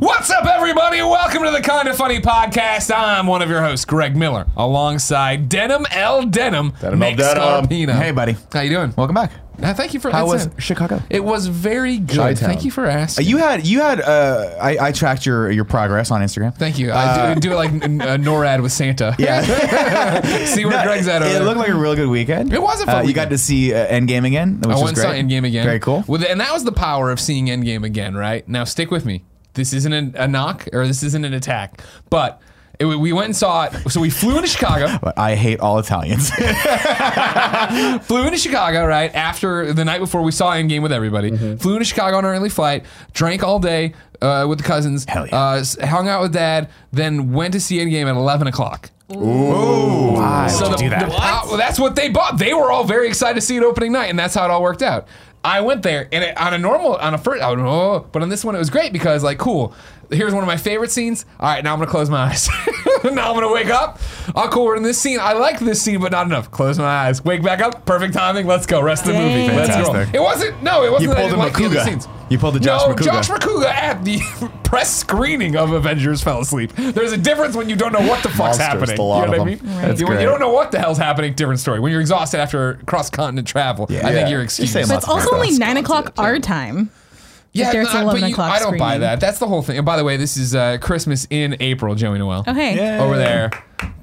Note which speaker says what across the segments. Speaker 1: What's up, everybody? Welcome to the Kind of Funny podcast. I'm one of your hosts, Greg Miller, alongside Denim L. Denim,
Speaker 2: Denim L.
Speaker 1: Nick
Speaker 2: Denim.
Speaker 1: Scarpino.
Speaker 3: Hey, buddy.
Speaker 1: how you doing?
Speaker 3: Welcome back.
Speaker 1: Uh, thank you for
Speaker 3: How was
Speaker 1: that's it.
Speaker 3: Chicago?
Speaker 1: It was very good.
Speaker 2: Chi-town.
Speaker 1: Thank you for asking.
Speaker 3: You had you had uh, I, I tracked your your progress on Instagram.
Speaker 1: Thank you. I do, do it like n- uh, NORAD with Santa.
Speaker 3: Yeah,
Speaker 1: See where Greg's at. Over
Speaker 3: it
Speaker 1: there.
Speaker 3: looked like a real good weekend.
Speaker 1: It was a
Speaker 3: Uh,
Speaker 1: fun
Speaker 3: you
Speaker 1: weekend.
Speaker 3: got to see uh, Endgame again, which
Speaker 1: I
Speaker 3: was
Speaker 1: went and
Speaker 3: great.
Speaker 1: saw Endgame again.
Speaker 3: Very cool.
Speaker 1: Well, and that was the power of seeing Endgame again, right? Now stick with me. This isn't an- a, knock or this isn't an attack, but it, we went and saw it. So we flew into Chicago.
Speaker 3: But I hate all Italians.
Speaker 1: flew into Chicago, right? After the night before we saw Endgame with everybody.
Speaker 3: Mm-hmm.
Speaker 1: Flew into Chicago on an early flight. Drank all day uh, with the cousins.
Speaker 3: Hell yeah.
Speaker 1: uh, s- hung out with dad. Then went to see Endgame at eleven o'clock.
Speaker 3: Why would
Speaker 1: So
Speaker 3: you
Speaker 1: the,
Speaker 3: do that?
Speaker 1: the pow- well, that's what they bought. They were all very excited to see it opening night, and that's how it all worked out. I went there, and it, on a normal, on a first, I would, oh, but on this one, it was great because, like, cool. Here's one of my favorite scenes. All right, now I'm gonna close my eyes. now I'm gonna wake up. Oh, cool. We're in this scene. I like this scene, but not enough. Close my eyes. Wake back up. Perfect timing. Let's go. Rest of the movie.
Speaker 3: Dang.
Speaker 1: Let's
Speaker 3: Fantastic.
Speaker 1: go. It wasn't. No, it wasn't.
Speaker 3: You
Speaker 1: that I
Speaker 3: pulled a
Speaker 1: didn't like the other
Speaker 3: Makuga.
Speaker 1: scenes.
Speaker 3: You pulled a Josh
Speaker 1: no,
Speaker 3: Makuga.
Speaker 1: Josh Makuga at the press screening of Avengers fell asleep. There's a difference when you don't know what the fuck's
Speaker 2: Monsters,
Speaker 1: happening.
Speaker 2: the lot
Speaker 1: you know
Speaker 2: of
Speaker 1: what
Speaker 2: them.
Speaker 1: I mean?
Speaker 2: Right. That's
Speaker 1: You- when you
Speaker 2: great.
Speaker 1: don't know what the hell's happening, different story. When you're exhausted after cross continent travel, I think
Speaker 2: Yeah.
Speaker 1: you're
Speaker 2: You're
Speaker 1: excused.
Speaker 3: saying
Speaker 1: But-
Speaker 3: lots
Speaker 4: But it's also only nine o'clock our time.
Speaker 1: yeah,
Speaker 4: there's
Speaker 1: no,
Speaker 4: 11
Speaker 1: but you-
Speaker 4: o'clock
Speaker 1: I don't buy
Speaker 4: screening.
Speaker 1: that. That's the whole thing. And by the way, this is uh, Christmas in April, Joey Noel.
Speaker 4: Oh hey,
Speaker 3: Yeah.
Speaker 1: Over there,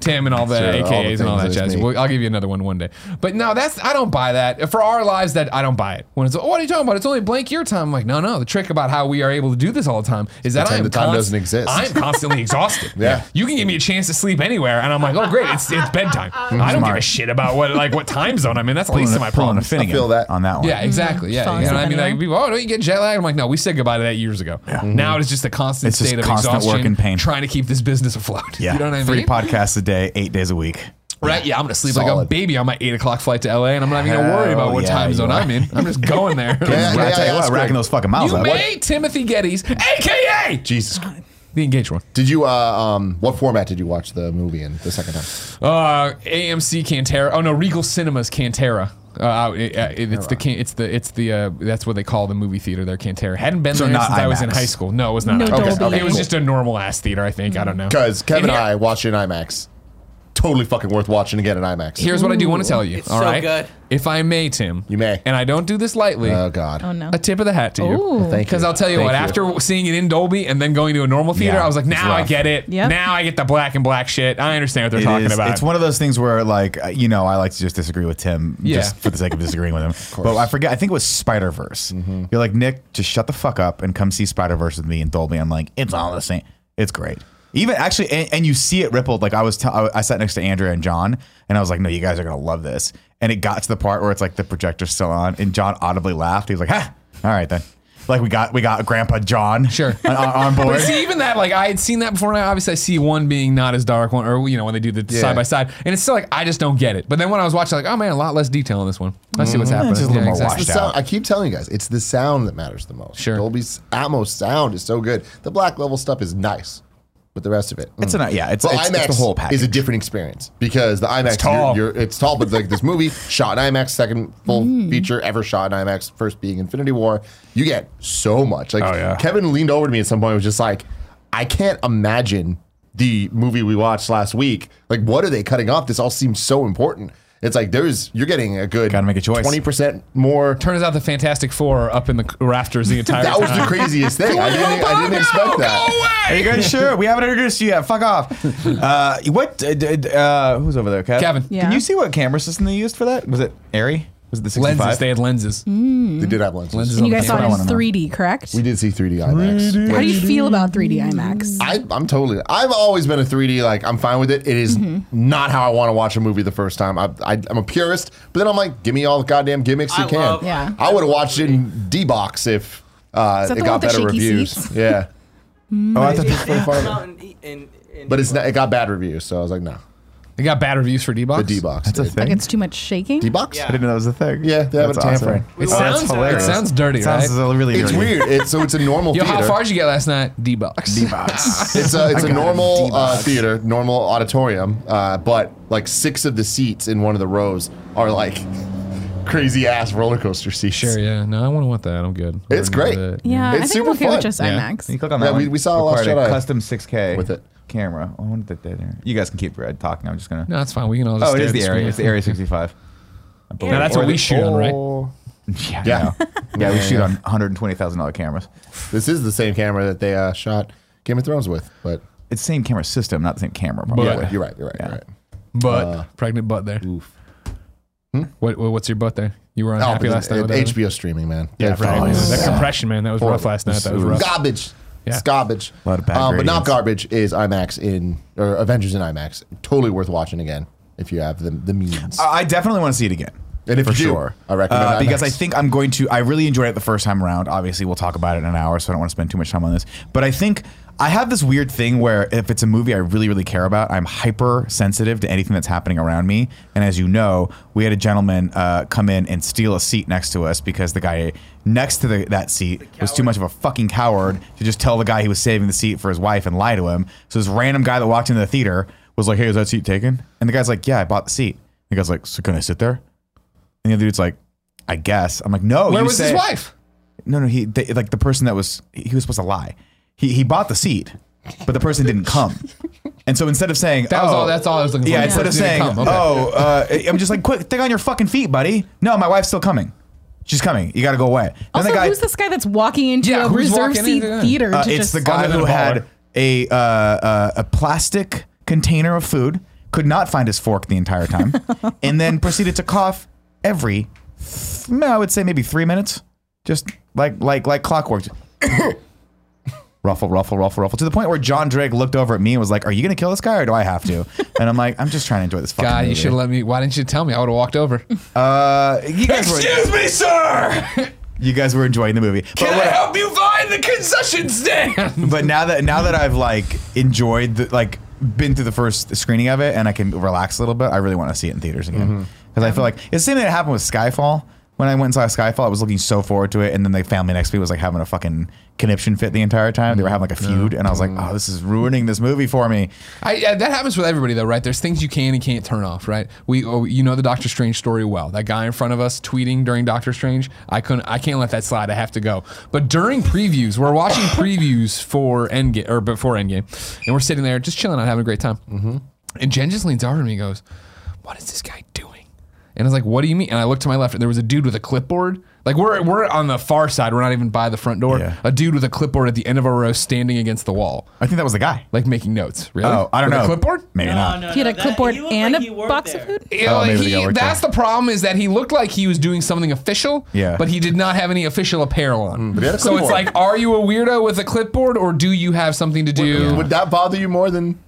Speaker 1: Tim and all the
Speaker 2: Sure, all the
Speaker 1: AKAs and all that
Speaker 2: things is
Speaker 1: jazz.
Speaker 2: me.
Speaker 1: Well, I'll give you another one one day. But no, that's I don't buy that for our lives. That I don't buy it. When it's oh, what are you talking about? It's only blank your time. I'm like no, no. The trick about how we are able to do this all the time is that
Speaker 2: Pretend
Speaker 1: I'm
Speaker 2: the time doesn't exist.
Speaker 1: I'm constantly exhausted.
Speaker 2: Yeah.
Speaker 1: you can give me a chance to sleep anywhere, and I'm like, oh great, it's it's bedtime. I don't give a
Speaker 3: Smart.
Speaker 1: shit about what like what time zone I'm in. That's least
Speaker 3: Pulling
Speaker 1: to
Speaker 3: a-
Speaker 1: my
Speaker 3: pulling a
Speaker 1: problem.
Speaker 3: Finnegan
Speaker 2: I feel that.
Speaker 3: on that one.
Speaker 1: Yeah, exactly. Yeah,
Speaker 4: Falling
Speaker 1: you know what I
Speaker 4: asleep
Speaker 1: mean. Like
Speaker 4: anywhere.
Speaker 1: people, oh, don't you get jet lagged? I'm like, no, we said goodbye to that years ago.
Speaker 2: Mm-hmm.
Speaker 1: Now it's just a constant
Speaker 3: It's just
Speaker 1: state of
Speaker 3: constant work
Speaker 1: exhaustion,
Speaker 3: and pain.
Speaker 1: trying to keep this business afloat.
Speaker 3: Yeah.
Speaker 1: you know what I mean.
Speaker 3: Three podcasts a day, eight days a week.
Speaker 1: Right? Yeah, I'm gonna sleep like a
Speaker 2: Solid.
Speaker 1: baby on my eight o'clock flight to LA, and I'm not even gonna worry about
Speaker 3: Hell
Speaker 1: what
Speaker 3: yeah,
Speaker 1: time
Speaker 3: you
Speaker 1: zone
Speaker 3: are.
Speaker 1: I'm in. I'm just going there.
Speaker 2: Yeah,
Speaker 3: Well, I tell you
Speaker 2: that's
Speaker 3: what,
Speaker 2: great.
Speaker 3: racking those fucking miles
Speaker 1: you
Speaker 3: up.
Speaker 1: may Timothy Geddes, aka
Speaker 2: Jesus. Christ.
Speaker 1: the engaged one.
Speaker 2: Did you, uh, um, what format did you watch the movie in the second time?
Speaker 1: Uh, AMC Cantera. Oh no, Regal Cinemas Cantera. Uh, out- it- uh, it- it's the can- it's the it's the uh, that's what they call the movie theater there. Cantera hadn't been
Speaker 3: So
Speaker 1: there
Speaker 3: not
Speaker 1: since I was
Speaker 3: IMAX.
Speaker 1: in high school. No, it was not.
Speaker 4: No
Speaker 1: IMAX.
Speaker 4: Dolby.
Speaker 2: okay,
Speaker 1: It was
Speaker 2: cool.
Speaker 1: just a normal ass theater. I think I don't know.
Speaker 2: Because Mm. Kevin and,
Speaker 1: here-
Speaker 2: I watched it in IMAX. Totally fucking worth watching again in IMAX.
Speaker 1: Here's what I do want to tell you.
Speaker 5: It's
Speaker 1: all
Speaker 5: so
Speaker 1: right?
Speaker 5: good.
Speaker 1: If I may, Tim.
Speaker 2: You may.
Speaker 1: And I don't do this lightly.
Speaker 2: oh, God.
Speaker 4: oh no.
Speaker 1: a tip of the hat to you.
Speaker 4: Ooh.
Speaker 2: Thank
Speaker 1: Because
Speaker 2: you.
Speaker 1: I'll tell you
Speaker 2: Thank
Speaker 1: what, after seeing it in Dolby and then going to a normal theater,
Speaker 3: Yeah,
Speaker 1: I was like,
Speaker 3: it's
Speaker 1: now I
Speaker 3: rough.
Speaker 1: get it.
Speaker 4: Yep.
Speaker 1: Now I get the black and black shit. I understand what they're
Speaker 3: It
Speaker 1: talking
Speaker 3: is-
Speaker 1: about.
Speaker 3: It's one of those things where, like, uh, you know, I like to just disagree with Tim
Speaker 1: Yeah.
Speaker 3: just for the sake of disagreeing with him. But I forget, I think it was Spider Verse.
Speaker 1: Mm-hmm.
Speaker 3: You're like, Nick, just shut the fuck up and come see Spider Verse with me and Dolby. I'm like, it's all the same. It's great. Even actually, and, and you see it rippled. Like, I was, t- I I sat next to Andrea and John, and I was like, no, you guys are going to love this. And it got to the part where it's like the projector's still on, and John audibly laughed. He was like, ha, all right then. Like we got we got Grandpa John
Speaker 1: Sure.
Speaker 3: on, on board.
Speaker 1: But see, even that, like, I had seen that before, and I obviously I see one being not as dark, one, or, you know, when they do the
Speaker 2: Yeah.
Speaker 1: side by side, and it's still like, I just don't get it. But then when I was watching, like, oh man, a lot less detail in this one. I see
Speaker 4: Mm-hmm.
Speaker 1: what's happening.
Speaker 3: It's just a little more
Speaker 1: exactly.
Speaker 2: It's the
Speaker 3: Washed
Speaker 2: sound-
Speaker 3: out.
Speaker 2: I keep telling you guys, it's the sound that matters the most.
Speaker 1: Sure.
Speaker 2: Dolby's Atmos sound is so good. The black level stuff is nice, but the rest of it.
Speaker 3: It's
Speaker 2: mm.
Speaker 3: an yeah. It's,
Speaker 2: But
Speaker 3: it's, it's the whole package.
Speaker 2: is a different experience because the IMAX, it's
Speaker 1: tall.
Speaker 2: You're, you're, it's tall, but like this movie, shot in IMAX, second full
Speaker 3: Mm.
Speaker 2: feature ever shot in IMAX, first being Infinity War. You get so much. Like
Speaker 1: Oh, yeah.
Speaker 2: Kevin leaned over to me at some point, and was just like, I can't imagine the movie we watched last week. Like, what are they cutting off? This all seems so important. It's like there's you're getting a good
Speaker 3: Gotta make a choice.
Speaker 2: twenty percent more.
Speaker 1: Turns out the Fantastic Four are up in the rafters the entire
Speaker 2: That
Speaker 1: time.
Speaker 2: was the craziest thing. I didn't, I didn't expect that.
Speaker 3: Are you guys sure? We haven't introduced you yet. Fuck off. Uh, what? Uh, d- d- uh, who's over there, Kev?
Speaker 1: Kevin.
Speaker 3: Can
Speaker 4: Yeah.
Speaker 3: you see what camera system they used for that? Was it Airy? Was it the 65?
Speaker 1: Lenses. They had lenses.
Speaker 4: Mm-hmm.
Speaker 2: They did have lenses.
Speaker 1: Lenses
Speaker 4: And you
Speaker 1: on the
Speaker 4: guys saw
Speaker 1: camera.
Speaker 3: what I
Speaker 4: it
Speaker 3: wanna
Speaker 4: in
Speaker 3: know.
Speaker 4: 3D, correct?
Speaker 2: We did see 3D IMAX.
Speaker 4: How do you feel about 3D IMAX?
Speaker 2: I, I'm totally. I've always been a 3D. Like I'm fine with it. It is
Speaker 4: Mm-hmm.
Speaker 2: not how I want to watch a movie the first time. I, I, I'm a purist, but then I'm like, give me all the goddamn gimmicks you
Speaker 5: I
Speaker 2: can.
Speaker 5: love-
Speaker 4: Yeah.
Speaker 2: I would have watched it in D box if uh,
Speaker 4: Is that
Speaker 2: it
Speaker 4: the
Speaker 2: got
Speaker 4: one with the
Speaker 2: better
Speaker 4: shaky
Speaker 2: reviews.
Speaker 4: seats?
Speaker 2: Yeah,
Speaker 3: Oh, I thought that-
Speaker 6: E
Speaker 2: but it's not, it got bad reviews, so I was like, no,
Speaker 1: They got bad reviews for D-Box.
Speaker 2: the D box.
Speaker 3: that's a
Speaker 4: Like
Speaker 3: thing.
Speaker 4: it's too much shaking.
Speaker 2: D box.
Speaker 3: I didn't know that was a thing.
Speaker 2: Yeah, they have
Speaker 3: That's
Speaker 2: it tampering.
Speaker 3: awesome.
Speaker 5: We
Speaker 3: It
Speaker 5: want-
Speaker 3: sounds
Speaker 5: Sounds-
Speaker 3: hilarious.
Speaker 1: it sounds dirty,
Speaker 3: It sounds
Speaker 1: right?
Speaker 3: really
Speaker 2: It's
Speaker 3: dirty.
Speaker 2: weird. It's so it's a normal
Speaker 1: Yo,
Speaker 2: theater.
Speaker 1: how far did you get last night? D-Box.
Speaker 3: D-box.
Speaker 2: It's a it's
Speaker 3: I got
Speaker 2: a normal uh,
Speaker 3: D-box.
Speaker 2: theater, normal auditorium, uh, but like six of the seats in one of the rows are like crazy ass roller coaster seats.
Speaker 1: Sure, yeah. No, I wouldn't want that. I'm good. I
Speaker 2: It's
Speaker 1: wouldn't want
Speaker 2: great.
Speaker 1: that.
Speaker 4: Yeah, I
Speaker 2: It's
Speaker 4: think
Speaker 2: super
Speaker 4: I'm okay
Speaker 2: fun.
Speaker 4: with just
Speaker 3: Yeah.
Speaker 4: IMAX.
Speaker 3: You click on
Speaker 2: Yeah,
Speaker 3: that
Speaker 2: we-
Speaker 3: one.
Speaker 2: we saw Last
Speaker 3: Required a
Speaker 2: Jedi.
Speaker 3: custom 6K
Speaker 2: With it.
Speaker 3: camera. I wonder if they did it. You guys can keep Red talking. I'm just gonna.
Speaker 1: No, that's fine. We can all just.
Speaker 3: oh, it
Speaker 1: stare
Speaker 3: is
Speaker 1: at
Speaker 3: the area.
Speaker 1: screen.
Speaker 3: It's the Area 65. I believe.
Speaker 1: Now that's
Speaker 3: Or
Speaker 1: what
Speaker 3: the-
Speaker 1: we shoot on, right?
Speaker 2: Oh.
Speaker 3: Yeah,
Speaker 2: Yeah.
Speaker 3: yeah. yeah. We
Speaker 2: Yeah,
Speaker 3: shoot
Speaker 2: yeah.
Speaker 3: on 120 thousand dollar cameras.
Speaker 2: This is the same camera that they uh, shot Game of Thrones with, but
Speaker 3: It's the same camera system, not the same camera.
Speaker 1: But-
Speaker 3: Probably.
Speaker 2: yeah, you're right, you're right,
Speaker 3: Yeah.
Speaker 2: you're right.
Speaker 1: Butt.
Speaker 2: Uh,
Speaker 1: pregnant butt there.
Speaker 3: Oof.
Speaker 1: What, what, what's your butt there? You were
Speaker 2: Oh,
Speaker 1: unhappy
Speaker 2: but
Speaker 1: last night. with
Speaker 2: it-
Speaker 1: that?
Speaker 2: HBO streaming, man.
Speaker 1: Oh, Yeah,
Speaker 2: That
Speaker 1: right.
Speaker 2: fucking
Speaker 1: That
Speaker 2: sucks.
Speaker 1: compression, man, that was rough last night. That was rough.
Speaker 2: garbage.
Speaker 1: Yeah.
Speaker 2: It's garbage.
Speaker 3: A
Speaker 2: Uh,
Speaker 3: lot of bad
Speaker 2: but not
Speaker 3: gradients.
Speaker 2: garbage is IMAX in or Avengers in IMAX. Totally worth watching again if you have the the means.
Speaker 3: I I definitely want to see it again.
Speaker 2: And if
Speaker 3: for
Speaker 2: you do,
Speaker 3: sure,
Speaker 2: I recommend
Speaker 3: uh, because
Speaker 2: IMAX.
Speaker 3: I think I'm going to. I really enjoyed it the first time around. Obviously, we'll talk about it in an hour, so I don't want to spend too much time on this. But I think I have this weird thing where if it's a movie I really, really care about, I'm hyper sensitive to anything that's happening around me. And as you know, we had a gentleman uh, come in and steal a seat next to us because the guy next to the, that seat was too much of a fucking coward to just tell the guy he was saving the seat for his wife and lie to him. So this random guy that walked into the theater was like, "Hey, is that seat taken?" And the guy's like, "Yeah, I bought the seat." The guy's like, "So can I sit there?" And the other dude's like, I guess. I'm like, no.
Speaker 1: Where
Speaker 3: you
Speaker 1: was
Speaker 3: say-
Speaker 1: his wife?
Speaker 3: No, no. He they, like the person that was he was supposed to lie. He he bought the seat, but the person didn't come. And so instead of saying
Speaker 1: That was
Speaker 3: oh,
Speaker 1: all. That's all I was looking for.
Speaker 3: yeah,
Speaker 1: The
Speaker 3: instead of
Speaker 1: person didn't
Speaker 3: saying
Speaker 1: come. Okay.
Speaker 3: oh, uh, I'm just like quick, think on your fucking feet, buddy. No, my wife's still coming. She's coming. You got to go away. Then
Speaker 4: Also,
Speaker 3: the guy,
Speaker 4: who's this guy that's walking into
Speaker 1: Yeah,
Speaker 4: a
Speaker 1: who's
Speaker 4: reserve
Speaker 1: walking
Speaker 4: seat
Speaker 1: into that?
Speaker 4: theater?
Speaker 3: uh,
Speaker 4: to
Speaker 3: it's
Speaker 4: just,
Speaker 3: the guy
Speaker 1: Other than
Speaker 3: who
Speaker 1: a
Speaker 3: had
Speaker 1: baller.
Speaker 3: a uh, uh, a plastic container of food, could not find his fork the entire time, and then proceeded to cough every, th- no, I would say maybe three minutes, just like like like clockwork. Ruffle, ruffle, ruffle, ruffle. To the point where John Drake looked over at me and was like, "Are you gonna kill this guy, or do I have to?" And I'm like, "I'm just trying to enjoy this fucking
Speaker 1: God, you
Speaker 3: movie."
Speaker 1: should have let me. Why didn't you tell me? I would have walked over.
Speaker 3: uh, you guys were
Speaker 1: me, sir.
Speaker 3: you guys were enjoying the movie. But what-
Speaker 1: help you find the concession stand?
Speaker 3: but now that now that I've like enjoyed the, like been through the first screening of it and I can relax a little bit, I really want to see it in theaters again because
Speaker 1: Mm-hmm.
Speaker 3: I feel like it's the same thing that happened with Skyfall. When I went and saw Skyfall, I was looking so forward to it, and then the family next to me was like having a fucking conniption fit the entire time. They were having like a feud, and I was like,
Speaker 1: Mm-hmm.
Speaker 3: "Oh, this is ruining this movie for me."
Speaker 1: I, yeah, that happens with everybody, though, right? There's things you can and can't turn off, right? We, oh, you know, the Doctor Strange story well. That guy in front of us tweeting during Doctor Strange, I couldn't, I can't let that slide. I have to go. But during previews, we're watching previews for Endgame or before Endgame, and we're sitting there just chilling out, having a great time. Mm-hmm. And Jen just leans over to me and goes, "What is this guy doing?" And I was like, "What do you mean?" And I looked to my left, and there was a dude with a clipboard. Like we're we're on the far side. We're not even by the front door.
Speaker 3: Yeah.
Speaker 1: A dude with a clipboard at the end of our row, standing against the wall,
Speaker 3: I think that was the guy.
Speaker 1: like making notes. Really?
Speaker 3: Oh, I don't
Speaker 1: With
Speaker 3: know.
Speaker 1: A clipboard?
Speaker 3: Maybe not.
Speaker 4: he had a
Speaker 5: that-
Speaker 4: clipboard
Speaker 5: he looked
Speaker 4: and
Speaker 5: like
Speaker 4: a
Speaker 5: he worked
Speaker 4: box
Speaker 5: there.
Speaker 4: of food.
Speaker 1: You know,
Speaker 3: Oh, maybe they
Speaker 1: he-
Speaker 3: got worked
Speaker 1: that's the problem is that he looked like he was doing something official,
Speaker 3: Yeah. Mm,
Speaker 1: but he did not have any official apparel on.
Speaker 2: but he had a
Speaker 1: so it's
Speaker 2: clipboard.
Speaker 1: like, are you a weirdo with a clipboard or do you have something to do?
Speaker 2: Would that bother you more than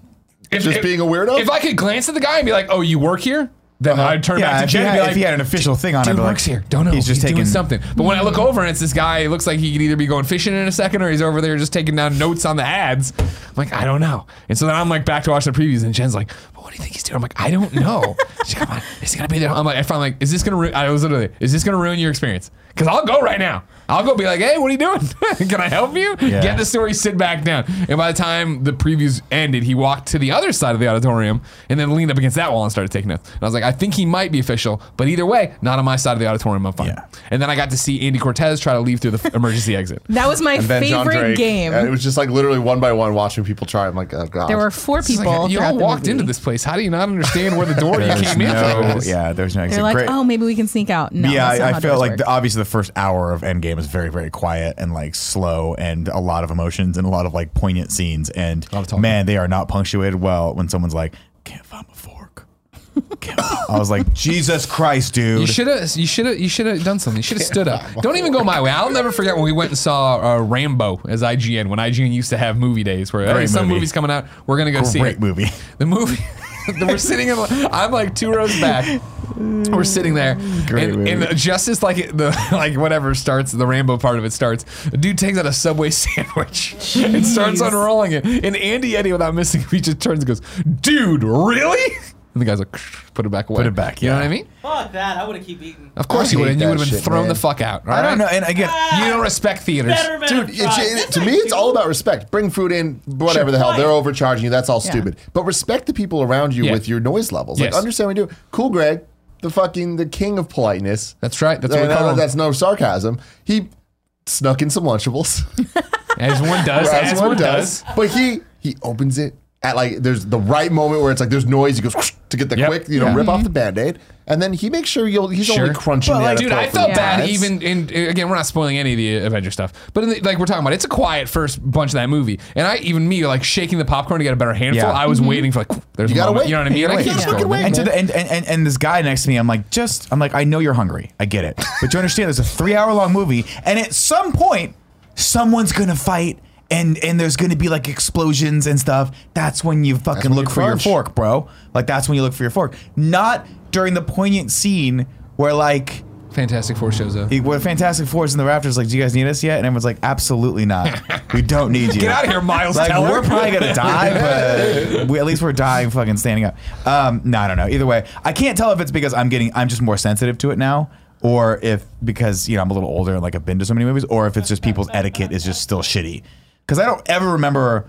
Speaker 1: If-
Speaker 2: just
Speaker 1: if-
Speaker 2: being a weirdo?
Speaker 1: If I could glance at the guy and be like, oh, you work here? Then I'd turn
Speaker 3: Uh-huh.
Speaker 1: back
Speaker 3: Yeah,
Speaker 1: to
Speaker 3: if he,
Speaker 1: Jen and
Speaker 3: had,
Speaker 1: be
Speaker 3: if he
Speaker 1: like,
Speaker 3: had an official thing on, it, I'd
Speaker 1: dude
Speaker 3: be like,
Speaker 1: works here. Don't know.
Speaker 3: He's just taking
Speaker 1: doing something. But when I look over and it's this guy, it looks like he could either be going fishing in a second or he's over there just taking down notes on the ads. I'm like, I don't know. And so then I'm like back to watch the previews and Jen's like, but what do you think he's doing? I'm like, I don't know. She's like, come on, is he gonna be there? I'm like, I finally like, is this gonna ruin? I was literally, is this gonna ruin your experience? Because I'll go right now. I'll go be like, hey, what are you doing? Can I help you?
Speaker 3: Yeah.
Speaker 1: Get the story, sit back down. And by the time the previews ended, he walked to the other side of the auditorium and then leaned up against that wall and started taking notes. And I was like, I think he might be official, but either way, not on my side of the auditorium. I'm fine.
Speaker 3: Yeah.
Speaker 1: And then I got to see Andy Cortez try to leave through the emergency exit.
Speaker 4: That was my
Speaker 2: And then John
Speaker 4: favorite
Speaker 2: Drake.
Speaker 4: game.
Speaker 2: And it was just like literally one by one watching people try. I'm like, oh god.
Speaker 4: There were four
Speaker 1: It's
Speaker 4: people.
Speaker 1: like, you
Speaker 4: throughout
Speaker 1: all
Speaker 4: the
Speaker 1: walked
Speaker 4: movie.
Speaker 1: into this place. How do you not understand where the door you
Speaker 3: There's
Speaker 1: came in through
Speaker 3: no,
Speaker 1: is?
Speaker 3: yeah, there's no.
Speaker 4: They're like, oh, maybe we can sneak out. No,
Speaker 3: yeah,
Speaker 4: that's not
Speaker 3: I,
Speaker 4: how
Speaker 3: I feel
Speaker 4: doors
Speaker 3: like
Speaker 4: work.
Speaker 3: the, obviously the first hour of Endgame is very, very quiet and like slow and a lot of emotions and a lot of like poignant scenes. And
Speaker 1: lot of talking.
Speaker 3: man, they are not punctuated well when someone's like, can't find my fork. Can't find-" I was like, Jesus Christ, dude.
Speaker 1: You should have. You should have. You should have done something. You should have stood up. Don't even go my way. I'll never forget when we went and saw uh, Rambo as IGN when IGN used to have movie days where hey,
Speaker 3: Great
Speaker 1: some
Speaker 3: movie.
Speaker 1: movies coming out. We're gonna go see
Speaker 3: Great
Speaker 1: it.
Speaker 3: movie.
Speaker 1: The movie. we're sitting in. I'm like two rows back. We're sitting there,
Speaker 3: Great
Speaker 1: and, and
Speaker 3: movie.
Speaker 1: just as like it- the like whatever starts, the Rambo part of it starts. A dude takes out a Subway sandwich and starts unrolling it, and Andy Eddie, without missing, a beat, just turns and goes, "Dude, really?" And the guy's like, "Put it back away."
Speaker 3: Put it back,
Speaker 1: You know
Speaker 3: yeah.
Speaker 1: what I mean?
Speaker 5: Fuck that. I would have keep eating.
Speaker 1: Of course
Speaker 2: I
Speaker 1: you
Speaker 2: hate
Speaker 1: would, and you
Speaker 2: that
Speaker 1: would have been
Speaker 2: shit,
Speaker 1: thrown
Speaker 2: man.
Speaker 1: the fuck out. all
Speaker 3: I
Speaker 1: right?
Speaker 3: don't know. And again,
Speaker 1: You don't respect theaters.
Speaker 5: Better man
Speaker 2: Dude,
Speaker 5: fries.
Speaker 2: it's- it-
Speaker 5: That's
Speaker 2: to
Speaker 5: not
Speaker 2: me, it's
Speaker 5: cute.
Speaker 2: all about respect. Bring fruit in, whatever the hell.
Speaker 5: Right.
Speaker 2: They're overcharging you. That's all
Speaker 4: Yeah.
Speaker 2: stupid. But respect the people around you
Speaker 1: Yeah.
Speaker 2: with your noise levels.
Speaker 1: Yes.
Speaker 2: Like, understand what you do. Cool, Greg. the fucking the king of politeness.
Speaker 1: That's right. That's what
Speaker 2: And
Speaker 1: we
Speaker 2: I
Speaker 1: call
Speaker 2: know
Speaker 1: him.
Speaker 2: that's no sarcasm. He snuck in some Lunchables,
Speaker 1: As one does. as, one, does.
Speaker 2: But he he opens it at like there's the right moment where it's like there's noise. He goes whoosh to get the
Speaker 1: Yep.
Speaker 2: quick, you know,
Speaker 1: Yeah.
Speaker 2: rip off the band aid, and then he makes sure you'll, he's
Speaker 1: Sure.
Speaker 2: only crunching.
Speaker 3: But,
Speaker 2: it
Speaker 3: like,
Speaker 2: at
Speaker 1: Dude, I felt
Speaker 2: appropriate
Speaker 1: bad
Speaker 2: times.
Speaker 1: even in, in- again, we're not spoiling any of the Avenger stuff, but in the, like we're talking about, it's a quiet first bunch of that movie. And I, even me, like shaking the popcorn to get a better handful,
Speaker 3: Yeah.
Speaker 1: I was waiting for like, there's
Speaker 2: You
Speaker 1: a
Speaker 2: gotta
Speaker 1: moment,
Speaker 2: wait.
Speaker 1: You know what I mean?
Speaker 2: You
Speaker 1: And I
Speaker 2: gotta
Speaker 1: keep
Speaker 2: wait. Yeah.
Speaker 1: scrolling.
Speaker 2: Wait,
Speaker 3: and, to
Speaker 2: man.
Speaker 3: the, and, and, and, and this guy next to me, I'm like, just, I'm like, I know you're hungry. I get it. But you understand, there's a three hour long movie, and at some point, someone's going to fight. And, and there's gonna be like explosions and stuff. That's when you fucking
Speaker 2: when
Speaker 3: look
Speaker 2: you
Speaker 3: for your
Speaker 2: crunch.
Speaker 3: fork, bro. Like that's when you look for your fork. Not during the poignant scene where like
Speaker 1: Fantastic Four shows up.
Speaker 3: it- where Fantastic Four's in the rafters. Like, do you guys need us yet? And everyone's like, absolutely not. We don't need you.
Speaker 1: Get out of here, Miles
Speaker 3: Like
Speaker 1: Teller.
Speaker 3: we're probably gonna die, but we, at least we're dying fucking standing up. Um, no, I don't know. Either way, I can't tell if it's because I'm getting I'm just more sensitive to it now, or if because you know I'm a little older and like I've been to so many movies, or if it's just people's etiquette is just still shitty. Because I don't ever remember,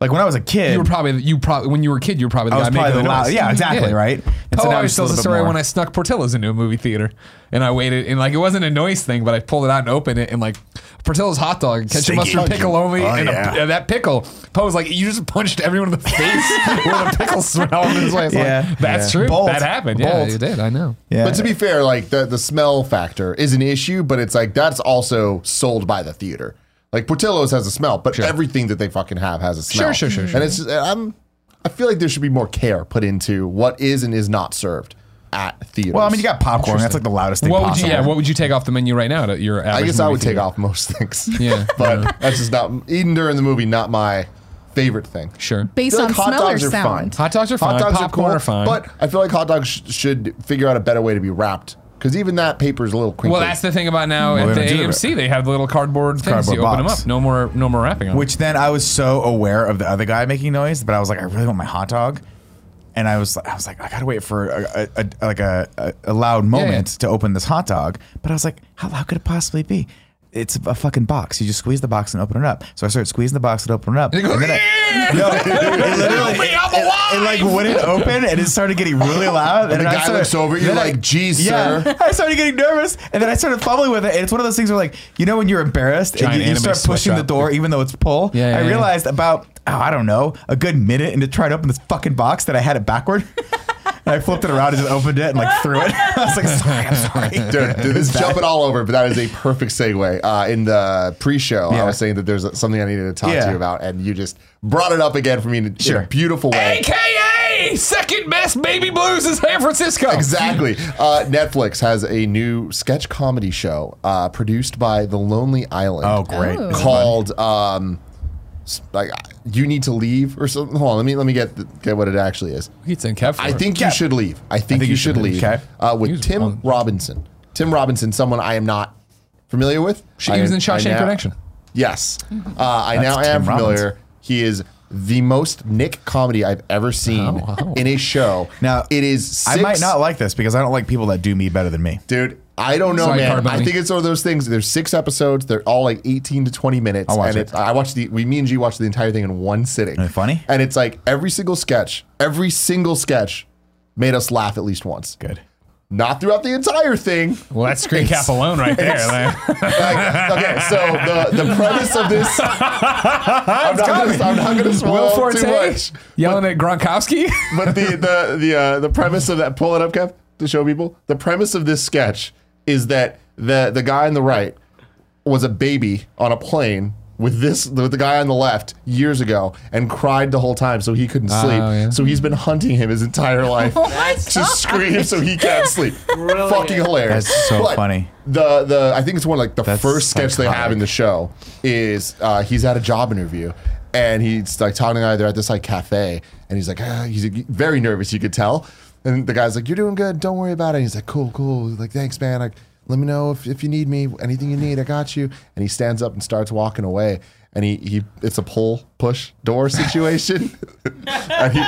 Speaker 3: like when I was a kid,
Speaker 1: You were probably you probably when you were a kid, you were probably the
Speaker 3: I was
Speaker 1: guy making the
Speaker 3: probably the loud-
Speaker 1: noise.
Speaker 3: yeah, exactly, right? And
Speaker 1: Poe
Speaker 3: so now I'm
Speaker 1: always tells
Speaker 3: just a
Speaker 1: the
Speaker 3: little bit
Speaker 1: story
Speaker 3: more-
Speaker 1: when I snuck Portillo's into a movie theater, and I waited, and like it wasn't a noise thing, but I pulled it out and opened it, and like Portillo's hot dog, ketchup
Speaker 3: Stinky.
Speaker 1: mustard pickle only,
Speaker 3: Oh,
Speaker 1: and, a-
Speaker 3: yeah.
Speaker 1: and that pickle. Poe's like, you just punched everyone in the face with a pickle smell in his way. It's like,
Speaker 3: Yeah.
Speaker 1: that's
Speaker 3: Yeah.
Speaker 1: true.
Speaker 3: Bold.
Speaker 1: That happened. Yeah,
Speaker 3: Bold.
Speaker 1: you did. I know.
Speaker 3: yeah.
Speaker 2: But to be fair, like the, the smell factor is an issue, but it's like that's also sold by the theater. Like Portillo's has a smell, but everything that they fucking have has a smell.
Speaker 1: Sure, sure, sure, sure.
Speaker 2: And it's just, I'm I feel like there should be more care put into what is and is not served at theaters.
Speaker 3: well, I mean, you got popcorn. That's like the loudest thing
Speaker 1: What would
Speaker 3: possible.
Speaker 1: you? Yeah. What would you take off the menu right now? To your
Speaker 2: I
Speaker 1: average
Speaker 2: guess I
Speaker 1: movie
Speaker 2: would take
Speaker 1: theater?
Speaker 2: off most things.
Speaker 1: Yeah.
Speaker 2: but that's just not eating during the movie. Not my favorite thing.
Speaker 1: Sure.
Speaker 4: based
Speaker 2: feel
Speaker 4: on
Speaker 2: like hot
Speaker 4: smell or
Speaker 2: dogs are
Speaker 4: sound.
Speaker 1: Hot dogs are fine. Popcorn are fine.
Speaker 2: But I feel like hot dogs sh- should figure out a better way to be wrapped because even that paper is a little crinkly.
Speaker 1: Well, that's the thing about now
Speaker 3: Well,
Speaker 1: at the
Speaker 3: they don't do that.
Speaker 1: AMC. They have the little cardboard things.
Speaker 3: cardboard
Speaker 1: you open
Speaker 3: box.
Speaker 1: them up. No more, no more wrapping on. them.
Speaker 3: Which then I was so aware of the other guy making noise, but I was like, I really want my hot dog. And I was, I was like, I gotta wait for a, a, a, like a, a, a loud moment to open this hot dog. But I was like, how loud could it possibly be? It's a fucking box. You just squeeze the box and open it up. So I started squeezing the box and open it up.
Speaker 1: goes,
Speaker 3: and then I, no, it literally,
Speaker 1: Help me, I'm
Speaker 3: it- it,
Speaker 1: alive!
Speaker 3: like wouldn't open, and it started getting really loud.
Speaker 2: And the
Speaker 3: then I
Speaker 2: guy
Speaker 3: started-
Speaker 2: looks over at you
Speaker 3: then I-
Speaker 2: like, "Geez, sir."
Speaker 3: I started getting nervous, and then I started fumbling with it. And it's one of those things where, like, you know, when you're embarrassed
Speaker 1: Giant
Speaker 3: and you, you
Speaker 1: anime
Speaker 3: start pushing the
Speaker 1: sweatshop.
Speaker 3: door, even though it's pull.
Speaker 1: Yeah, yeah,
Speaker 3: I
Speaker 1: yeah.
Speaker 3: realized about oh, I don't know a good minute into trying to open this fucking box that I had it backward. and I flipped it around and just opened it and like threw it. I was like, sorry, I'm sorry.
Speaker 2: Dude, dude, this is jumping all over, but that is a perfect segue. Uh, in the pre-show,
Speaker 3: Yeah.
Speaker 2: I was saying that there's something I needed to talk
Speaker 3: Yeah.
Speaker 2: to you about, and you just brought it up again for me in, in
Speaker 3: Sure.
Speaker 2: a beautiful way.
Speaker 1: AKA second best baby blues in San Francisco.
Speaker 2: Exactly. Uh, Netflix has a new sketch comedy show uh, produced by The Lonely Island.
Speaker 3: Oh, great.
Speaker 4: Oh.
Speaker 2: Called um, s- like you need to leave or something. Hold on, let me let me get the, get what it actually is.
Speaker 1: Pizza and Kev.
Speaker 2: I think you should leave. I think, you, should, leave.
Speaker 3: Okay.
Speaker 2: Uh, with
Speaker 1: He was
Speaker 2: Tim
Speaker 1: on-
Speaker 2: Robinson. Tim Robinson, someone I am not familiar with.
Speaker 1: She
Speaker 2: I-
Speaker 1: was in Shawshank
Speaker 2: I now-
Speaker 1: Redemption.
Speaker 2: Yes. Uh, I now
Speaker 3: That's
Speaker 2: am
Speaker 3: Tim
Speaker 2: familiar.
Speaker 3: Robinson.
Speaker 2: He is the most Nick comedy I've ever seen
Speaker 1: Oh, wow.
Speaker 2: in a show.
Speaker 3: Now,
Speaker 2: it is
Speaker 3: I
Speaker 2: six-
Speaker 3: might not like this because I don't like people that do me better than me.
Speaker 2: dude. I don't know,
Speaker 1: Sorry,
Speaker 2: man.
Speaker 1: Carboni.
Speaker 2: I think it's one of those things. There's six episodes. They're all like 18 to 20 minutes.
Speaker 3: I'll watch
Speaker 2: and
Speaker 3: it.
Speaker 2: It's, I watched the. We me and G watched the entire thing in one sitting.
Speaker 3: Isn't it funny?
Speaker 2: And it's like every single sketch, every single sketch, made us laugh at least once.
Speaker 3: Good.
Speaker 2: Not throughout the entire thing.
Speaker 1: Well, that's screen cap alone right there. like-
Speaker 2: Like, okay, so the, the premise of this, I'm not gonna, I'm not gonna
Speaker 1: Will
Speaker 2: spoil too
Speaker 1: Forte
Speaker 2: much.
Speaker 1: yelling at Gronkowski.
Speaker 2: But the the the uh, the premise of that pull it up, Kev, to show people the premise of this sketch is that the the guy on the right was a baby on a plane with this with the guy on the left years ago and cried the whole time so he couldn't
Speaker 3: Oh,
Speaker 2: sleep.
Speaker 1: yeah.
Speaker 2: So he's been hunting him his entire life
Speaker 4: my
Speaker 2: to scream so he can't sleep. Fucking hilarious.
Speaker 3: That's so funny.
Speaker 2: The the I think it's one of like the
Speaker 3: That's
Speaker 2: first sketch they have
Speaker 3: psychotic.
Speaker 2: in the show is uh, he's at a job interview and he's like talking to the guy. They're at this like cafe and he's like ah, he's very nervous. You could tell. And the guy's like, "You're doing good. Don't worry about it." And he's like, "Cool, cool. He's like, thanks, man. Like, let me know if, if you need me. Anything you need, I got you." And he stands up and starts walking away. And he, he it's a pull push door situation. and he,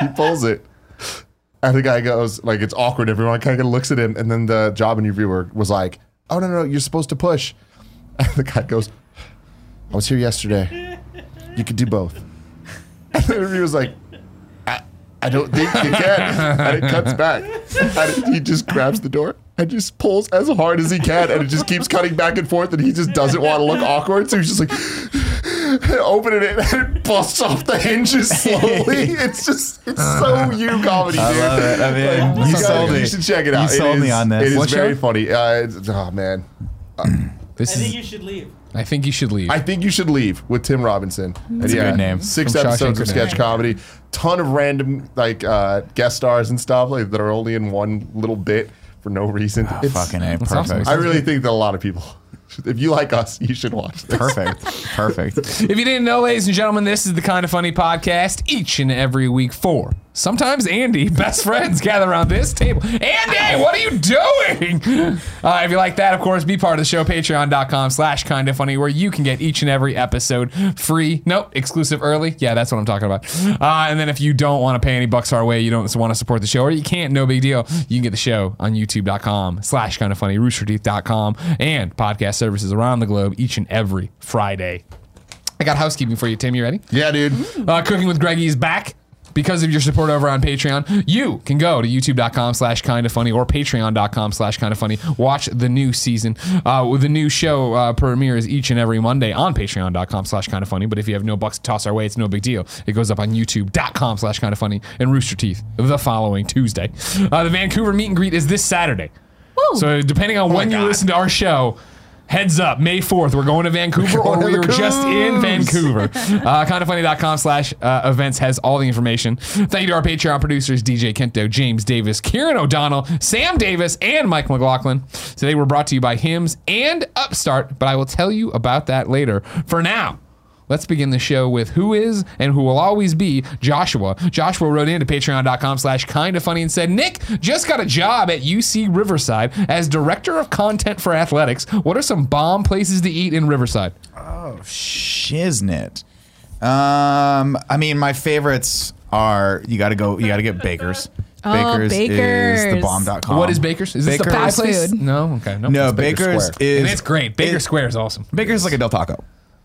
Speaker 2: he pulls it. And the guy goes, like, it's awkward. Everyone kind of looks at him. And then the job interviewer was like, oh, no, no, no, you're supposed to push. And the guy goes, I was here yesterday. You could do both. And the interviewer's like, I, I don't think you can. and it cuts back. And he just grabs the door and just pulls as hard as he can. And it just keeps cutting back and forth. And he just doesn't want to look awkward. So he's just like, opening it and it busts off the hinges slowly. It's just, it's so you comedy, dude.
Speaker 3: I love it. I mean,
Speaker 2: Like,
Speaker 3: you
Speaker 2: gotta-
Speaker 3: sold me.
Speaker 2: You should check it out.
Speaker 3: You
Speaker 2: It
Speaker 3: sold me
Speaker 2: is-
Speaker 3: on
Speaker 2: It
Speaker 3: this.
Speaker 2: is
Speaker 3: What
Speaker 2: very
Speaker 3: show?
Speaker 2: funny. Uh, it's, oh, man.
Speaker 1: This
Speaker 5: I think
Speaker 1: is.
Speaker 5: you should leave.
Speaker 1: I think you should leave.
Speaker 2: I think you should leave with Tim Robinson. That's
Speaker 3: a good name.
Speaker 2: Six
Speaker 1: From Shawshank
Speaker 2: episodes of sketch
Speaker 1: Redemption.
Speaker 2: comedy, ton of random like uh, guest stars and stuff like that are only in one little bit for no reason. It's-
Speaker 3: Oh, Fucking A.
Speaker 1: That's awesome.
Speaker 3: Perfect.
Speaker 2: I really think that a lot of people, if you like us, you should watch this.
Speaker 3: Perfect. Perfect.
Speaker 1: If you didn't know, ladies and gentlemen, this is the kind of funny podcast each and every week for sometimes Andy, best friends gather around this table. Andy, what are you doing? Uh, if you like that, of course, be part of the show, patreon.com slash kind of funny, where you can get each and every episode free. Nope, exclusive early. Yeah, that's what I'm talking about. Uh, and then if you don't want to pay any bucks our way, you don't want to support the show, or you can't, no big deal, you can get the show on youtube.com slash kind of funny, roosterteeth.com, and podcast services around the globe each and every Friday. I got housekeeping for you, Tim. You ready?
Speaker 2: Yeah, dude.
Speaker 3: Mm.
Speaker 1: Uh, Cooking with Greggy is back. Because of your support over on Patreon, you can go to youtube.com slash kind of funny or patreon.com slash kind of funny. Watch the new season. Uh, with the new show uh, premieres each and every Monday on patreon.com slash kind of funny. But if you have no bucks to toss our way, it's no big deal. It goes up on youtube.com slash kind of funny and Rooster Teeth the following Tuesday. Uh, the Vancouver meet and greet is this Saturday.
Speaker 4: Woo.
Speaker 1: So depending on when you
Speaker 2: God.
Speaker 1: listen to our show, heads up, May 4th, we're going to Vancouver or
Speaker 2: going
Speaker 1: we
Speaker 2: to
Speaker 1: were
Speaker 2: the
Speaker 1: just in
Speaker 2: Cougs.
Speaker 1: Vancouver. uh, kindoffunny.com slash uh, events has all the information. Thank you to our Patreon producers, DJ Kento, James Davis, Kieran O'Donnell, Sam Davis, and Mike McLaughlin. Today we're brought to you by Hims and Upstart, but I will tell you about that later. For now, Let's begin the show with who is and who will always be Joshua. Joshua wrote into patreon.com slash kinda funny and said, Nick just got a job at UC Riverside as director of content for athletics. What are some bomb places to eat in Riverside?
Speaker 3: Shiznit. Um, I mean, my favorites are you got to go. You got to get Bakers.
Speaker 4: Oh,
Speaker 3: is the
Speaker 4: Bakers.
Speaker 3: bomb.com.
Speaker 1: what is Um, Baker's? Is this the pie
Speaker 4: Baker's-
Speaker 1: place?
Speaker 4: Food.
Speaker 1: No, okay. No,
Speaker 3: No,
Speaker 1: it's Baker's.
Speaker 3: Bakers
Speaker 2: Square.
Speaker 3: is
Speaker 1: And it's great. Baker
Speaker 3: it-
Speaker 1: Square is awesome.
Speaker 3: Baker's is like a Del Taco.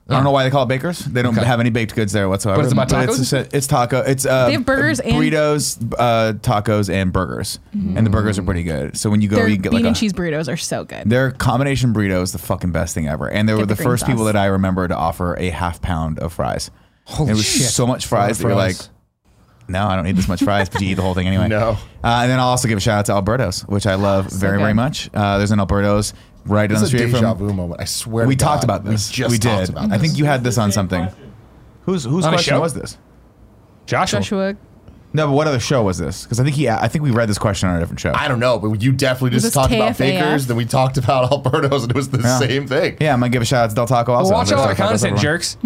Speaker 3: I don't know why they call it Baker's. They don't have any baked goods there whatsoever.
Speaker 1: But it's about
Speaker 3: It's, it's taco. It's uh,
Speaker 4: They have burgers and-
Speaker 3: burritos, uh, tacos, and burgers. And the burgers are pretty good. So when you go,
Speaker 4: Their
Speaker 3: you can get
Speaker 4: bean
Speaker 3: like a
Speaker 4: and cheese burritos are so good.
Speaker 3: Their combination burrito is the fucking best thing ever. And they were
Speaker 4: Get
Speaker 3: the
Speaker 4: the green
Speaker 3: first people
Speaker 4: sauce.
Speaker 3: that I remember to offer a half pound of fries.
Speaker 1: Holy
Speaker 3: it was
Speaker 1: shit.
Speaker 3: so much fries that you're like,
Speaker 2: fries.
Speaker 3: no, I don't need this much fries, but you eat the whole thing anyway.
Speaker 2: No.
Speaker 3: Uh, and then I'll also give a shout out to Alberto's, which I love very,
Speaker 4: Ah, good.
Speaker 3: very much. Uh, there's an Alberto's right down the
Speaker 2: This is a
Speaker 3: street
Speaker 2: deja
Speaker 3: from.
Speaker 2: vu moment. I swear.
Speaker 3: We
Speaker 2: to
Speaker 3: talked
Speaker 2: God,
Speaker 3: about this.
Speaker 2: We
Speaker 3: did.
Speaker 2: just talked about
Speaker 3: I
Speaker 2: this.
Speaker 3: think you had this on something. Whose whose
Speaker 1: On a
Speaker 3: question
Speaker 1: show?
Speaker 3: was this?
Speaker 1: Joshua.
Speaker 4: Joshua,
Speaker 3: No, but what other show was this? Because I think he, I think we read this question on a different show.
Speaker 2: I don't know, but you definitely just
Speaker 4: this
Speaker 2: talked about
Speaker 4: KFAF?
Speaker 2: Bakers, then we talked about Alberto's, and it was the
Speaker 3: Yeah.
Speaker 2: same thing.
Speaker 3: yeah, I'm gonna give a shout out to Del Taco. Also,
Speaker 1: Well, watch a
Speaker 3: There's
Speaker 1: lot of
Speaker 3: Del Tacos
Speaker 1: content,
Speaker 3: everywhere.
Speaker 1: jerks.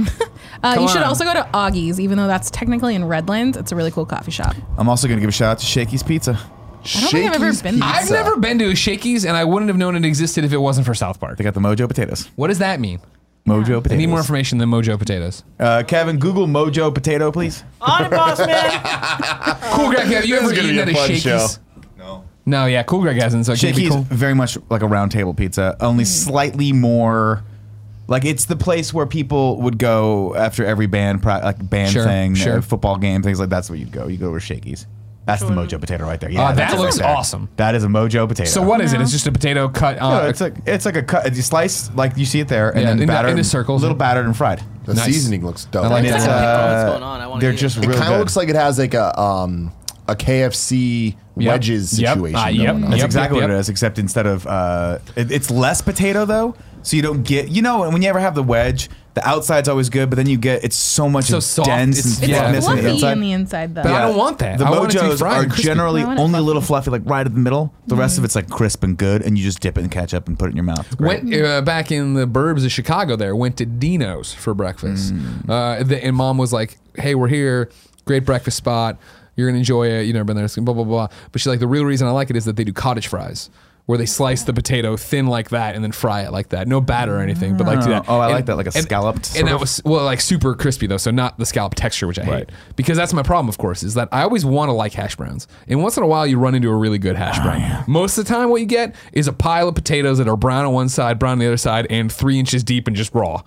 Speaker 4: uh,
Speaker 1: Come
Speaker 4: you should
Speaker 1: on.
Speaker 4: also go to Augie's, even though that's technically in Redlands. It's a really cool coffee shop.
Speaker 3: I'm also gonna give a shout out to Shakey's Pizza.
Speaker 2: I
Speaker 4: don't think I've ever been there.
Speaker 1: I've
Speaker 2: uh,
Speaker 1: never been to a Shakey's, and I wouldn't have known it existed if it wasn't for South Park.
Speaker 3: They got the Mojo potatoes.
Speaker 1: What does that mean?
Speaker 3: Mojo potatoes.
Speaker 1: I need more information than Mojo Potatoes.
Speaker 3: Uh, Kevin, Google Mojo potato, please.
Speaker 5: On it, boss man.
Speaker 1: Cool Greg, have you
Speaker 2: This is
Speaker 1: ever eaten
Speaker 2: gonna be a
Speaker 1: at a
Speaker 2: fun
Speaker 1: Shakey's?
Speaker 2: show.
Speaker 3: No.
Speaker 1: No, yeah, Cool Greg hasn't, so it can't be
Speaker 3: Shakey's
Speaker 1: cool. Hmm.
Speaker 3: very much like a round table pizza, only slightly more. Like it's the place where people would go after every band, pra- like band
Speaker 1: Sure,
Speaker 3: thing,
Speaker 1: sure.
Speaker 3: uh, football game, things like that's where you'd go. You go to Shakey's. That's the Mojo potato right there. Yeah,
Speaker 1: Uh, that
Speaker 3: that's it right
Speaker 1: looks
Speaker 3: there.
Speaker 1: awesome.
Speaker 3: That is a Mojo potato.
Speaker 1: So what is it?
Speaker 4: No.
Speaker 1: It's just a potato cut uh, on.
Speaker 3: No, it's like it's like a cut, you slice like you see it there, and
Speaker 1: Yeah,
Speaker 3: then
Speaker 1: in the-
Speaker 3: battered,
Speaker 1: in the circles.
Speaker 3: little battered and fried.
Speaker 2: The
Speaker 1: Nice.
Speaker 2: seasoning looks dope.
Speaker 1: I like
Speaker 3: And
Speaker 1: that.
Speaker 3: it's,
Speaker 1: I don't
Speaker 5: know
Speaker 3: uh,
Speaker 5: what's going on. I wanna
Speaker 3: they're
Speaker 5: eat it.
Speaker 3: just
Speaker 5: It
Speaker 3: real
Speaker 2: It kind
Speaker 3: good.
Speaker 2: of looks like it has like a um a KFC
Speaker 1: Yep.
Speaker 2: wedges
Speaker 1: Yep.
Speaker 2: situation.
Speaker 1: Ah, yep.
Speaker 2: going on.
Speaker 3: That's
Speaker 1: Yep,
Speaker 3: exactly
Speaker 1: yep,
Speaker 3: what
Speaker 1: yep.
Speaker 3: it is, except instead of uh, it, it's less potato though, so you don't get you know when you ever have the wedge, the outside's always good, but then you get it's so much
Speaker 1: So soft.
Speaker 3: dense
Speaker 1: It's-
Speaker 3: and
Speaker 4: It's
Speaker 1: Yeah,
Speaker 3: thickness on
Speaker 4: fluffy
Speaker 3: the
Speaker 4: on
Speaker 3: inside.
Speaker 4: the inside, though.
Speaker 1: But I don't want that.
Speaker 3: The
Speaker 1: I want it to be
Speaker 3: mojos
Speaker 1: fried
Speaker 3: are
Speaker 1: and crispy.
Speaker 3: generally
Speaker 4: I want it Mm-hmm.
Speaker 3: only a little fluffy, like right in the middle. The rest of it's like crisp and good, and you just dip it in ketchup and put it in your mouth. It's great.
Speaker 1: Went uh, back in the burbs of Chicago. There went to Dino's for breakfast,
Speaker 3: Mm.
Speaker 1: uh, the, and mom was like, "Hey, we're here. Great breakfast spot. You're gonna enjoy it. You never been there. It's Blah blah blah." But she's like, "The real reason I like it is that they do cottage fries." Where they slice the potato thin like that and then fry it like that, no batter or anything, but like do that.
Speaker 3: Oh, I
Speaker 1: And-
Speaker 3: like that, like a
Speaker 1: and-
Speaker 3: scalloped
Speaker 1: And
Speaker 3: sort
Speaker 1: that
Speaker 3: of.
Speaker 1: was well, like super crispy though, so not the scallop texture, which I
Speaker 3: Right.
Speaker 1: hate because that's my problem. Of course, is that I always want to like hash browns, and once in a while you run into a really good hash
Speaker 3: Oh,
Speaker 1: brown. Most of the time, what you get is a pile of potatoes that are brown on one side, brown on the other side, and three inches deep and just raw.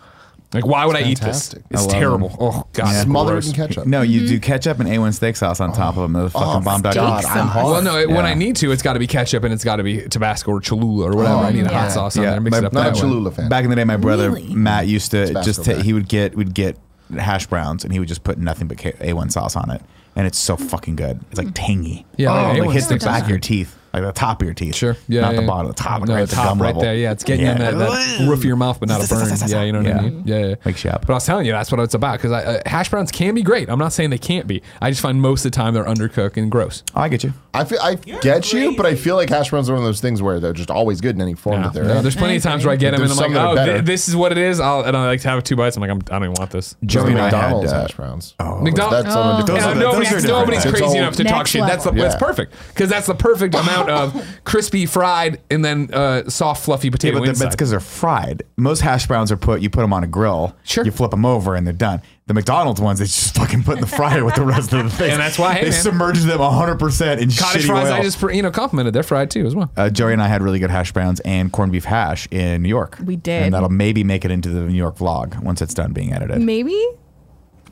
Speaker 1: Like, why would I eat this?
Speaker 2: fantastic.
Speaker 1: It's
Speaker 3: I love
Speaker 1: terrible. Oh god,
Speaker 3: Yeah.
Speaker 2: Smothered
Speaker 1: gross.
Speaker 2: in ketchup.
Speaker 3: No, you
Speaker 4: Mm-hmm.
Speaker 3: do ketchup and A1 steak sauce on top of them. The fucking bomb dot
Speaker 2: God,
Speaker 4: steak
Speaker 2: I'm
Speaker 4: sauce.
Speaker 2: hard.
Speaker 1: Well, no. It, When
Speaker 3: Yeah.
Speaker 1: Oh, I need to, it's got to be ketchup and it's got to be Tabasco or Cholula or
Speaker 2: Oh,
Speaker 1: whatever. I need a hot
Speaker 4: yeah.
Speaker 1: sauce on
Speaker 3: Yeah,
Speaker 1: there. Mix
Speaker 3: my-
Speaker 1: it up.
Speaker 2: Not
Speaker 1: that
Speaker 2: a
Speaker 1: way.
Speaker 2: Cholula fan.
Speaker 3: Back in the day, my brother
Speaker 4: Really?
Speaker 3: Matt used to just
Speaker 2: Tabasco
Speaker 3: ta- he would get would get hash browns and he would just put nothing but K- A1 sauce on it, and it's so fucking good. It's like tangy.
Speaker 1: Yeah,
Speaker 3: oh,
Speaker 1: like
Speaker 3: like
Speaker 1: A1
Speaker 3: hits the
Speaker 1: sticks is
Speaker 3: back of your
Speaker 1: good.
Speaker 3: teeth, like the top of your teeth.
Speaker 1: Sure. Yeah.
Speaker 3: not
Speaker 1: yeah,
Speaker 3: the
Speaker 1: yeah.
Speaker 3: bottom, the top, like
Speaker 1: No,
Speaker 3: right at
Speaker 1: the
Speaker 3: the
Speaker 1: top
Speaker 3: gum
Speaker 1: right
Speaker 3: level.
Speaker 1: there. Yeah, it's getting in
Speaker 3: Yeah.
Speaker 1: that, that roof of your mouth, but not a burn. Yeah, you know what
Speaker 3: Yeah.
Speaker 1: I mean. Yeah, yeah.
Speaker 3: Like shop.
Speaker 1: But I was telling you, that's what it's about. Because uh, hash browns can be great. I'm not saying they can't be. I just find most of the time they're undercooked and gross.
Speaker 3: Oh, I get you.
Speaker 2: I feel I get you,
Speaker 5: crazy.
Speaker 2: but I feel like hash browns are one of those things where they're just always good in any form
Speaker 1: No,
Speaker 2: that they're
Speaker 1: no,
Speaker 2: in.
Speaker 1: there's plenty of times where I get them
Speaker 2: There's some
Speaker 1: and
Speaker 2: that
Speaker 1: I'm
Speaker 2: are
Speaker 1: like, oh,
Speaker 2: better.
Speaker 1: th- this is what it is. I'll, and I like to have two bites. I'm like, I'm, I don't even want this.
Speaker 2: There's
Speaker 3: Joey
Speaker 2: the
Speaker 3: and I had,
Speaker 2: McDonald's
Speaker 3: uh,
Speaker 2: hash browns.
Speaker 3: Oh,
Speaker 1: McDonald's.
Speaker 2: That's on a different.
Speaker 3: Those
Speaker 1: Yeah,
Speaker 3: are the-
Speaker 1: nobody's,
Speaker 3: those are
Speaker 1: nobody's
Speaker 3: different.
Speaker 1: crazy
Speaker 2: It's all-
Speaker 1: enough to
Speaker 4: Next
Speaker 1: talk shit. That's the,
Speaker 4: level.
Speaker 1: that's
Speaker 2: Yeah.
Speaker 1: perfect because that's the perfect amount of crispy, fried, and then uh, soft, fluffy
Speaker 3: Yeah,
Speaker 1: potato
Speaker 3: but that's
Speaker 1: inside.
Speaker 3: because they're fried. Most hash browns are put. You put them on a grill.
Speaker 1: Sure.
Speaker 3: You flip them over and they're done. The McDonald's ones, they just fucking put in the fryer with the rest of the thing.
Speaker 1: And that's why, hey,
Speaker 3: they
Speaker 1: man.
Speaker 3: submerge them 100 percent in
Speaker 1: Cottage
Speaker 3: shitty
Speaker 1: fries,
Speaker 3: oil.
Speaker 1: I just you know complimented. They're fried too as well.
Speaker 3: uh, Joey and I had really good hash browns and corned beef hash in New York.
Speaker 4: We did.
Speaker 3: and that'll maybe make it into the New York vlog once it's done being edited.
Speaker 4: Maybe?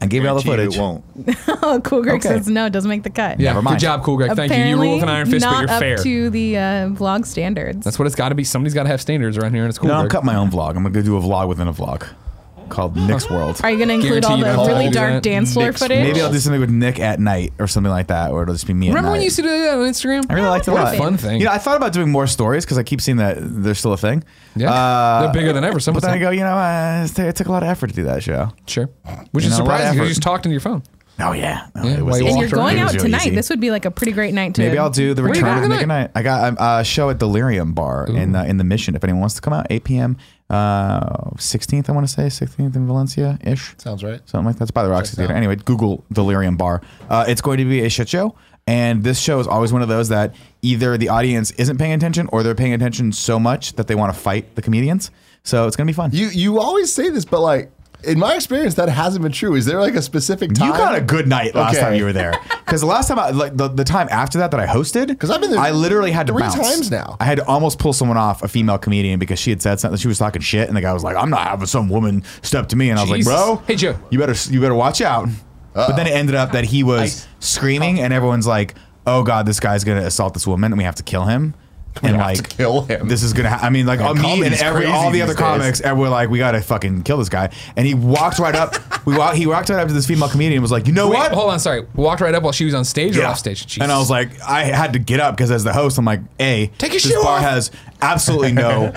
Speaker 3: I gave you all the footage.
Speaker 5: It won't.
Speaker 4: Oh, Cool Greg
Speaker 3: Okay.
Speaker 4: says no, it doesn't make the cut.
Speaker 1: Yeah,
Speaker 3: Never mind.
Speaker 1: good job, cool guy. Thank you. You rule with an iron fist, but
Speaker 4: not
Speaker 1: you're
Speaker 4: up
Speaker 1: fair.
Speaker 4: to the uh, vlog standards.
Speaker 1: that's what it's got to be. Somebody's got to have standards around here, and it's cool.
Speaker 3: No, I'm
Speaker 1: Greg.
Speaker 3: cutting my own vlog. I'm gonna go do a vlog within a vlog called Nick's World.
Speaker 4: Are you going to include
Speaker 1: Guarantee
Speaker 4: all
Speaker 1: you
Speaker 4: the
Speaker 1: don't
Speaker 4: really
Speaker 1: do
Speaker 4: dark
Speaker 1: that.
Speaker 4: dance floor
Speaker 2: Nick's-
Speaker 4: footage?
Speaker 3: Maybe I'll do something with Nick at night or something like that, or it'll just be me.
Speaker 1: Remember
Speaker 3: at
Speaker 1: when
Speaker 3: night.
Speaker 1: you used to do that on Instagram?
Speaker 3: I really liked it a
Speaker 4: What a
Speaker 3: lot.
Speaker 1: fun thing.
Speaker 3: You know, I thought about doing more stories because I keep seeing that they're still a thing. Uh,
Speaker 1: Yeah, they're bigger than ever.
Speaker 3: But then I
Speaker 1: Sometimes,
Speaker 3: go, you know, uh, it t- it took a lot of effort to do that show.
Speaker 1: sure. Which
Speaker 3: You
Speaker 1: is
Speaker 3: know, a lot of
Speaker 1: surprising
Speaker 3: effort.
Speaker 1: because you just talked into your phone.
Speaker 3: Oh yeah, No,
Speaker 1: Yeah,
Speaker 3: it was
Speaker 1: while you walk
Speaker 3: easy.
Speaker 4: and you're going
Speaker 3: It was
Speaker 4: out
Speaker 3: really
Speaker 4: tonight.
Speaker 3: easy.
Speaker 4: This would be like a pretty great night to.
Speaker 3: Maybe I'll do the
Speaker 1: What are you
Speaker 3: return of
Speaker 1: doing
Speaker 3: Nick and I. I got um, a show at Delirium Bar in uh, in the Mission. If anyone wants to come out, 8 p.m. uh, Sixteenth, I want to say sixteenth in Valencia ish.
Speaker 2: Sounds right.
Speaker 3: Something like that. It's by the Roxy Theater. Anyway, Google Delirium Bar. Uh, it's going to be a shit show. And this show is always one of those that either the audience isn't paying attention or they're paying attention so much that they want to fight the comedians. So it's going to be fun.
Speaker 2: You you always say this, but like in my experience, that hasn't been true. Is there like a specific time?
Speaker 3: You got a good night last
Speaker 2: Okay.
Speaker 3: time you were there. Because the last time, I, like the, the time after that that I hosted,
Speaker 2: 'Cause I've been there
Speaker 3: I literally had to
Speaker 2: three
Speaker 3: bounce.
Speaker 2: times now.
Speaker 3: I had to almost pull someone off, a female comedian, because she had said something. She was talking shit, and the guy was like, "I'm not having some woman step to me," and I was
Speaker 1: Jesus.
Speaker 3: like, "Bro,
Speaker 1: Hey, Joe."
Speaker 3: you better you better watch out." But then it ended up that he was screaming, and everyone's like, "Oh God, this guy's gonna assault this woman, and we have to kill him." And
Speaker 2: have to
Speaker 3: like
Speaker 2: kill him.
Speaker 3: This is gonna. Ha- I mean, like uh, me and
Speaker 2: comedy's
Speaker 3: every
Speaker 2: crazy
Speaker 3: all the
Speaker 2: these
Speaker 3: other
Speaker 2: days.
Speaker 3: comics, and we're like, we gotta fucking kill this guy. And he walked right up. We walk, he walked right up to this female comedian. and Was like, you know
Speaker 1: Wait,
Speaker 3: what?
Speaker 1: hold on. Sorry, walked right up while she was on stage or
Speaker 3: Yeah.
Speaker 1: off stage. Jesus.
Speaker 3: And I was like, I had to get up because as the host, I'm like, a
Speaker 1: Take your
Speaker 3: this
Speaker 1: shoe
Speaker 3: bar
Speaker 1: off.
Speaker 3: has absolutely no.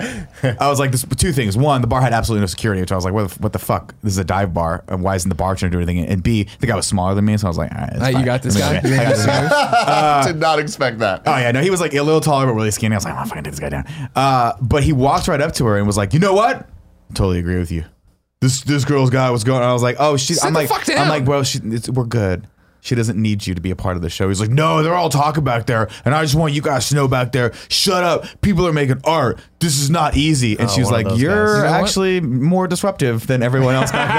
Speaker 3: I was like, this two things. One, the bar had absolutely no security, which I was like, what the, what the fuck? This is a dive bar, and why isn't the bartender doing anything? And B, the guy was smaller than me, so I was like, all right, it's
Speaker 1: Hey, you
Speaker 3: fine.
Speaker 1: got this
Speaker 3: I mean,
Speaker 1: guy.
Speaker 3: okay. I got this guy. uh,
Speaker 2: Did not expect that.
Speaker 3: Oh yeah, no, he was like a little taller but really skinny. I was like, I'm gonna fucking take this guy down. Uh, but he walked right up to her and was like, you know what? Totally agree with you. This this girl's guy was going. I was like, oh, she's.
Speaker 1: Sit
Speaker 3: I'm
Speaker 1: the
Speaker 3: like,
Speaker 1: fuck down.
Speaker 3: I'm like, bro, she, it's, we're good. She doesn't need you to be a part of the show. He's like, no, they're all talking back there, and I just want you guys to know back there. Shut up. People are making art. This is not easy.
Speaker 2: Oh,
Speaker 3: And she was
Speaker 5: one of
Speaker 3: like,
Speaker 5: those guys.
Speaker 3: you're
Speaker 1: You know what?
Speaker 3: actually more disruptive than everyone else back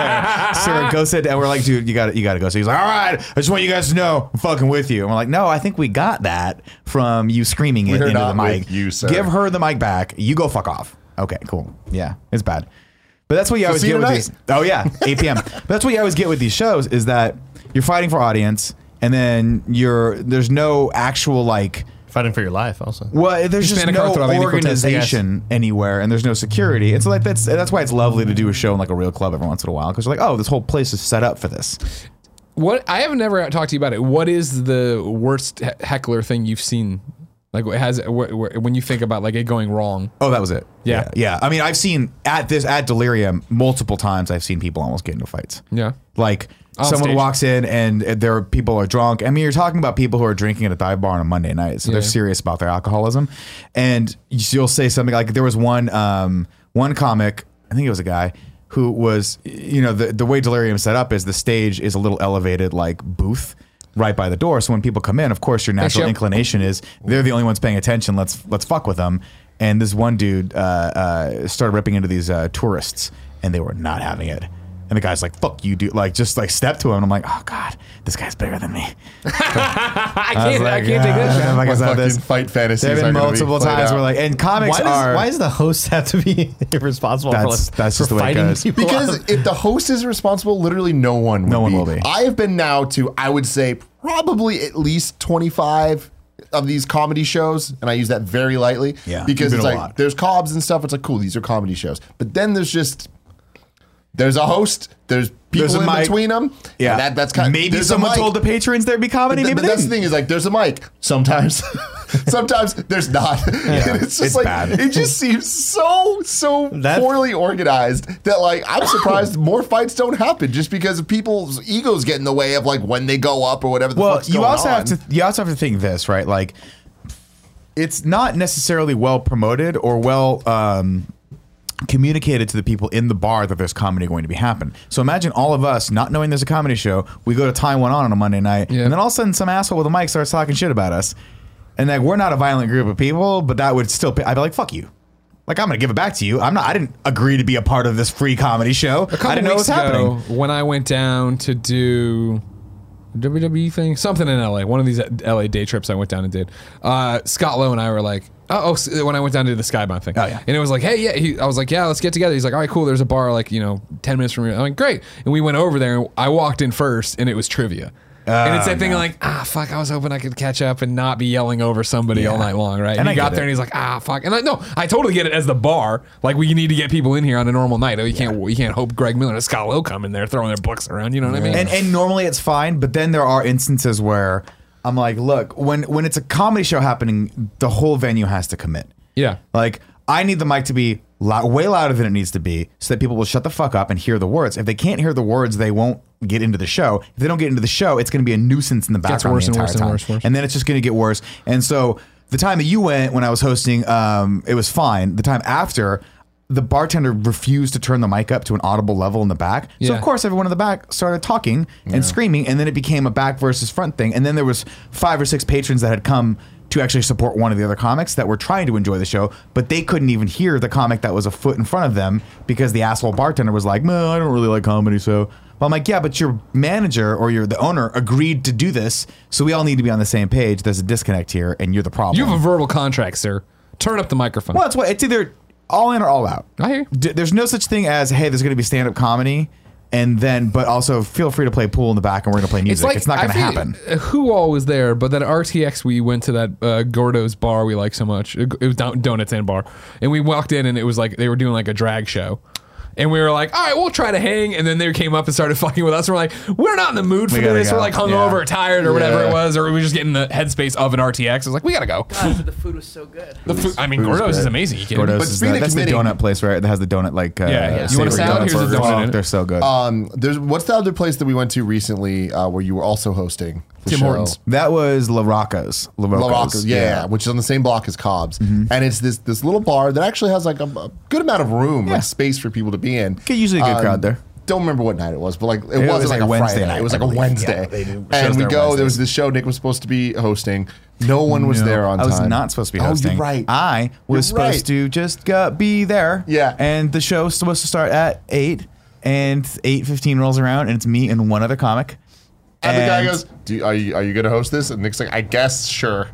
Speaker 3: there. Sarah, go sit down. We're like, dude, you got to you got to go. So he's like, all right, I just want you guys to know I'm fucking with you. And we're like, no, I think we got that from you screaming it
Speaker 2: We're
Speaker 3: into the
Speaker 2: not
Speaker 3: mic.
Speaker 2: with you, sir.
Speaker 3: Give her the mic back. You go fuck off. Okay, cool. Yeah, it's bad. But that's what you always
Speaker 2: see you
Speaker 3: get with
Speaker 2: tonight.
Speaker 3: these. Oh yeah, 8 p.m. But that's what you always get with these shows is that you're fighting for audience, and then you're there's no actual like.
Speaker 5: Fighting for your life, also.
Speaker 3: Well, there's
Speaker 1: Hispanic
Speaker 3: just no
Speaker 1: heartthrob, Andy Cortez,
Speaker 3: organization anywhere, and there's no security. It's like that's that's why it's lovely to do a show in like a real club every once in a while because you're like, oh, this whole place is set up for this.
Speaker 1: What I have never talked to you about it. What is the worst he- heckler thing you've seen? Like, what has wh- wh- when you think about like it going wrong?
Speaker 3: Oh, that was it.
Speaker 1: Yeah.
Speaker 3: yeah. I mean, I've seen at this at Delirium multiple times. I've seen people almost get into fights.
Speaker 1: Yeah.
Speaker 3: Like
Speaker 1: On
Speaker 3: someone
Speaker 1: stage.
Speaker 3: walks in and there are people are drunk. I mean, you're talking about people who are drinking at a dive bar on a Monday night, so they're
Speaker 1: Yeah.
Speaker 3: serious about their alcoholism. And you'll say something like, "There was one um, one comic, I think it was a guy." Who was, you know, the, the way Delirium set up is the stage is a little elevated, like booth right by the door. So when people come in, of course, your natural
Speaker 1: Shep.
Speaker 3: inclination is they're the only ones paying attention. Let's let's fuck with them. And this one dude uh, uh, started ripping into these uh, tourists, and they were not having it. And the guy's like, "Fuck you, dude!" Like just like step to him. And I'm like, "Oh God, this guy's bigger than me."
Speaker 1: I can't. I,
Speaker 3: like,
Speaker 1: can't take
Speaker 3: "Ah,
Speaker 1: this.
Speaker 3: I
Speaker 2: My
Speaker 3: guess not
Speaker 2: fucking
Speaker 3: this.
Speaker 2: fight fantasies.
Speaker 3: There have
Speaker 2: are
Speaker 3: been
Speaker 2: gonna be
Speaker 3: multiple
Speaker 2: played
Speaker 3: times
Speaker 2: out.
Speaker 3: where like, and comics
Speaker 5: Why does,
Speaker 3: are
Speaker 5: why does the host have to be responsible for,
Speaker 3: That's-
Speaker 5: like,
Speaker 3: that's
Speaker 5: for
Speaker 3: just the way it
Speaker 5: fighting
Speaker 3: goes.
Speaker 5: people?
Speaker 2: because if the host is responsible, literally no one. Would
Speaker 3: No one
Speaker 2: be.
Speaker 3: will be.
Speaker 2: I have been now to I would say probably at least twenty five of these comedy shows, and I use that very lightly.
Speaker 3: Yeah,
Speaker 2: because
Speaker 3: you've been a
Speaker 2: it's like
Speaker 3: lot.
Speaker 2: there's cobs and stuff. It's like cool, these are comedy shows. But then there's just there's a host. There's people
Speaker 3: There's a
Speaker 2: in
Speaker 3: mic.
Speaker 2: between them.
Speaker 3: yeah,
Speaker 2: that, that's kind.
Speaker 3: maybe
Speaker 2: there's a
Speaker 3: someone
Speaker 2: mic.
Speaker 3: told the patrons there'd be comedy.
Speaker 2: But
Speaker 3: Maybe
Speaker 2: th- but
Speaker 3: they
Speaker 2: that's the
Speaker 3: didn't.
Speaker 2: thing is like there's a mic sometimes sometimes there's not And it's just
Speaker 3: it's
Speaker 2: like
Speaker 3: bad.
Speaker 2: it just seems so so
Speaker 5: That-
Speaker 2: poorly organized that like i'm surprised more fights don't happen just because people's egos get in the way of like when they go up or whatever the
Speaker 3: well,
Speaker 2: fuck's
Speaker 3: you
Speaker 2: going
Speaker 3: also
Speaker 2: on.
Speaker 3: have to you also have to think this right. Like, it's not necessarily well promoted or well um, communicated to the people in the bar that there's comedy going to be happening. So imagine all of us not knowing there's a comedy show. We go to Taiwan on on a Monday night,
Speaker 1: Yeah.
Speaker 3: and then all of a sudden some asshole with a mic starts talking shit about us. And like we're not a violent group of people, but that would still. I'd be like, "Fuck you." Like I'm gonna give it back to you. I'm not. I didn't agree to be a part of this free comedy show.
Speaker 1: A couple
Speaker 3: I didn't know it
Speaker 1: weeks
Speaker 3: was
Speaker 1: ago,
Speaker 3: happening.
Speaker 1: when I went down to do WWE thing, something in LA, one of these LA day trips I went down and did. Uh, Scott Lowe and I were like, oh, oh, s- when I went down to do the Skybound thing.
Speaker 3: Oh, yeah.
Speaker 1: And it was like, hey, yeah. He, I was like, yeah, let's get together. He's like, all right, cool. There's a bar like, you know, 10 minutes from here. I'm like, great. And we went over there. And I walked in first and it was trivia. and it's that
Speaker 3: Oh,
Speaker 1: thing like, ah, fuck, I was hoping I could catch up and not be yelling over somebody all night long, right?
Speaker 3: And
Speaker 1: he
Speaker 3: I
Speaker 1: got
Speaker 3: get
Speaker 1: there
Speaker 3: it.
Speaker 1: and he's like, ah, fuck. And I no, I totally get it as the bar. Like we need to get people in here on a normal night. Oh, You can't you can't hope Greg Miller and Scott Lowe come in there throwing their books around. You know what I mean?
Speaker 3: and and normally it's fine, but then there are instances where I'm like, look, when when it's a comedy show happening, the whole venue has to commit.
Speaker 1: yeah.
Speaker 3: Like I need the mic to be loud, way louder than it needs to be, so that people will shut the fuck up and hear the words. If they can't hear the words, they won't get into the show. If they don't get into the show, it's going to be a nuisance in the background.
Speaker 1: worse
Speaker 3: the
Speaker 1: and
Speaker 3: entire
Speaker 1: worse and
Speaker 3: time.
Speaker 1: worse, worse.
Speaker 3: and then it's just going to get worse. And so the time that you went when I was hosting, um, it was fine. The time after. The bartender refused to turn the mic up to an audible level in the back. So,
Speaker 1: Yeah.
Speaker 3: of course, everyone in the back started talking and screaming, and then it became a back versus front thing. And then there was five or six patrons that had come to actually support one of the other comics that were trying to enjoy the show, but they couldn't even hear the comic that was a foot in front of them because the asshole bartender was like, "Man, I don't really like comedy." So Well, I'm like, "Yeah, but your manager or your the owner agreed to do this, so we all need to be on the same page. There's a disconnect here, and you're the problem."
Speaker 1: You have a verbal contract, sir. Turn up the microphone.
Speaker 3: well, it's what it's either all in or all out.
Speaker 1: I hear you.
Speaker 3: D- there's no such thing as hey, there's going to be stand up comedy, and then but also feel free to play pool in the back, and we're going to play music. It's, not
Speaker 1: I
Speaker 3: going to
Speaker 1: feel-
Speaker 3: happen.
Speaker 1: uh, Who all was there? But then at RTX, we went to that uh, Gordo's bar we like so much. It was don- donuts and bar, and we walked in and it was like they were doing like a drag show. And we were like, all right, we'll try to hang. And then they came up and started fucking with us. And we're like, we're not in the mood for
Speaker 3: We gotta
Speaker 1: this.
Speaker 3: go.
Speaker 1: We're like
Speaker 3: Yeah.
Speaker 1: hungover or tired or whatever
Speaker 2: Yeah.
Speaker 1: it was. Or we were just getting the headspace of an RTX. I was like, we got to go.
Speaker 7: Gosh, but the food was so good.
Speaker 1: The food, I mean,
Speaker 2: Food was
Speaker 1: Gordo's is
Speaker 2: great.
Speaker 1: amazing. You kidding me?
Speaker 3: Gordo's
Speaker 2: But
Speaker 3: is
Speaker 2: speaking
Speaker 3: the,
Speaker 2: of
Speaker 3: that's
Speaker 2: committing-
Speaker 3: the donut place, right? That has the donut like uh,
Speaker 1: Yeah, yeah. You want a
Speaker 3: savory
Speaker 1: salad?
Speaker 3: donuts.
Speaker 1: Here's a donut in it. Uh,
Speaker 3: They're so good.
Speaker 2: um there's what's the other place that we went to recently uh, where you were also hosting the
Speaker 1: Tim
Speaker 2: show?
Speaker 1: Hortons.
Speaker 3: that was La Rocca's. La Rocca's,
Speaker 2: La Rocca, yeah, which is on the same block as Cobb's,
Speaker 3: Mm-hmm.
Speaker 2: and it's this this little bar that actually has like a, a good amount of room,
Speaker 3: Yeah.
Speaker 2: like space for people to be in. Um,
Speaker 3: Get usually a good crowd there.
Speaker 2: Don't remember what night it was, but like it, wasn't
Speaker 3: was
Speaker 2: like,
Speaker 3: a
Speaker 2: a
Speaker 3: Wednesday
Speaker 2: Friday.
Speaker 3: night,
Speaker 2: It was
Speaker 3: I
Speaker 2: like a
Speaker 3: believe.
Speaker 2: Wednesday,
Speaker 3: Yeah, they do shows
Speaker 2: and we
Speaker 3: there
Speaker 2: go. There
Speaker 3: Wednesdays.
Speaker 2: was this show Nick was supposed to be hosting. No one was there on
Speaker 3: I
Speaker 2: time.
Speaker 3: was not supposed to be hosting.
Speaker 2: Oh, you're right.
Speaker 3: I was
Speaker 2: You're right.
Speaker 3: supposed to just go, be there.
Speaker 2: Yeah.
Speaker 3: And the show's supposed to start at eight, and eight fifteen rolls around, and it's me and one other comic.
Speaker 2: and, the guy goes, Do you, "Are you are you going to host this?" And Nick's like, "I guess sure."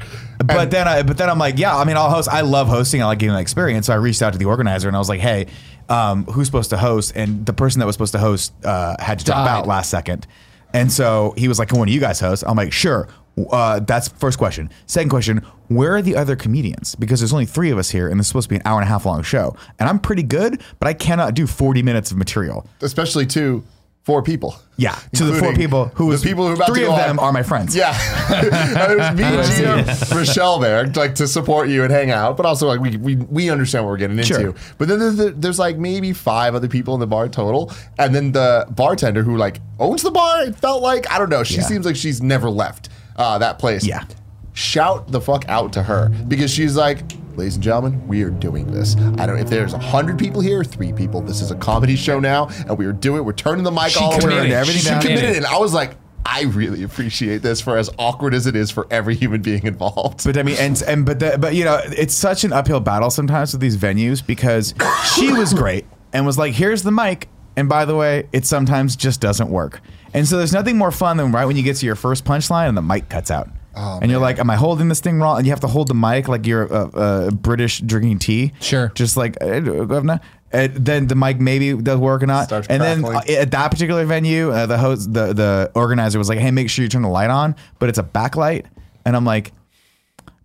Speaker 3: But then, I, but then I'm like, yeah, I mean, I'll host. I love hosting. I like getting that experience. So I reached out to the organizer and I was like, hey, um, who's supposed to host? And the person that was supposed to host uh, had to drop
Speaker 1: Died.
Speaker 3: out last second. And so he was like, can one of you guys host? I'm like, sure. Uh, that's first question. Second question: Where are the other comedians? Because there's only three of us here, and this is supposed to be an hour and a half long show. And I'm pretty good, but I cannot do 40 minutes of material.
Speaker 2: Especially to four people.
Speaker 3: Yeah, to the four
Speaker 2: Including
Speaker 3: people who was
Speaker 2: the people who are about
Speaker 3: three
Speaker 2: to go
Speaker 3: of them
Speaker 2: on.
Speaker 3: are my friends.
Speaker 2: Yeah, And it was me, Gina, Rochelle there, like to support you and hang out, but also like we we, we understand what we're getting into.
Speaker 3: Sure.
Speaker 2: But then there's, there's like maybe five other people in the bar total, and then the bartender who like owns the bar. It felt like I don't know. She
Speaker 3: Yeah.
Speaker 2: seems like she's never left uh, that place.
Speaker 3: Yeah.
Speaker 2: shout the fuck out to her because she's like. Ladies and gentlemen, we are doing this. I don't. If there's a hundred people here, three people. This is a comedy show now, and we are doing. We're turning the mic
Speaker 1: She
Speaker 2: all the way
Speaker 1: committed.
Speaker 2: around.
Speaker 1: Everything
Speaker 2: She
Speaker 1: down.
Speaker 2: committed, and I was like, I really appreciate this for as awkward as it is for every human being involved.
Speaker 3: But I mean, and and but the, but you know, it's such an uphill battle sometimes with these venues because she was great and was like, "Here's the mic, And by the way, it sometimes just doesn't work. And so there's nothing more fun than right when you get to your first punchline and the mic cuts out.
Speaker 2: Oh,
Speaker 3: and you're like, am I holding this thing wrong? And you have to hold the mic like you're a, a British drinking tea.
Speaker 1: Sure.
Speaker 3: Just like, "Eh, governor." And Uh, then the mic maybe does work or not.
Speaker 2: Starts
Speaker 3: and then
Speaker 2: crackling.
Speaker 3: uh, at that particular venue, uh, the host, the, the organizer was like, hey, make sure you turn the light on, but it's a backlight. And I'm like,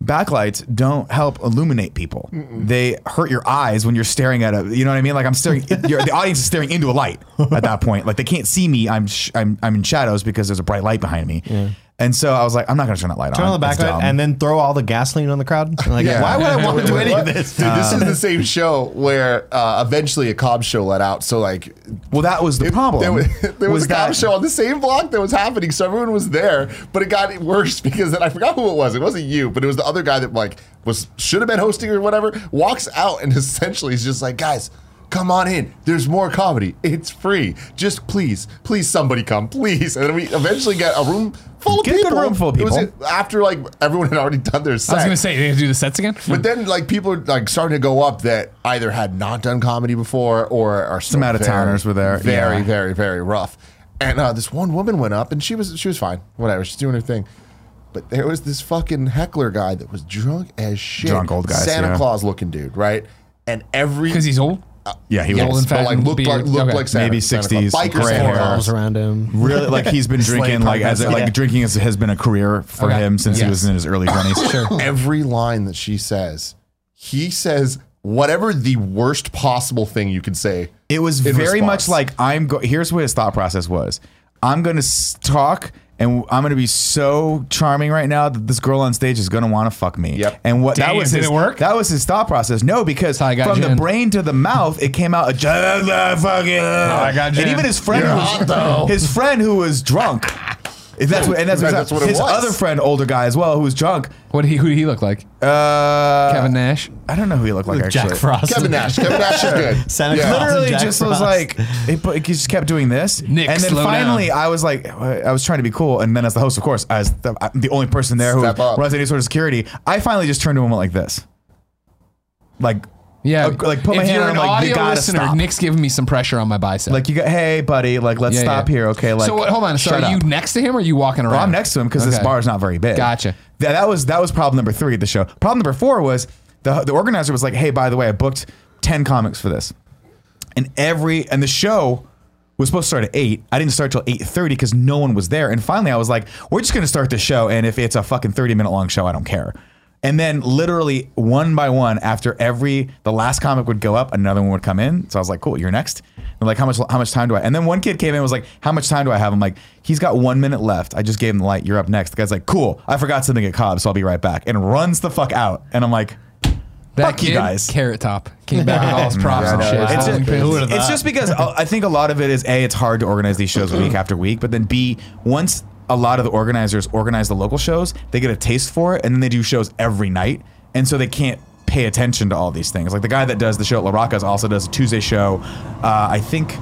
Speaker 3: backlights don't help illuminate people. They hurt your eyes when you're staring at a. You know what I mean? Like I'm staring. you're, the audience is staring into a light at that point. Like they can't see me. I'm sh- I'm I'm in shadows because there's a bright light behind me. And so I was like, I'm not gonna turn that light
Speaker 5: Turn
Speaker 3: on.
Speaker 5: on the
Speaker 3: That's
Speaker 5: backlight
Speaker 3: dumb.
Speaker 5: and then throw all the gasoline on the crowd. Like,
Speaker 2: Yeah.
Speaker 5: why would I want to do any
Speaker 2: What?
Speaker 5: of this?
Speaker 2: Dude, this Um, is the same show where uh, eventually a cop show let out. So like
Speaker 3: well, that was the problem.
Speaker 2: There was, there was, a cop
Speaker 3: that-
Speaker 2: show on the same block that was happening, so everyone was there. But it got worse because then I forgot who it was. It wasn't you, but it was the other guy that like was should have been hosting or whatever. Walks out and essentially is just like, guys. Come on in. There's more comedy. It's free. Just please, please, somebody come, please. And then we eventually get a room full of
Speaker 3: Get a good
Speaker 2: people.
Speaker 3: room full of
Speaker 2: It was
Speaker 3: people.
Speaker 2: after like everyone had already done their set.
Speaker 1: I was gonna say they have to do the sets again.
Speaker 2: But then, like people are like starting to go up that either had not done comedy before or are still
Speaker 3: Some out-of-towners
Speaker 2: very,
Speaker 3: were there,
Speaker 2: Very,
Speaker 3: yeah.
Speaker 2: very, very rough. And uh, this one woman went up, and she was she was fine, whatever. She's doing her thing. But there was this fucking heckler guy that was drunk as shit,
Speaker 3: Drunk old guys,
Speaker 2: Santa
Speaker 3: yeah.
Speaker 2: Claus looking dude, right? And every
Speaker 1: Because he's old.
Speaker 3: Yeah, he
Speaker 2: Yes,
Speaker 1: old
Speaker 3: was
Speaker 1: and fat
Speaker 2: but, like
Speaker 1: and
Speaker 2: looked
Speaker 1: beard.
Speaker 2: like looked
Speaker 1: Okay.
Speaker 2: like Santa,
Speaker 3: Maybe
Speaker 2: Santa
Speaker 3: 60s,
Speaker 2: Claus. biker
Speaker 3: gray
Speaker 2: Santa
Speaker 3: hair.
Speaker 2: Claus.
Speaker 5: Arms around him.
Speaker 3: really like he's been drinking like as a,
Speaker 5: Yeah.
Speaker 3: like drinking as, has been a career for
Speaker 1: Okay.
Speaker 3: him since
Speaker 1: Yes.
Speaker 3: he was in his early 20s. sure.
Speaker 2: every line that she says, he says whatever the worst possible thing you could say.
Speaker 3: It was
Speaker 2: in
Speaker 3: very much
Speaker 2: response.
Speaker 3: like I'm. Go- Here's what his thought process was: I'm going to s- talk, and I'm going to be so charming right now that this girl on stage is going to want to fuck me.
Speaker 2: Yep.
Speaker 3: And what that
Speaker 1: Damn,
Speaker 3: was
Speaker 1: did
Speaker 3: his,
Speaker 1: it work?
Speaker 3: That was his thought process. No, because
Speaker 1: how I
Speaker 3: from
Speaker 1: got
Speaker 3: the
Speaker 1: Jen.
Speaker 3: brain to the mouth, it came out. A, fuck you. I
Speaker 1: got Jen.
Speaker 3: And even his friend,
Speaker 2: You're
Speaker 3: who
Speaker 2: hot, though.
Speaker 3: was, his friend who was drunk. If That's what, and that's,
Speaker 2: Right,
Speaker 3: exactly
Speaker 2: that's what it
Speaker 3: his
Speaker 2: was.
Speaker 3: other friend, older guy as well, who was drunk.
Speaker 1: What did he? Who did he look like?
Speaker 3: Uh,
Speaker 1: Kevin Nash.
Speaker 3: I don't know who he looked like.
Speaker 5: Jack
Speaker 3: actually.
Speaker 5: Frost.
Speaker 2: Kevin Nash. Kevin Nash is good.
Speaker 5: Santa
Speaker 2: Yeah.
Speaker 5: Claus.
Speaker 3: literally
Speaker 5: and Jack
Speaker 3: just was
Speaker 5: Frost.
Speaker 3: like it, but it just kept doing this
Speaker 1: Nick,
Speaker 3: and then
Speaker 1: slow
Speaker 3: finally i was like i was trying to be cool and then as the host of course as the, I'm the only person there who
Speaker 2: Step up.
Speaker 3: runs any sort of security i finally just turned to him and went like this like
Speaker 1: Yeah,
Speaker 3: uh, like put my
Speaker 1: if
Speaker 3: hand
Speaker 1: you're
Speaker 3: on
Speaker 1: an
Speaker 3: him like you
Speaker 1: audio
Speaker 3: gotta
Speaker 1: listener,
Speaker 3: stop
Speaker 1: Nick's giving me some pressure on my bicep.
Speaker 3: like you got hey buddy like let's
Speaker 1: Yeah,
Speaker 3: stop
Speaker 1: yeah.
Speaker 3: here okay like
Speaker 1: so what, hold on. So
Speaker 3: shut
Speaker 1: are you
Speaker 3: up.
Speaker 1: next to him, or are you walking around?
Speaker 3: Well, I'm next to him because this
Speaker 1: Okay.
Speaker 3: bar is not very big.
Speaker 1: Gotcha.
Speaker 3: That, that was that was problem number three at the show. Problem number four was the the organizer was like, "Hey, by the way, I booked ten comics for this, and every and the show." was supposed to start at eight. I didn't start till eight thirty because no one was there. And finally, I was like, "We're just going to start the show, and if it's a fucking thirty minute long show, I don't care." And then, literally one by one, after every the last comic would go up, another one would come in. So I was like, "Cool, you're next." They're like, "How much? How much time do I?" And then one kid came in and was like, "How much time do I have?" I'm like, "He's got one minute left. I just gave him the light. You're up next." The guy's like, "Cool, I forgot something at Cobb, so I'll be right back," and runs the fuck out. And I'm like,
Speaker 1: That
Speaker 3: Fuck you
Speaker 1: kid,
Speaker 3: guys.
Speaker 1: Carrot Top came back with all his props
Speaker 2: Yeah,
Speaker 1: and
Speaker 2: I
Speaker 1: shit.
Speaker 2: know.
Speaker 1: His
Speaker 3: It's,
Speaker 1: bowling
Speaker 3: just,
Speaker 1: pins.
Speaker 5: would've
Speaker 3: it's
Speaker 5: thought?
Speaker 3: just because uh, I think a lot of it is a. It's hard to organize these shows week after week, but then b once a lot of the organizers organize the local shows, they get a taste for it, and then they do shows every night, and so they can't pay attention to all these things. Like the guy that does the show at La Rocca's also does a Tuesday show, uh, I think.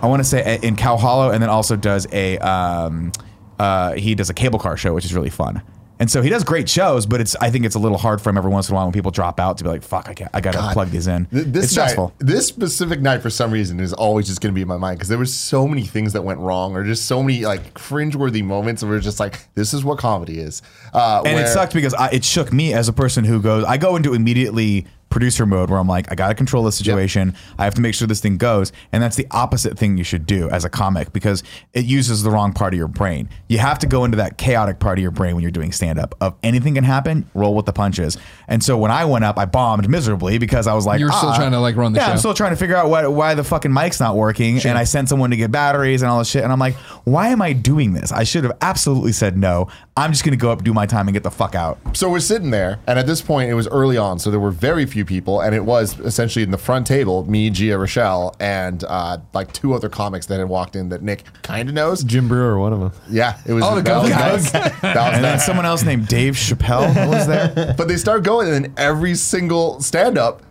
Speaker 3: I want to say a- in Cow Hollow, and then also does a um, uh, he does a cable car show, which is really fun. And so he does great shows, but it's I think it's a little hard for him every once in a while when people drop out to be like, "Fuck, I, can't, I gotta plug these in."
Speaker 2: Th- This
Speaker 3: it's
Speaker 2: night-
Speaker 3: stressful.
Speaker 2: This specific night, for some reason, is always just going to be in my mind because there was so many things that went wrong, or just so many like cringeworthy moments where it's just like, this is what comedy is. Uh,
Speaker 3: and
Speaker 2: where-
Speaker 3: it sucked because I, it shook me as a person who goes i go into immediately producer mode where i'm like i gotta control the situation i have to make sure this thing goes and that's the opposite thing you should do as a comic because it uses the wrong part of your brain you have to go into that chaotic part of your brain when you're doing stand-up of anything can happen roll with the punches and so when i went up i bombed miserably because i was like
Speaker 1: You were still
Speaker 3: "Ah."
Speaker 1: trying to, like, run the
Speaker 3: yeah i'm
Speaker 1: show.
Speaker 3: still trying to figure out why, why the fucking mic's not working and i sent someone to get batteries and all this shit and i'm like why am i doing this i should have absolutely said no i'm just gonna go up do my time and get the fuck out
Speaker 2: So we're sitting there, and at this point, it was early on, so there were very few people, and it was essentially in the front table, me, Gia, Rochelle, and uh, like two other comics that had walked in that Nick kind of knows.
Speaker 5: Jim Brewer, one of them.
Speaker 2: Yeah, it was.
Speaker 1: Oh, the
Speaker 2: that
Speaker 1: Go
Speaker 2: was
Speaker 1: Guys.
Speaker 2: nice. That was
Speaker 3: and then
Speaker 2: nice.
Speaker 3: someone else named Dave Chappelle was there.
Speaker 2: But they start going, and then every single stand up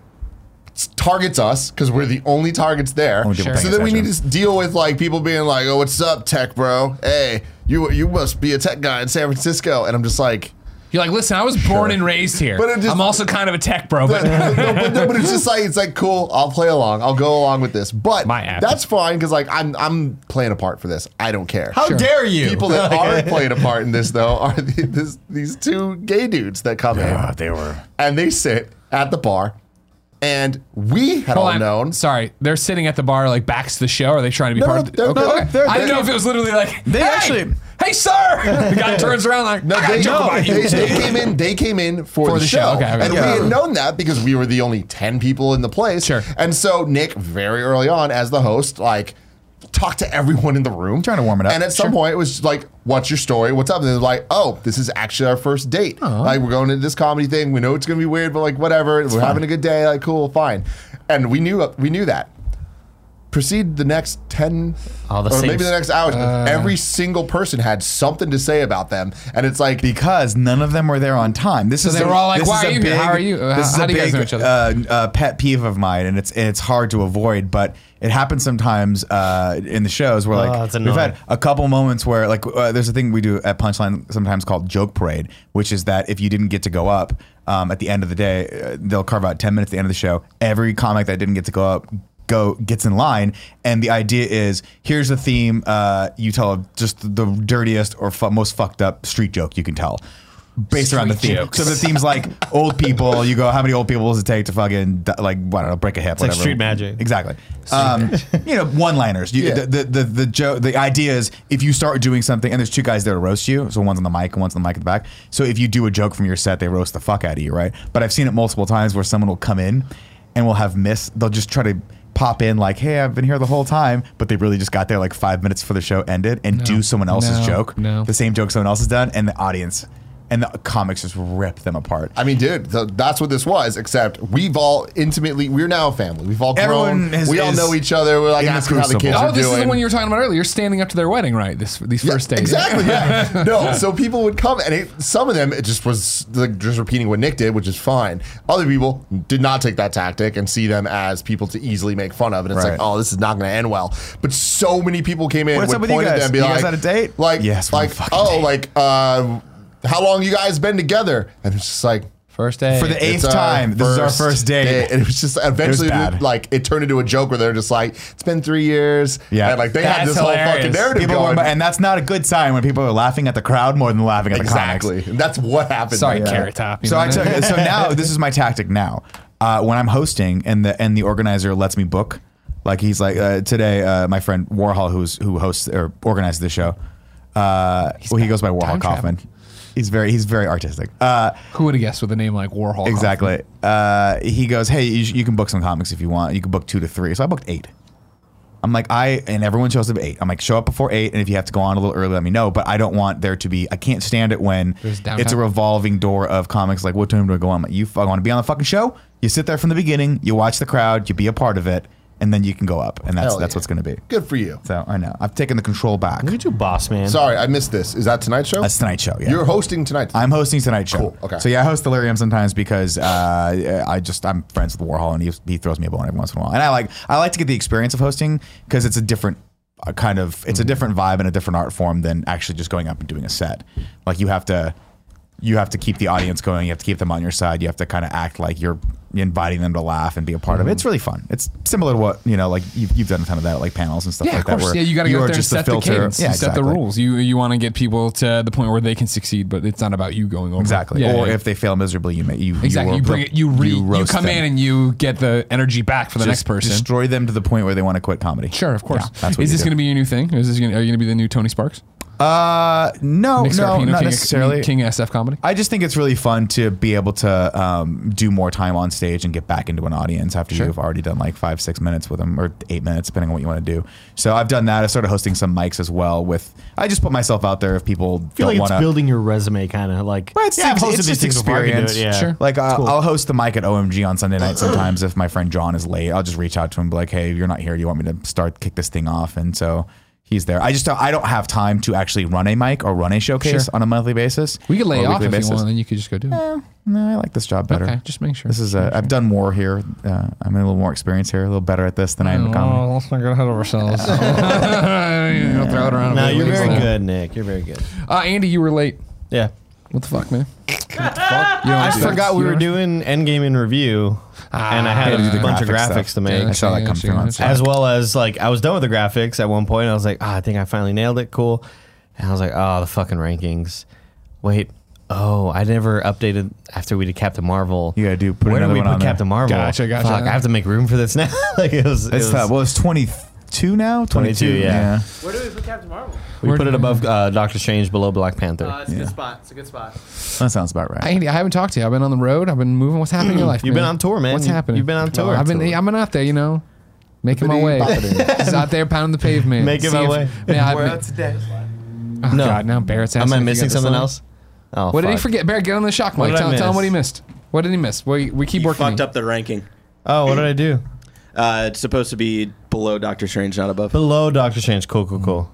Speaker 2: targets us because we're the only targets there.
Speaker 3: Only people
Speaker 2: So
Speaker 3: paying
Speaker 2: then we need
Speaker 3: attention.
Speaker 2: to deal with like people being like, "Oh, what's up, tech bro? Hey, you you must be a tech guy in San Francisco." And I'm just like,
Speaker 1: You're like, listen, I was born and raised here.
Speaker 2: But it just-
Speaker 1: I'm also kind of a tech bro. But
Speaker 2: no, but, no, but it's just like it's like cool. I'll play along. I'll go along with this. But
Speaker 1: My app.
Speaker 2: that's fine because like I'm I'm playing a part for this. I don't care.
Speaker 3: How dare you?
Speaker 2: People that are playing a part in this though are the, this, these two gay dudes that come
Speaker 3: Ah,
Speaker 2: in
Speaker 3: they were.
Speaker 2: and they sit at the bar, and we
Speaker 1: Hold
Speaker 2: had
Speaker 3: Oh,
Speaker 2: all
Speaker 1: on.
Speaker 2: known.
Speaker 1: Sorry, they're sitting at the bar, like backs to the show. Are they trying to be
Speaker 2: No,
Speaker 1: part?
Speaker 2: no,
Speaker 1: of the,
Speaker 2: they're- no, they're-
Speaker 1: I didn't
Speaker 2: they're-
Speaker 1: know if it was literally like
Speaker 3: They
Speaker 1: hey,
Speaker 3: actually-
Speaker 1: Hey, sir! The guy turns around like, no, I got a
Speaker 2: they,
Speaker 1: joke
Speaker 2: no,
Speaker 1: about you.
Speaker 2: they, they came in. They came in for, the,
Speaker 1: the show.
Speaker 2: show,
Speaker 1: Okay, okay.
Speaker 2: and
Speaker 1: Yeah.
Speaker 2: we had known that because we were the only ten people in the place.
Speaker 1: Sure.
Speaker 2: And so Nick, very early on, as the host, like talked to everyone in the room,
Speaker 3: Trying to warm it up.
Speaker 2: And at some point, it was like, "What's your story? What's up?" And they're like, "Oh, this is actually our first date. Like we're going to this comedy thing. We know it's gonna be weird, but like whatever. we're having a good day. Like cool, fine." And we knew we knew that proceed the next 10
Speaker 7: All the
Speaker 2: or
Speaker 7: same
Speaker 2: maybe the next hours
Speaker 1: Uh.
Speaker 2: every single person had something to say about them and it's like
Speaker 3: because none of them were there on time. This is
Speaker 1: they
Speaker 3: a-
Speaker 1: were all like,
Speaker 3: this
Speaker 1: "Why
Speaker 3: is
Speaker 1: are
Speaker 3: a
Speaker 1: you here?
Speaker 3: Big,
Speaker 1: How are you? Uh,
Speaker 3: This is
Speaker 1: how
Speaker 3: a
Speaker 1: do you
Speaker 3: big
Speaker 1: guys know each other?"
Speaker 3: Uh, uh, pet peeve of mine, and it's and it's hard to avoid, but it happens sometimes uh, in the shows where
Speaker 7: Oh,
Speaker 3: like
Speaker 7: that's
Speaker 3: we've
Speaker 7: annoying.
Speaker 3: had a couple moments where like uh, there's a thing we do at Punchline sometimes called Joke Parade, which is that if you didn't get to go up. Um, at the end of the day, uh, they'll carve out 10 minutes at the end of the show. Every comic that didn't get to go up go gets in line and the idea is here's the theme uh, you tell just the dirtiest or fu- most fucked up street joke you can tell based around the
Speaker 1: Street
Speaker 3: theme
Speaker 1: jokes.
Speaker 3: so the theme's like old people you go how many old people does it take to fucking di- like I don't know break a hip whatever
Speaker 7: street magic.
Speaker 3: exactly um, you know one liners you,
Speaker 2: Yeah.
Speaker 3: the, the, the, the joke the idea is if you start doing something and there's two guys there to roast you so one's on the mic and one's on the mic at the back so if you do a joke from your set they roast the fuck out of you right but I've seen it multiple times where someone will come in and will have missed they'll just try to pop in like hey I've been here the whole time but they really just got there like five minutes before the show ended and do someone else's
Speaker 1: No.
Speaker 3: joke
Speaker 1: No.
Speaker 3: the same joke someone else has done and the audience and the comics just rip them apart
Speaker 2: I mean, dude, th- that's what this was. Except we've all intimately, we're now a family. We've all
Speaker 3: Everyone
Speaker 2: grown.
Speaker 3: is-
Speaker 2: we all
Speaker 3: is
Speaker 2: know each other. We're like
Speaker 3: in the
Speaker 2: asking how the
Speaker 3: crucible.
Speaker 2: kids
Speaker 1: Oh,
Speaker 2: are
Speaker 1: this
Speaker 2: doing.
Speaker 1: is the one you were talking about earlier. You're standing up to their wedding, right? This these first days.
Speaker 2: Exactly. Yeah. No. So people would come, and it, some of them it just was like just repeating what Nick did, which is fine. Other people did not take that tactic and see them as people to easily make fun of, and it's
Speaker 3: Right.
Speaker 2: like, oh, this is not going to end well. But so many people came in,
Speaker 3: What's
Speaker 2: would
Speaker 3: up with you
Speaker 2: point at
Speaker 3: guys?
Speaker 2: them, and be
Speaker 3: You
Speaker 2: like,
Speaker 3: guys had a date?
Speaker 2: Like,
Speaker 3: Yes, we're on
Speaker 2: like,
Speaker 3: a fucking
Speaker 2: oh,
Speaker 3: date."
Speaker 2: like, uh, how long you guys been together? And it's just like.
Speaker 1: First day.
Speaker 3: For the eighth
Speaker 2: it's our
Speaker 3: time, this is our first date.
Speaker 2: And it was just eventually,
Speaker 3: It was bad.
Speaker 2: like, it turned into a joke where they're just like, "It's been three years."
Speaker 3: Yeah.
Speaker 2: and like they had
Speaker 1: That's
Speaker 2: this whole fucking
Speaker 1: hilarious.
Speaker 2: narrative
Speaker 3: People
Speaker 2: going.
Speaker 3: were, and that's not a good sign when people are laughing at the crowd more than laughing at the
Speaker 2: Exactly.
Speaker 3: comics.
Speaker 2: And that's what happened.
Speaker 1: Sorry,
Speaker 2: there.
Speaker 1: Carrot Top. you
Speaker 3: So
Speaker 1: know
Speaker 3: I
Speaker 1: what
Speaker 3: took,
Speaker 1: mean?
Speaker 3: so now this is my tactic now. Uh, when I'm hosting and the and the organizer lets me book, like he's like uh, today, uh, my friend Warhol who's who hosts or organizes the show. Uh, well, he goes by Warhol
Speaker 1: time
Speaker 3: Kaufman. He's very he's very artistic. Uh,
Speaker 1: Who would have guessed with a name like Warhol?
Speaker 3: exactly. Uh, he goes, hey, you, sh- you can book some comics if you want. You can book two to three. So I booked eight. I'm like, I, and everyone shows up at eight. I'm like, show up before eight. And if you have to go on a little early, let me know. But I don't want there to be, I can't stand it when
Speaker 1: There's
Speaker 3: it's a
Speaker 1: downtime.
Speaker 3: revolving door of comics. Like, what time do I go on? I'm like, you fuck, want to be on the fucking show? You sit there from the beginning, you watch the crowd, you be a part of it, and then you can go up. And that's,
Speaker 2: Hell
Speaker 3: that's
Speaker 2: yeah.
Speaker 3: what's going to be.
Speaker 2: Good for you.
Speaker 3: So I know. I've taken the control back.
Speaker 7: Look at you, boss man.
Speaker 2: Sorry, I missed this. Is that tonight's show?
Speaker 3: That's tonight's show. Yeah.
Speaker 2: You're hosting tonight.
Speaker 3: I'm hosting tonight's show.
Speaker 2: Cool, okay.
Speaker 3: So yeah, I host Delirium sometimes because uh, I just I'm friends with Warhol and he, he throws me a bone every once in a while, and I like I like to get the experience of hosting because it's a different uh, kind of
Speaker 1: Mm.
Speaker 3: it's a different vibe and a different art form than actually just going up and doing a set. Like you have to you have to keep the audience going, you have to keep them on your side, you have to kind of act like you're inviting them to laugh and be a part of it.
Speaker 1: Mm-hmm.
Speaker 3: It's really fun. It's similar to what you know, like you've, you've done a ton of that, like panels and stuff
Speaker 1: Yeah,
Speaker 3: like
Speaker 1: of course.
Speaker 3: that. where
Speaker 1: yeah, you got to
Speaker 3: you
Speaker 1: go
Speaker 3: are
Speaker 1: out there and set the, cadence.
Speaker 3: Yeah,
Speaker 1: you set the
Speaker 3: exactly.
Speaker 1: rules. You you want to get people to the point where they can succeed, but it's not about you going over.
Speaker 3: Exactly.
Speaker 1: Yeah,
Speaker 3: or
Speaker 1: yeah.
Speaker 3: if they fail miserably, you may, you
Speaker 1: exactly,
Speaker 3: you,
Speaker 1: you, bring it. You re you, come in and you get the energy back for the next person.
Speaker 3: Destroy them to the point where they want to quit comedy.
Speaker 1: Sure, of course.
Speaker 3: Yeah, that's what
Speaker 1: is
Speaker 3: you
Speaker 1: this
Speaker 3: do.
Speaker 1: going to be your new thing? Is this gonna, are you going to be the new Tony Sparks?
Speaker 3: Uh, no,
Speaker 1: Nick
Speaker 3: no,
Speaker 1: Serapino,
Speaker 3: not
Speaker 1: King,
Speaker 3: necessarily.
Speaker 1: King SF comedy.
Speaker 3: I just think it's really fun to be able to um, do more time on stage and get back into an audience after you've already done like five, six minutes with them or eight minutes, depending on what you want to do. So I've done that. I started hosting some mics as well. With I just put myself out there if people
Speaker 7: I feel
Speaker 3: don't
Speaker 7: like
Speaker 3: want
Speaker 7: it's
Speaker 3: to.
Speaker 7: building your resume, kind of like.
Speaker 3: But it's
Speaker 7: yeah, I've
Speaker 3: ex-
Speaker 7: hosted these
Speaker 3: it's just
Speaker 7: things before, I can do
Speaker 3: experience.
Speaker 7: it, yeah.
Speaker 1: Sure.
Speaker 3: Like uh, I'll host the mic at OMG on Sunday night sometimes if my friend John is late. I'll just reach out to him and be like, "Hey, you're not here. Do you want me to start kick this thing off?" And so he's there. I just don't, I don't have time to actually run a mic or run a showcase
Speaker 1: Sure.
Speaker 3: on a monthly basis.
Speaker 1: We could lay
Speaker 3: or a
Speaker 1: off
Speaker 3: weekly
Speaker 1: if
Speaker 3: basis.
Speaker 1: you want, and you could just go do it.
Speaker 3: No, I like this job better.
Speaker 1: Okay, just make sure.
Speaker 3: This is uh, I've done more here. Uh, I'm a little more experienced here, a little better at this than I
Speaker 1: Oh.
Speaker 3: am in comedy.
Speaker 1: let's not get ahead of ourselves. throw it around.
Speaker 7: No, you're very
Speaker 1: Uh,
Speaker 7: good, Nick. You're very good.
Speaker 1: Uh, Andy, you were late.
Speaker 7: Yeah.
Speaker 1: What the fuck, man?
Speaker 2: What the fuck? You don't
Speaker 5: I
Speaker 2: do that.
Speaker 5: forgot we were doing Endgame in review, and I had
Speaker 3: gotta do
Speaker 5: a
Speaker 3: the
Speaker 5: bunch of
Speaker 3: graphic
Speaker 5: graphics
Speaker 3: stuff.
Speaker 5: to make.
Speaker 3: I saw that come through on
Speaker 5: as well as like I was done with the graphics at one point. I was like, ah, I think I finally nailed it. Cool. And I was like, oh, the fucking rankings. Wait, oh, I never updated after we did Captain Marvel.
Speaker 3: You gotta do- put
Speaker 5: Where did
Speaker 3: another
Speaker 5: we
Speaker 3: one
Speaker 5: put
Speaker 3: on there.
Speaker 5: Captain Marvel?
Speaker 1: Gotcha, gotcha.
Speaker 5: Fuck, I have to make room for this now. like it was, it
Speaker 3: It's
Speaker 5: was-
Speaker 3: tough. Well, it's 22 now?
Speaker 5: 22, yeah.
Speaker 6: Where do we put Captain Marvel?
Speaker 5: we put it above uh, Doctor Strange, below Black Panther.
Speaker 6: Uh, it's a
Speaker 3: Yeah.
Speaker 6: good spot. It's a good spot.
Speaker 3: That sounds about right.
Speaker 1: Andy, I haven't talked to you. I've been on the road. I've been moving. What's happening in your life?
Speaker 5: You've been on tour, man.
Speaker 1: What's
Speaker 5: You-
Speaker 1: happening?
Speaker 5: you've been on tour.
Speaker 1: I've been. I'm out there, you know, making my way. Just out there pounding the pavement.
Speaker 5: Making
Speaker 1: See
Speaker 5: my
Speaker 1: if-
Speaker 5: way.
Speaker 1: Man, I've been-
Speaker 3: today.
Speaker 1: oh,
Speaker 5: No.
Speaker 1: God, now Barrett's
Speaker 5: Am
Speaker 1: asking
Speaker 5: I
Speaker 1: if you
Speaker 5: missing
Speaker 1: got the
Speaker 5: something
Speaker 1: song.
Speaker 5: else? Oh,
Speaker 1: What did he
Speaker 5: fuck.
Speaker 1: forget? Barrett, get on the shock mic.
Speaker 5: did I
Speaker 1: Tell, tell him what
Speaker 5: miss?
Speaker 1: he missed. What did he miss? We, we keep
Speaker 8: You
Speaker 1: working.
Speaker 8: fucked up the ranking.
Speaker 5: Oh, what did I do?
Speaker 8: Uh, it's supposed to be below Doctor Strange, not above.
Speaker 5: Below Doctor Strange. Cool, cool, cool.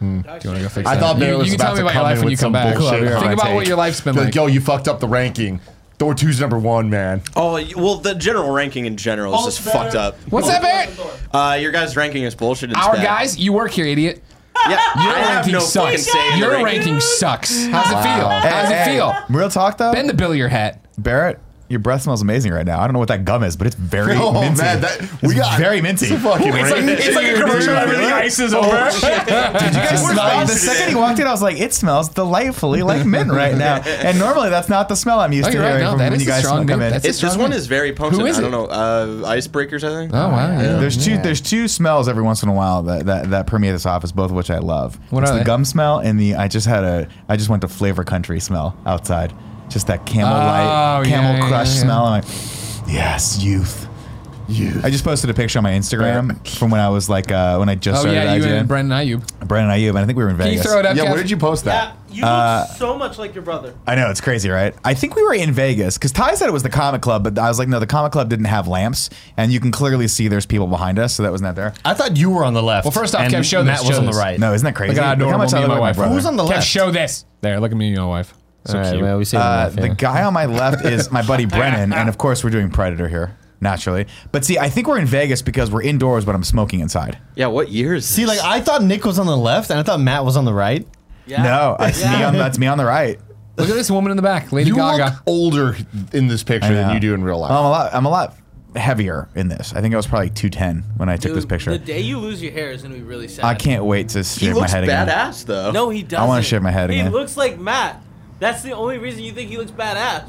Speaker 1: Do you want to go fix
Speaker 2: I
Speaker 1: that?
Speaker 2: thought Barrett
Speaker 1: you,
Speaker 2: was
Speaker 1: you can tell
Speaker 2: about
Speaker 1: me
Speaker 2: to
Speaker 1: about your
Speaker 2: come
Speaker 1: life
Speaker 2: in
Speaker 1: when
Speaker 2: with
Speaker 1: you come
Speaker 2: some
Speaker 1: back.
Speaker 2: bullshit
Speaker 1: Think
Speaker 2: hot
Speaker 1: about what
Speaker 2: take.
Speaker 1: your life's been
Speaker 2: Like,
Speaker 1: like.
Speaker 2: yo, you fucked up the ranking. Door two's number one, man.
Speaker 8: Oh, y- well, the general ranking in general is just fucked up.
Speaker 1: What's that, Barrett?
Speaker 8: Uh, your guys' ranking is bullshit. It's
Speaker 1: Our
Speaker 8: bad.
Speaker 1: guys, you work here, idiot.
Speaker 8: Yeah,
Speaker 1: Your
Speaker 8: I have
Speaker 1: ranking
Speaker 8: no fucking
Speaker 1: sucks.
Speaker 8: say in the
Speaker 1: Your
Speaker 8: ranking.
Speaker 1: ranking sucks. How's it feel? How's it feel?
Speaker 3: Real talk, though?
Speaker 1: Bend the billiard hat.
Speaker 3: Barrett, your breath smells amazing right now. I don't know what that gum is, but it's very
Speaker 2: Oh,
Speaker 3: minty.
Speaker 2: man, that- we
Speaker 3: It's
Speaker 2: got-
Speaker 3: very minty.
Speaker 2: It's a fucking ranking.
Speaker 1: ices over.
Speaker 3: Did you guys smell? The second he walked in, I was like, "It smells delightfully like mint right now." And normally, that's not the smell I'm used
Speaker 1: Oh,
Speaker 3: to
Speaker 1: you're right.
Speaker 3: hearing
Speaker 1: No,
Speaker 3: from
Speaker 1: that
Speaker 3: when
Speaker 1: is
Speaker 3: you
Speaker 1: a
Speaker 3: guys
Speaker 1: strong
Speaker 3: smell
Speaker 1: dude.
Speaker 3: come in.
Speaker 1: That's
Speaker 8: It's, this
Speaker 1: Strong
Speaker 8: one
Speaker 1: rank.
Speaker 8: is very potent.
Speaker 1: Who is
Speaker 8: I don't
Speaker 1: it?
Speaker 8: know. Uh, icebreakers, I think.
Speaker 1: Oh wow. yeah.
Speaker 3: There's two. There's two smells every once in a while that, that, that permeate this office, both of which I love.
Speaker 1: What
Speaker 3: it's
Speaker 1: are
Speaker 3: the
Speaker 1: they?
Speaker 3: gum smell and the I just had a I just went to flavor country smell outside. Just that camel light,
Speaker 1: Oh,
Speaker 3: camel
Speaker 1: yeah, yeah,
Speaker 3: crush
Speaker 1: yeah.
Speaker 3: smell. I'm like, yes, youth.
Speaker 2: Youth.
Speaker 3: I just posted a picture on my Instagram from when I was like uh, when I just
Speaker 1: Oh
Speaker 3: started.
Speaker 1: yeah, you
Speaker 3: IGN.
Speaker 1: and Brendan Ayub.
Speaker 3: Brandon Ayub, and I think we were in
Speaker 1: Can you
Speaker 3: Vegas.
Speaker 1: throw it up?
Speaker 2: Yeah,
Speaker 1: Kev?
Speaker 2: where did you post
Speaker 6: Yeah,
Speaker 2: that?
Speaker 6: you look
Speaker 3: Uh,
Speaker 6: so much like your brother.
Speaker 3: I know it's crazy, right? I think we were in Vegas because Ty said it was the comic club, but I was like, no, the comic club didn't have lamps, and you can clearly see there's people behind us, so that was not there.
Speaker 5: I thought you were on the left.
Speaker 1: Well, first off,
Speaker 5: and
Speaker 1: Kev, show
Speaker 5: Matt
Speaker 1: this,
Speaker 5: was
Speaker 1: show
Speaker 5: on the
Speaker 1: this.
Speaker 5: right.
Speaker 3: No, isn't that crazy?
Speaker 1: Look at how
Speaker 3: Look how
Speaker 1: adorable
Speaker 3: much I
Speaker 1: me and
Speaker 3: look
Speaker 1: my
Speaker 3: like my
Speaker 1: wife.
Speaker 3: brother.
Speaker 5: Who's on the
Speaker 1: Kev,
Speaker 5: left?
Speaker 1: show this. There, look at me and your wife. So
Speaker 5: All right,
Speaker 1: cute.
Speaker 5: well, we see the
Speaker 3: Uh,
Speaker 5: left,
Speaker 3: the
Speaker 5: yeah.
Speaker 3: guy on my left is my buddy Brennan, and of course we're doing Predator here naturally. But see, I think we're in Vegas because we're indoors, but I'm smoking inside.
Speaker 8: Yeah, what year is
Speaker 5: See,
Speaker 8: this?
Speaker 5: like I thought Nick was on the left, and I thought Matt was on the right.
Speaker 6: Ah. Yeah.
Speaker 3: No, that's me on that's me on the right.
Speaker 1: Look at this woman in the back, Lady
Speaker 2: You look
Speaker 1: Gaga.
Speaker 2: older in this picture
Speaker 3: Yeah.
Speaker 2: than you do in real
Speaker 3: Well, I'm
Speaker 2: life.
Speaker 3: a lot. I'm a lot heavier in this. I think I was probably 210 when I took
Speaker 6: Dude,
Speaker 3: this picture.
Speaker 6: The day you lose your hair is gonna be really sad.
Speaker 3: I can't wait to
Speaker 8: he
Speaker 3: shave my
Speaker 8: looks
Speaker 3: head again.
Speaker 8: badass though.
Speaker 6: No, he doesn't.
Speaker 3: I wanna shave my head
Speaker 6: He
Speaker 3: again.
Speaker 6: looks like Matt. That's the only reason you think he looks
Speaker 3: Uh,
Speaker 6: badass.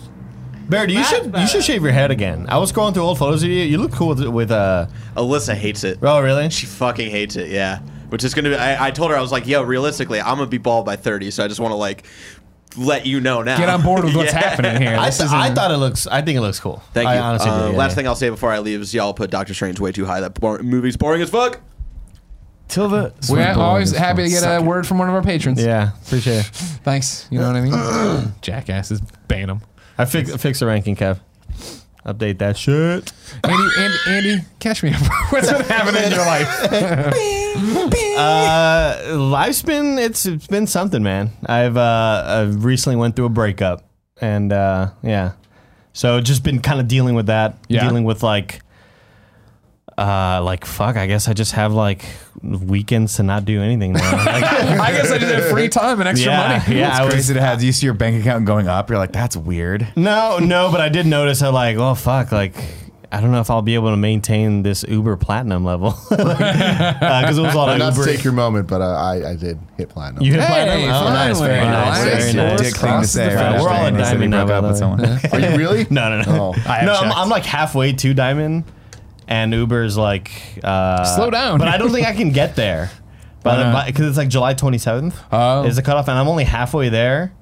Speaker 5: Barrett, you
Speaker 6: Matt's
Speaker 5: should you
Speaker 6: better.
Speaker 5: should shave your head again. I was scrolling through old photos of you. You look cool with, with uh.
Speaker 8: Alyssa hates it.
Speaker 5: Oh, really?
Speaker 8: She fucking hates it. Yeah, which is gonna be. I, I told her I was like, yo, realistically, I'm gonna be bald by 30, so I just want to like let you know now.
Speaker 1: Get on board with what's
Speaker 8: Yeah.
Speaker 1: happening here.
Speaker 5: I,
Speaker 1: This
Speaker 5: th-
Speaker 1: isn't-
Speaker 5: I thought it looks. I think it looks cool.
Speaker 8: Thank
Speaker 5: I
Speaker 8: you.
Speaker 5: honestly
Speaker 8: Uh,
Speaker 5: do, yeah.
Speaker 8: Last thing I'll say before I leave is y'all put Doctor Strange way too high. That bor- movie's boring as fuck.
Speaker 3: Till the
Speaker 1: We're always happy to get a word from one of our patrons.
Speaker 5: Yeah, appreciate it.
Speaker 1: Thanks. You know what I mean? Jackasses, ban them.
Speaker 5: I fix fix the ranking, Kev. Update that shit.
Speaker 1: Andy, Andy, Andy, catch me up. What's been happening in your life?
Speaker 5: Uh, life's been it's, it's been something, man. I've uh, I've recently went through a breakup, and uh, yeah, so just been kind of dealing with that,
Speaker 1: Yeah.
Speaker 5: dealing with like, uh, like fuck. I guess I just have like weekends to not do anything now. Like,
Speaker 1: I guess I just had free time and extra
Speaker 5: yeah,
Speaker 1: money.
Speaker 5: yeah. I was-
Speaker 3: crazy to have. You see your bank account going up. You're like, that's weird.
Speaker 5: no, no, but I did notice. I'm like, oh fuck, like. I don't know if I'll be able to maintain this Uber Platinum level because it was all
Speaker 2: I'm not
Speaker 5: Uber.
Speaker 2: to take your moment, but uh, I, I did hit platinum.
Speaker 5: Oh, You hit
Speaker 1: Hey,
Speaker 5: platinum? Oh, nice,
Speaker 1: finally.
Speaker 5: very nice,
Speaker 1: Nice.
Speaker 5: very
Speaker 3: It's a
Speaker 5: nice.
Speaker 3: dick thing to
Speaker 1: Crosses the
Speaker 3: say.
Speaker 1: finish
Speaker 3: right?
Speaker 5: We're all
Speaker 3: Saying
Speaker 5: on
Speaker 3: this and he
Speaker 5: diamond now,
Speaker 3: broke
Speaker 5: by
Speaker 3: up
Speaker 5: the
Speaker 3: with
Speaker 5: way.
Speaker 3: someone.
Speaker 2: Are you really?
Speaker 5: No, no, no.
Speaker 2: Oh. I
Speaker 5: no, I'm, I'm like halfway to diamond, and Uber's like uh,
Speaker 1: Slow down.
Speaker 5: But I don't think I can get there. But because it's like July 27th
Speaker 1: Oh.
Speaker 5: is the cutoff, and I'm only halfway there,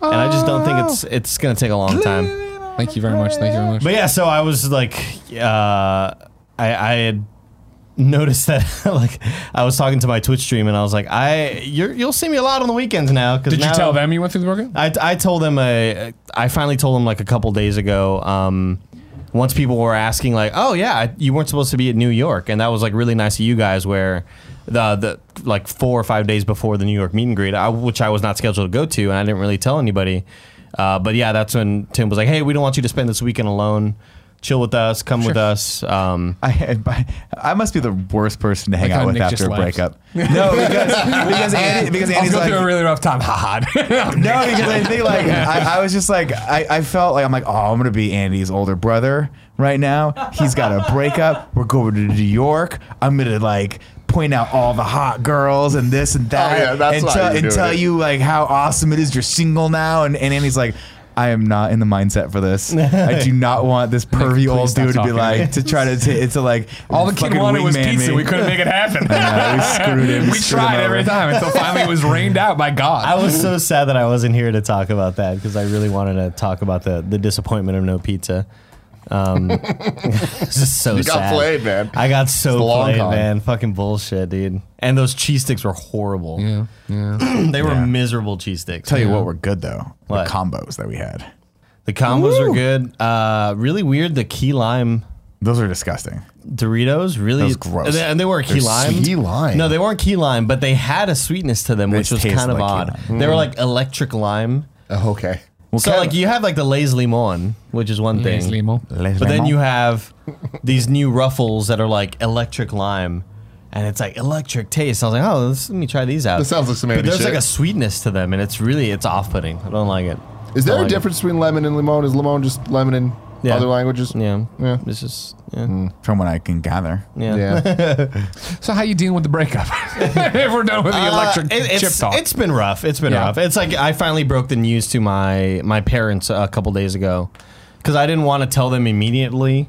Speaker 5: and I just don't think it's it's gonna take a long time.
Speaker 1: Thank you very much. Thank you very much.
Speaker 5: But yeah, so I was like, uh, I I had noticed that like I was talking to my Twitch stream, and I was like, I you're, you'll see me a lot on the weekends now. Cause
Speaker 1: Did you
Speaker 5: now-
Speaker 1: tell them you went through the workout?
Speaker 5: I, I told them I, I finally told them like a couple days ago. Um, once people were asking like, oh yeah, I- you weren't supposed to be at New York, and that was like really nice of you guys. Where the the like four or five days before the New York meet and greet, I, which I was not scheduled to go to, and I didn't really tell anybody. Uh, but yeah, that's when Tim was like, hey, we don't want you to spend this weekend alone.
Speaker 9: chill with us, come with us. Um,
Speaker 3: I, I must be the worst person to hang
Speaker 1: Like how
Speaker 3: out with
Speaker 1: Nick
Speaker 3: after
Speaker 1: just
Speaker 3: a
Speaker 1: laughed.
Speaker 3: breakup. No, because because Andy, because
Speaker 1: I was
Speaker 3: Andy's
Speaker 1: going
Speaker 3: like,
Speaker 1: through a really rough time. Ha ha.
Speaker 3: No, because I think like I, I was just like I, I felt like I'm like oh I'm gonna be Andy's older brother right now. He's got a breakup. We're going to New York. I'm gonna like point out all the hot girls and this and that
Speaker 2: Oh, yeah, that's
Speaker 3: and,
Speaker 2: why
Speaker 3: tell-
Speaker 2: you're
Speaker 3: and
Speaker 2: doing
Speaker 3: tell
Speaker 2: it.
Speaker 3: you like how awesome it is you're single now. And, and Andy's like. I am not in the mindset for this. I do not want this pervy old
Speaker 1: stop
Speaker 3: dude to be
Speaker 1: talking.
Speaker 3: like to try to t- to like
Speaker 1: All the kid
Speaker 3: fucking
Speaker 1: wanted was
Speaker 3: wingman
Speaker 1: pizza.
Speaker 3: me.
Speaker 1: We couldn't make it happen.
Speaker 3: Yeah, we screwed him.
Speaker 1: we
Speaker 3: screwed him
Speaker 1: tried every
Speaker 3: over.
Speaker 1: time until finally it was rained out by God.
Speaker 5: I was so sad that I wasn't here to talk about that because I really wanted to talk about the the disappointment of no pizza. Um, it's just so
Speaker 2: You got
Speaker 5: sad.
Speaker 2: played, man.
Speaker 5: I got so
Speaker 2: the long
Speaker 5: played,
Speaker 2: con.
Speaker 5: man. Fucking bullshit, dude. And those cheese sticks were horrible.
Speaker 1: yeah, yeah.
Speaker 5: They were
Speaker 3: Yeah.
Speaker 5: miserable cheese sticks.
Speaker 3: Tell you what, we're good though.
Speaker 5: What?
Speaker 3: The combos that we had.
Speaker 5: the combos are good. Uh, really weird. The key lime
Speaker 3: Those are disgusting.
Speaker 5: Doritos really
Speaker 3: Those gross.
Speaker 5: And they, and they weren't key
Speaker 3: They're
Speaker 5: lime.
Speaker 2: key lime.
Speaker 5: No, they weren't key lime, but they had a sweetness to them, which was
Speaker 3: taste
Speaker 5: kind of
Speaker 3: like key
Speaker 5: odd. They were
Speaker 2: Mm.
Speaker 5: like electric lime.
Speaker 2: Oh, okay.
Speaker 5: so like you have like the Lay's Limon, which is one thing. But then you have these new ruffles that are like electric lime, and it's like electric taste. I was like, oh, let's, let me try these out.
Speaker 2: That sounds like some
Speaker 5: But
Speaker 2: Andy
Speaker 5: there's
Speaker 2: shit.
Speaker 5: like a sweetness to them, and it's really it's off-putting. I don't like it.
Speaker 2: Is there
Speaker 5: I
Speaker 2: a
Speaker 5: like it.
Speaker 2: difference between lemon and limon? Is limon just lemon in
Speaker 5: Yeah.
Speaker 2: other languages?
Speaker 5: Yeah,
Speaker 2: Yeah. Mm,
Speaker 5: It's just yeah,
Speaker 3: from what I can gather.
Speaker 5: yeah.
Speaker 2: Yeah.
Speaker 1: So how you dealing with the breakup? if we're done with the electric
Speaker 5: Uh, it-
Speaker 1: chip
Speaker 5: it's,
Speaker 1: talk,
Speaker 5: It's been rough. It's been
Speaker 1: Yeah.
Speaker 5: rough. It's like I finally broke the news to my my parents a couple days ago because I didn't want to tell them immediately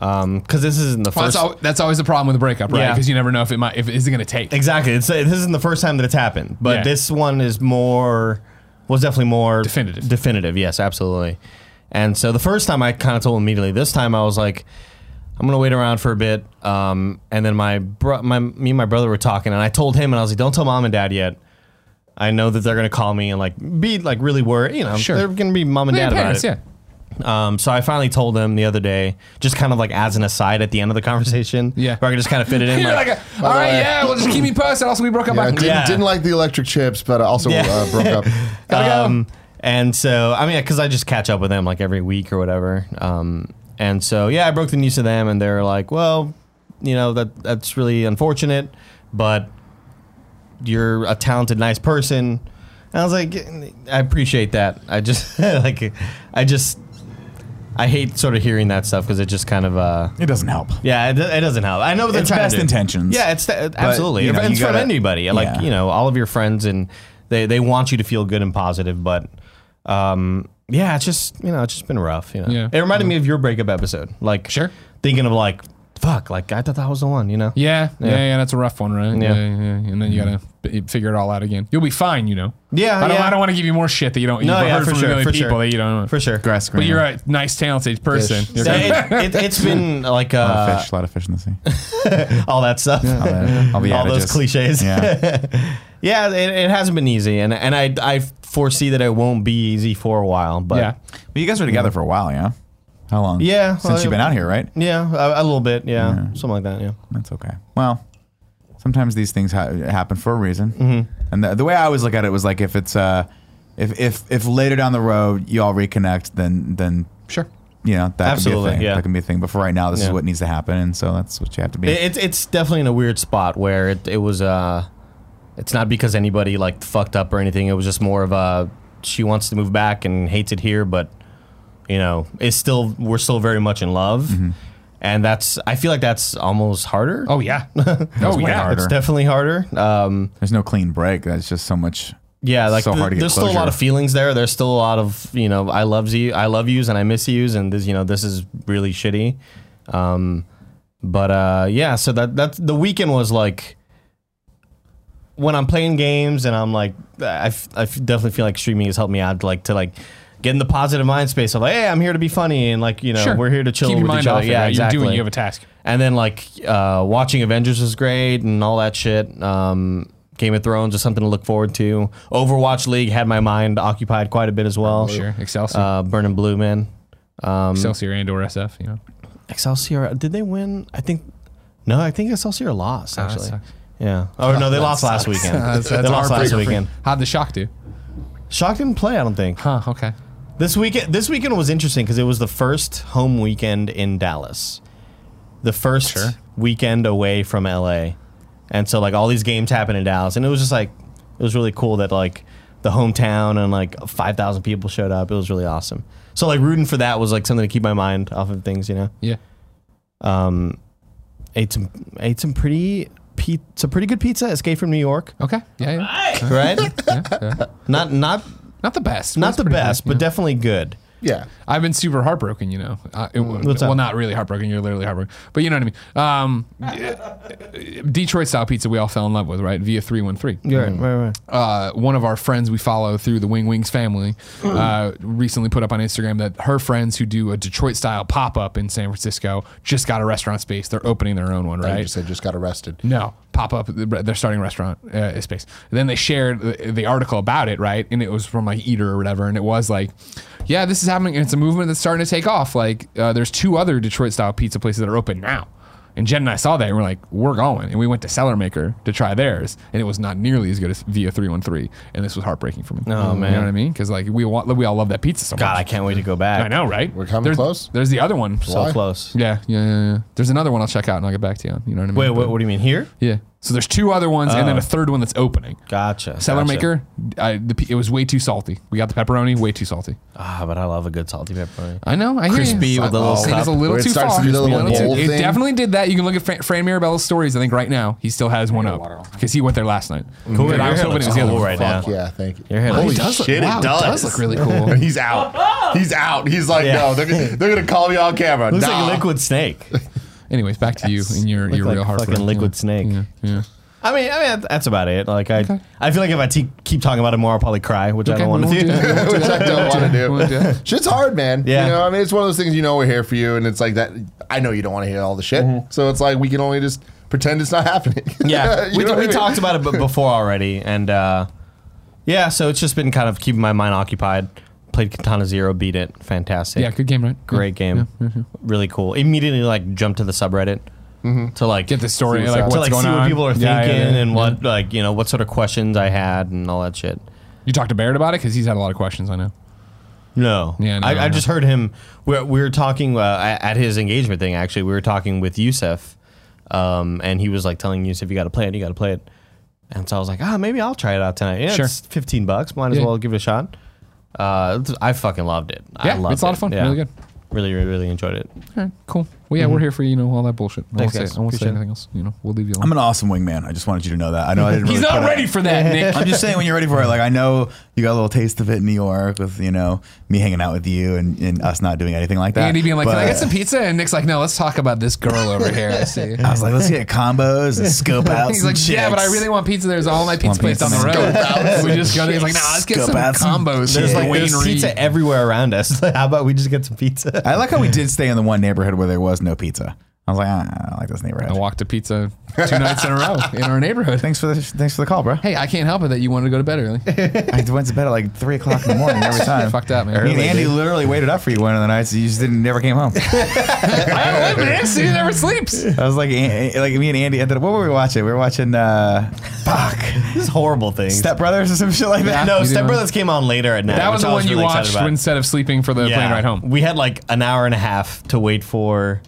Speaker 5: because this isn't the
Speaker 1: Well,
Speaker 5: first.
Speaker 1: that's, al- that's always the problem with a breakup, right?
Speaker 5: Yeah.
Speaker 1: Because you never know if it might, if is it going to take.
Speaker 5: exactly. It's this isn't the first time that it's happened, but
Speaker 1: Yeah.
Speaker 5: this one is more was definitely more
Speaker 1: Definitive.
Speaker 5: Definitive. Yes, absolutely. And so the first time I kind of told them immediately. This time I was like. I'm gonna wait around for a bit, um, and then my bro, my me and my brother were talking, and I told him, and I was like, "Don't tell mom and dad yet." I know that they're gonna call me and like be like really worried. You know,
Speaker 1: Sure.
Speaker 5: they're gonna be mom and
Speaker 1: Yeah,
Speaker 5: dad
Speaker 1: parents,
Speaker 5: about
Speaker 1: yeah.
Speaker 5: it. Um, so I finally told them the other day, just kind of like as an aside at the end of the conversation.
Speaker 1: Yeah.
Speaker 5: where I could just kind of fit it in.
Speaker 1: You're
Speaker 5: like,
Speaker 1: like, a, all right,
Speaker 2: way-
Speaker 1: yeah, well, just keep me posted. Also, we broke up.
Speaker 2: Yeah, I
Speaker 1: by
Speaker 2: didn't,
Speaker 5: Yeah.
Speaker 2: didn't like the electric chips, but I also
Speaker 5: Yeah.
Speaker 2: uh, broke up.
Speaker 5: um, and so I mean, because I just catch up with them like every week or whatever. Um, and so yeah, I broke the news to them, and they're like, "Well, you know that that's really unfortunate, but you're a talented, nice person." And I was like, "I appreciate that. I just like, I just." I hate sort of hearing that stuff because it just kind of, uh,
Speaker 3: It doesn't help.
Speaker 5: yeah, it, do- it doesn't help. I know what they're
Speaker 3: It's
Speaker 5: trying to
Speaker 3: best
Speaker 5: do.
Speaker 3: intentions.
Speaker 5: Yeah, it's th- absolutely.
Speaker 3: you know,
Speaker 5: it's
Speaker 3: you
Speaker 5: from
Speaker 3: gotta-
Speaker 5: anybody. Like
Speaker 3: Yeah.
Speaker 5: you know, all of your friends and they they want you to feel good and positive, but um, yeah, it's just you know, it's just been rough. You know,
Speaker 1: Yeah.
Speaker 5: it reminded me of your breakup episode. Like
Speaker 1: Sure.
Speaker 5: thinking of like fuck, like I thought that was the one. You know,
Speaker 1: Yeah, yeah,
Speaker 5: Yeah.
Speaker 1: yeah, that's a rough one, right? yeah,
Speaker 5: Yeah.
Speaker 1: yeah. And then you gotta b- figure it all out again. You'll be fine, you know.
Speaker 5: Yeah,
Speaker 1: I don't.
Speaker 5: yeah.
Speaker 1: I don't want to give you more shit that you don't.
Speaker 5: No,
Speaker 1: you've
Speaker 5: yeah,
Speaker 1: heard
Speaker 5: for
Speaker 1: from
Speaker 5: sure,
Speaker 1: a million
Speaker 5: for
Speaker 1: people
Speaker 5: sure.
Speaker 1: that you don't.
Speaker 5: for sure.
Speaker 3: Grass
Speaker 1: But
Speaker 3: green.
Speaker 1: you're a nice, talented person.
Speaker 2: Fish.
Speaker 1: You're
Speaker 5: So
Speaker 1: good.
Speaker 5: it, it, it's been like
Speaker 3: a lot of
Speaker 5: uh,
Speaker 3: fish. A lot of fish in the sea.
Speaker 5: all that stuff,
Speaker 3: I'll be
Speaker 5: all those
Speaker 3: outages.
Speaker 5: cliches.
Speaker 3: Yeah.
Speaker 5: Yeah, it, it hasn't been easy, and and I I foresee that it won't be easy for a while. But
Speaker 1: yeah.
Speaker 3: But you guys were together for a while, yeah. How long?
Speaker 5: Yeah,
Speaker 3: Since
Speaker 5: well,
Speaker 3: you've been out here, right?
Speaker 5: Yeah, a, a little bit. Yeah, something like that. Yeah.
Speaker 3: That's okay. Well, sometimes these things ha- happen for a reason.
Speaker 5: Mm-hmm.
Speaker 3: And the, the way I always look at it was like if it's uh, if if if later down the road you all reconnect, then then
Speaker 1: Sure.
Speaker 3: you know that Can
Speaker 5: Absolutely,
Speaker 3: be a thing.
Speaker 5: yeah.
Speaker 3: That can be a thing. But for right now, this is
Speaker 5: Yeah.
Speaker 3: what needs to happen, and so that's what you have to be.
Speaker 5: It, it's it's definitely in a weird spot where it, it was uh, it's not because anybody like fucked up or anything. It was just more of a she wants to move back and hates it here, but you know, it's still we're still very much in love, and that's I feel like that's almost harder.
Speaker 1: Oh yeah. oh
Speaker 3: way
Speaker 1: yeah.
Speaker 3: harder.
Speaker 5: it's definitely harder. Um,
Speaker 3: There's no clean break. That's just so much.
Speaker 5: yeah, like
Speaker 3: so
Speaker 5: th-
Speaker 3: hard to get
Speaker 5: there's still a lot
Speaker 3: closure.
Speaker 5: of feelings there. There's still a lot of you know, I loves you, I love yous, and I miss yous, and this you know, this is really shitty. Um, but uh, yeah, so that that the weekend was like when I'm playing games and I'm like, I, f- I f- definitely feel like streaming has helped me out, like to like get in the positive mind space of like, hey, I'm here to be funny and like you know,
Speaker 1: Sure.
Speaker 5: we're here to chill
Speaker 1: Keep
Speaker 5: with
Speaker 1: your mind
Speaker 5: each other.
Speaker 1: off. it,
Speaker 5: yeah,
Speaker 1: right?
Speaker 5: exactly.
Speaker 1: You're doing. You have a task.
Speaker 5: And then like uh, watching Avengers is great and all that shit. Um, Game of Thrones is something to look forward to. Overwatch League had my mind occupied quite a bit as well.
Speaker 1: Sure. Excelsior.
Speaker 5: Uh, Burning Blue Man. Um,
Speaker 1: Excelsior and or SF. You know.
Speaker 5: Excelsior. Did they win? I think. No, I think Excelsior lost
Speaker 1: that
Speaker 5: actually.
Speaker 1: sucks.
Speaker 5: yeah. Ah, Oh no, they lost last weekend.
Speaker 1: That's-
Speaker 5: they
Speaker 1: that's
Speaker 5: lost
Speaker 1: heartbreaker
Speaker 5: last
Speaker 1: for-
Speaker 5: weekend.
Speaker 1: How'd the shock do?
Speaker 5: Shock didn't play. I don't think.
Speaker 1: Huh. Okay.
Speaker 5: This weekend, this weekend was interesting because it was the first home weekend in Dallas, the first weekend away from LA, and so like all these games happened in Dallas, and it was just like it was really cool that like the hometown and like five thousand people showed up. It was really awesome. So like rooting for that was like something to keep my mind off of things, you know.
Speaker 1: Yeah.
Speaker 5: Ate some ate some pretty pe- some pretty good pizza. Escape from New York,
Speaker 1: Okay. Yeah. yeah.
Speaker 6: Hey,
Speaker 5: right? Not not
Speaker 1: Not the best.
Speaker 5: not the
Speaker 1: pretty
Speaker 5: best,
Speaker 1: good,
Speaker 5: but
Speaker 1: yeah.
Speaker 5: definitely good.
Speaker 2: Yeah.
Speaker 1: I've been super heartbroken, you know. Uh, it-
Speaker 5: What's
Speaker 1: well,
Speaker 5: that?
Speaker 1: not really heartbroken. You're literally heartbroken, but you know what I mean. Um, Detroit style pizza, we all fell in love with, right? Via three one three.
Speaker 5: Right, right, right.
Speaker 1: uh, one of our friends we follow through the Wing Wings family uh, recently put up on Instagram that her friends who do a Detroit style pop up in San Francisco just got a restaurant space. They're opening their own one,
Speaker 2: I
Speaker 1: right?
Speaker 2: just said just got arrested.
Speaker 1: No, pop up. They're starting a restaurant uh, space. Then they shared the, the article about it, right? And it was from like Eater or whatever. And it was like, yeah, this is happening. And it's a movement that's starting to take off. Like, uh, there's two other Detroit style pizza places that are open now. And Jen and I saw that and we're like, we're going. And we went to Cellar Maker to try theirs. And it was not nearly as good as Via 313. And this was heartbreaking for me. Oh, man. You know what I mean? Because like, we, want, we all love that pizza so
Speaker 5: God, I
Speaker 1: much.
Speaker 5: can't wait to go back.
Speaker 1: I know, right?
Speaker 2: We're coming
Speaker 1: there's,
Speaker 2: close.
Speaker 1: There's the other one.
Speaker 5: So
Speaker 2: Why?
Speaker 5: close.
Speaker 1: Yeah, yeah, yeah, yeah. There's another one I'll check out and I'll get back to you on. You know what I mean?
Speaker 5: Wait,
Speaker 1: But-
Speaker 5: what, what do you mean here?
Speaker 1: yeah. So there's two other ones, and then a third one that's opening.
Speaker 5: Gotcha.
Speaker 1: Cellar
Speaker 5: gotcha.
Speaker 1: Maker, I, the, pe- it was way too salty. We got the pepperoni, way too salty.
Speaker 5: Ah, but I love a good salty pepperoni.
Speaker 1: I know. I
Speaker 5: Crispy
Speaker 1: hear you.
Speaker 5: with a little
Speaker 1: It
Speaker 5: cup.
Speaker 1: was a little
Speaker 2: Where it
Speaker 1: too
Speaker 2: starts
Speaker 1: far.
Speaker 2: to do the
Speaker 1: It
Speaker 2: little
Speaker 1: was a little
Speaker 2: bowl
Speaker 1: too- it
Speaker 2: thing.
Speaker 1: definitely did that. You can look at Fran, Fran Mirabella's stories. I think right now he still has one up because he went there last night. Cool.
Speaker 5: Your
Speaker 1: I was
Speaker 5: hair
Speaker 1: hoping it
Speaker 5: looks
Speaker 1: was the other
Speaker 5: cool
Speaker 1: one.
Speaker 5: right
Speaker 2: Fuck
Speaker 5: now.
Speaker 2: yeah, thank you.
Speaker 5: Your hair
Speaker 1: Holy
Speaker 5: looks-
Speaker 1: does look,
Speaker 8: shit, it
Speaker 1: wow,
Speaker 8: does.
Speaker 1: look really cool.
Speaker 2: He's out. He's out. He's like,
Speaker 5: Yeah.
Speaker 2: no, they're, gonna- they're gonna call me on camera.
Speaker 5: looks
Speaker 2: Nah.
Speaker 5: like a liquid snake.
Speaker 1: Anyways, back to you and your your
Speaker 5: like
Speaker 1: real heart.
Speaker 5: fucking liquid snake.
Speaker 1: Yeah, yeah.
Speaker 5: I mean, I mean that's about it. Like I, I feel like if I te- keep talking about it more, I'll probably cry, which I
Speaker 1: Okay,
Speaker 5: don't want
Speaker 1: we
Speaker 5: to
Speaker 1: won't
Speaker 5: do.
Speaker 1: do that. We won't do
Speaker 2: Which I
Speaker 1: that.
Speaker 2: don't want to do.
Speaker 1: We won't do that.
Speaker 2: Shit's hard, man.
Speaker 5: Yeah.
Speaker 2: You know, I mean, it's one of those things, you know, we're here for you. And it's like that. I know you don't want to hear all the shit. So it's like, we can only just pretend it's not happening.
Speaker 5: Yeah,
Speaker 2: You
Speaker 5: we,
Speaker 2: know what I
Speaker 5: we
Speaker 2: mean?
Speaker 5: talked about it b- before already, and uh, yeah, so it's just been kind of keeping my mind occupied. Played Katana Zero, beat it, fantastic.
Speaker 1: Yeah, good game, right?
Speaker 5: great game, really cool. Immediately like jumped to the subreddit to like
Speaker 1: Get the story,
Speaker 2: what's
Speaker 1: like
Speaker 2: up.
Speaker 1: what's
Speaker 5: to like
Speaker 1: going
Speaker 5: see
Speaker 1: on.
Speaker 5: what people are
Speaker 1: Yeah, yeah,
Speaker 5: thinking
Speaker 1: yeah,
Speaker 5: and
Speaker 1: yeah.
Speaker 5: what like you know what sort of questions I had and all that shit.
Speaker 1: you talked to Barrett about it because he's had a lot of questions. I know.
Speaker 5: No.
Speaker 1: Yeah, no,
Speaker 5: I,
Speaker 1: no,
Speaker 5: I
Speaker 1: no.
Speaker 5: just heard him. We, we were talking uh, at at his engagement thing, actually. We were talking with Yusef, um, and he was like telling Yusef, you got to play it, you got to play it. And so I was like, ah, maybe I'll try it out tonight. Yeah,
Speaker 1: Sure.
Speaker 5: it's 15 bucks. Might as
Speaker 1: Yeah.
Speaker 5: well give it a shot. Uh, it's- I fucking loved it. I
Speaker 1: Yeah,
Speaker 5: loved
Speaker 1: it's a lot
Speaker 5: it.
Speaker 1: of fun. Really good.
Speaker 5: Really, really, really enjoyed it.
Speaker 1: All right, cool. Well, yeah, we're here for you know all that bullshit. I won't
Speaker 5: Thanks,
Speaker 1: say,
Speaker 5: guys.
Speaker 1: I won't say
Speaker 5: Appreciate it.
Speaker 1: anything else. You know, we'll leave you alone.
Speaker 3: I'm an awesome wingman. I just wanted you to know that. I know I didn't. Really
Speaker 1: He's
Speaker 3: put
Speaker 1: not
Speaker 3: it-
Speaker 1: ready for that, Nick.
Speaker 3: I'm just saying when you're ready for it. Like I know you got a little taste of it in New York with you know me hanging out with you and, and us not doing anything like that.
Speaker 1: Andy being like, "Can I
Speaker 3: But-
Speaker 1: get some pizza?" And Nick's like, "No, let's talk about this girl over here." I see.
Speaker 3: I was like, let's get combos and scope out.
Speaker 1: He's
Speaker 3: some
Speaker 1: like, "Yeah, but I
Speaker 3: chicks."
Speaker 1: really want pizza. There's all my pizza
Speaker 3: Want
Speaker 1: place down the
Speaker 3: pizza,
Speaker 1: road. we just go." to- He's like, "No, let's get
Speaker 3: Scoop
Speaker 1: some
Speaker 3: out some
Speaker 1: combos."
Speaker 5: There's
Speaker 1: He's
Speaker 5: like
Speaker 1: Wayne
Speaker 5: there's
Speaker 1: Reed.
Speaker 5: pizza everywhere around us. How about we just get some pizza?
Speaker 3: I like how we did stay in the one neighborhood where there was no pizza. I was like, ah, I don't like this neighborhood.
Speaker 1: I walked to pizza two nights in a row in our neighborhood.
Speaker 3: Thanks for the thanks for the call, bro.
Speaker 1: Hey, I can't help it that you wanted to go to bed early.
Speaker 3: I went to bed at like three o'clock in the morning every time.
Speaker 1: Fucked up, man.
Speaker 3: I mean,
Speaker 1: Early,
Speaker 3: Andy literally waited up for you one of the nights. You just didn't never came home.
Speaker 1: I don't live "Oh, man. See, he never sleeps.
Speaker 3: I was like, An- like me and Andy ended up. What were we watching? We were watching uh, fuck
Speaker 5: this is horrible thing.
Speaker 3: Step Brothers or some shit like that.
Speaker 5: no,
Speaker 1: we do
Speaker 5: Step
Speaker 1: know.
Speaker 5: Brothers came on later at night.
Speaker 1: That was
Speaker 5: which
Speaker 1: the
Speaker 5: I
Speaker 1: one you
Speaker 5: really excited
Speaker 1: watched
Speaker 5: about.
Speaker 1: instead of sleeping for the plane ride home.
Speaker 5: We had like an hour and a half to wait for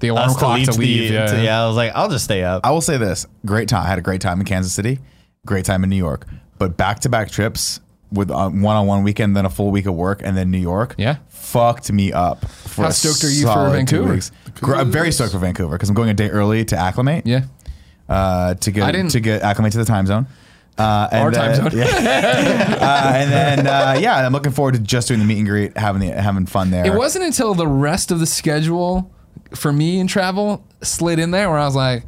Speaker 1: The alarm
Speaker 5: us to
Speaker 1: clock
Speaker 5: leave.
Speaker 1: to leave.
Speaker 5: the,
Speaker 1: yeah.
Speaker 5: to- yeah, I was like, I'll just stay up.
Speaker 3: I will say this: great time. I had a great time in Kansas City, great time in New York, but back to back trips with uh, one on one weekend, then a full week of work, and then New York.
Speaker 1: Yeah.
Speaker 3: fucked me up. For
Speaker 1: How
Speaker 3: a
Speaker 1: stoked are you for
Speaker 3: solid two
Speaker 1: Vancouver?
Speaker 3: weeks. Gr- I'm very stoked for Vancouver because I'm going a day early to acclimate.
Speaker 1: Yeah.
Speaker 3: uh, to
Speaker 1: I
Speaker 3: get
Speaker 1: didn't-
Speaker 3: to get acclimate to the time zone. Uh, and
Speaker 1: Our time
Speaker 3: then-
Speaker 1: zone.
Speaker 3: yeah. uh, and then uh, yeah, I'm looking forward to just doing the meet and greet, having the having fun there.
Speaker 1: It wasn't until the rest of the schedule for me in travel slid in there where I was like,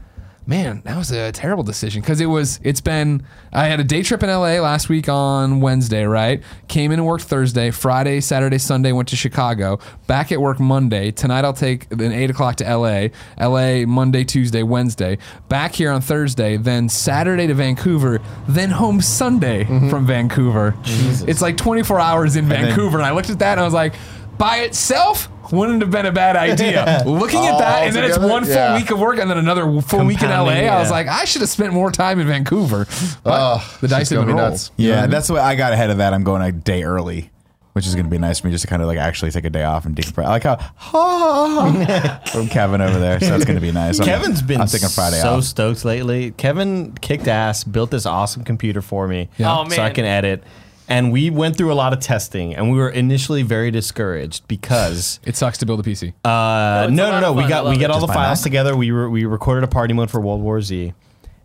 Speaker 1: man, that was a terrible decision because it was. It's been. I had a day trip in LA last week on Wednesday, right? Came in and worked Thursday, Friday, Saturday, Sunday. Went to Chicago. Back at work Monday. Tonight I'll take an eight o'clock to LA. LA Monday, Tuesday, Wednesday. Back here on Thursday. Then Saturday to Vancouver. Then home Sunday from Vancouver. It's like 24 hours in Vancouver, and I looked at that and I was like by itself wouldn't have been a bad idea. Looking at
Speaker 2: All
Speaker 1: that, and then it's
Speaker 2: together?
Speaker 1: one full
Speaker 2: Yeah.
Speaker 1: week of work, and then another full week in LA.
Speaker 5: Compounding,
Speaker 1: I was
Speaker 5: yeah.
Speaker 1: like, I should have spent more time in Vancouver. But
Speaker 2: Ugh,
Speaker 1: the
Speaker 2: it's
Speaker 1: dice
Speaker 2: gonna
Speaker 1: didn't
Speaker 2: be
Speaker 1: roll.
Speaker 2: nuts.
Speaker 3: yeah, that's why I got ahead of that. I'm going a day early which is going to be nice for me just to kind of like actually take a day off and decompress. I like how ha, ha, ha, from Kevin over there, so that's going to be nice. I'm-
Speaker 5: Kevin's been
Speaker 3: I'm taking Friday
Speaker 5: so
Speaker 3: off.
Speaker 5: stoked lately. Kevin kicked ass, built this awesome computer for me,
Speaker 6: Oh,
Speaker 5: so I
Speaker 6: man.
Speaker 5: can edit. And we went through a lot of testing, and we were initially very discouraged because
Speaker 1: It sucks to build a PC.
Speaker 5: uh,
Speaker 6: it's a
Speaker 5: no,
Speaker 6: lot
Speaker 5: no,
Speaker 6: of
Speaker 5: no. We
Speaker 6: fun. I
Speaker 5: got we
Speaker 6: love
Speaker 5: get
Speaker 6: it.
Speaker 5: all the
Speaker 3: Just buy
Speaker 5: files
Speaker 3: Mac.
Speaker 5: together. We were we recorded a party mode for World War Z,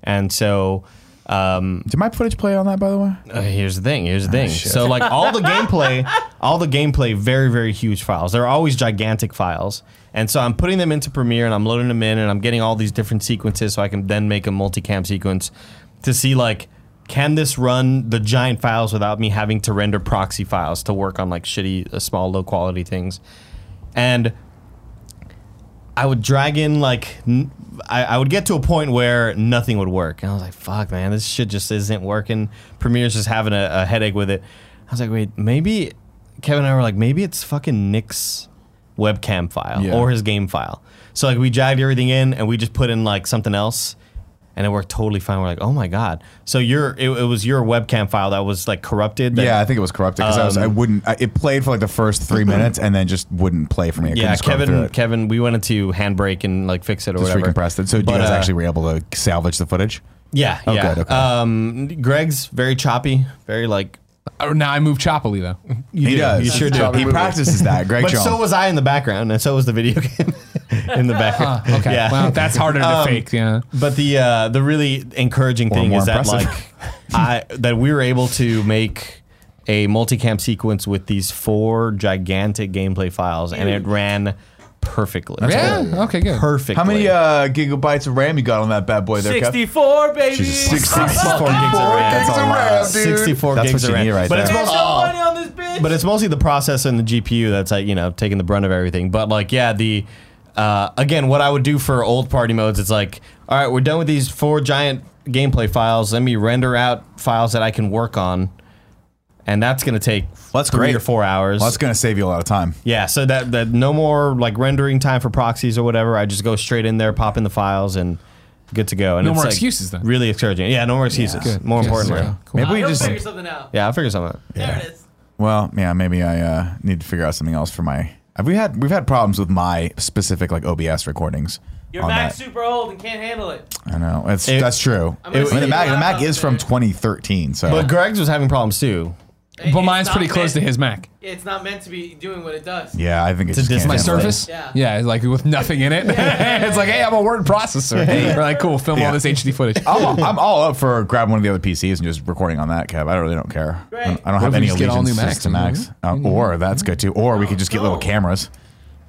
Speaker 5: and so. Um,
Speaker 3: Did my footage play on that by the way?
Speaker 5: uh, here's the thing. Here's the
Speaker 3: Ah,
Speaker 5: thing. so like all the gameplay, all the gameplay, very very huge files. They're always gigantic files, and so I'm putting them into Premiere and I'm loading them in and I'm getting all these different sequences so I can then make a multicam sequence to see like can this run the giant files without me having to render proxy files to work on like shitty uh, small low quality things, and I would drag in like n- I, I would get to a point where nothing would work, and I was like, "Fuck, man, this shit just isn't working." Premiere's just having a, a headache with it. I was like, "Wait, maybe." Kevin and I were like, "Maybe it's fucking Nick's webcam file
Speaker 10: Yeah.
Speaker 5: or his game file." So like we dragged everything in and we just put in like something else, and it worked totally fine. We're like, "Oh my god!" So your it, it was your webcam file that was like corrupted. that-
Speaker 3: Yeah, I think it was corrupted because I was
Speaker 5: Um,
Speaker 3: I wouldn't. I, it played for like the first three minutes and then just wouldn't play for me. I
Speaker 5: Yeah,
Speaker 3: couldn't scroll through
Speaker 5: Kevin.
Speaker 3: it.
Speaker 5: Kevin, we went into handbrake and like fix it or
Speaker 3: just
Speaker 5: whatever.
Speaker 3: recompressed it. So
Speaker 5: But,
Speaker 3: you guys
Speaker 5: uh,
Speaker 3: actually were able to salvage the footage.
Speaker 5: Yeah,
Speaker 3: Oh,
Speaker 5: yeah.
Speaker 3: good, okay.
Speaker 5: Um, Greg's very choppy, very like.
Speaker 1: Uh, now I move choppily though.
Speaker 5: You
Speaker 3: he
Speaker 5: do,
Speaker 3: does.
Speaker 5: You sure
Speaker 3: He
Speaker 5: do.
Speaker 10: Choppy.
Speaker 3: practices that. Greg
Speaker 5: But
Speaker 3: Jones.
Speaker 5: so was I in the background, and so was the video game in the
Speaker 1: Huh,
Speaker 3: Ah,
Speaker 5: background.
Speaker 1: Ah, okay.
Speaker 5: Yeah.
Speaker 1: Well, that's harder to fake. Yeah.
Speaker 5: But the uh, the really encouraging
Speaker 3: Or
Speaker 5: thing
Speaker 3: more
Speaker 5: is that
Speaker 3: impressive.
Speaker 5: like I that we were able to make a multicam sequence with these four gigantic gameplay files, and it ran perfectly.
Speaker 1: yeah. Okay. Good.
Speaker 5: Perfectly.
Speaker 3: How many uh, gigabytes of RAM you got on that bad boy there, Kev?
Speaker 6: 64, baby.
Speaker 3: Jesus.
Speaker 6: There's
Speaker 3: 64 gigs of
Speaker 5: RAM.
Speaker 3: That's
Speaker 10: gigs
Speaker 3: a
Speaker 10: of
Speaker 3: lot.
Speaker 10: RAM, dude.
Speaker 5: 64
Speaker 3: That's
Speaker 5: gigs
Speaker 3: what
Speaker 5: of
Speaker 3: you
Speaker 5: RAM.
Speaker 3: need right
Speaker 5: but it's
Speaker 3: there.
Speaker 5: mostly
Speaker 6: no money on this bitch.
Speaker 5: But it's mostly the processor and the GPU that's like you know taking the brunt of everything. But like yeah, the uh, again, what I would do for old party modes, it's like all right, we're done with these four giant gameplay files. Let me render out files that I can work on, and that's gonna take
Speaker 3: That's
Speaker 5: three
Speaker 3: great.
Speaker 5: or four hours.
Speaker 3: Well, that's gonna save you a lot of time.
Speaker 5: yeah, so that that no more like rendering time for proxies or whatever. I just go straight in there, pop in the files, and good to go. And
Speaker 1: No
Speaker 5: it's,
Speaker 1: more
Speaker 5: like,
Speaker 1: excuses, then.
Speaker 5: Really encouraging. Yeah, no more excuses. More
Speaker 1: Good.
Speaker 5: importantly.
Speaker 1: Yeah. Cool.
Speaker 3: Maybe we
Speaker 6: I'll
Speaker 3: just.
Speaker 6: figure something out.
Speaker 5: Yeah, I'll figure something out.
Speaker 6: There it is.
Speaker 3: Well, yeah, maybe I uh, need to figure out something else for my. Have we had we've had problems with my specific like OBS recordings.
Speaker 6: Your
Speaker 3: on
Speaker 6: Mac's
Speaker 3: that.
Speaker 6: super old and can't handle it.
Speaker 3: I know that's
Speaker 5: It-
Speaker 3: that's true.
Speaker 6: I'm gonna
Speaker 3: I mean, the
Speaker 6: see
Speaker 3: Mac,
Speaker 6: you
Speaker 3: the Mac
Speaker 6: out
Speaker 3: is from
Speaker 6: there.
Speaker 3: 2013, so
Speaker 5: But Greg's was having problems too.
Speaker 6: It-
Speaker 1: But
Speaker 6: it's
Speaker 1: mine's
Speaker 6: not
Speaker 1: pretty close to
Speaker 6: meant-
Speaker 1: his Mac.
Speaker 6: It's not meant to be doing what it does.
Speaker 3: yeah, I think it's
Speaker 5: It's a
Speaker 1: My
Speaker 5: Yeah.
Speaker 1: Surface.
Speaker 6: Yeah.
Speaker 1: Yeah. Like with nothing in it. it's like, hey, I'm a word processor. We're like, cool. Film
Speaker 3: Yeah.
Speaker 1: all this HD footage.
Speaker 3: I'm, I'm all up for grabbing one of the other PCs and just recording on that, Kev. I don't really don't care. I don't, I don't
Speaker 1: What if
Speaker 3: have
Speaker 1: we
Speaker 3: any
Speaker 1: just get all new
Speaker 3: allegiance
Speaker 1: Macs
Speaker 3: to
Speaker 1: and
Speaker 3: Macs. Uh, or that's good too. Or we could just get little
Speaker 6: No.
Speaker 3: cameras,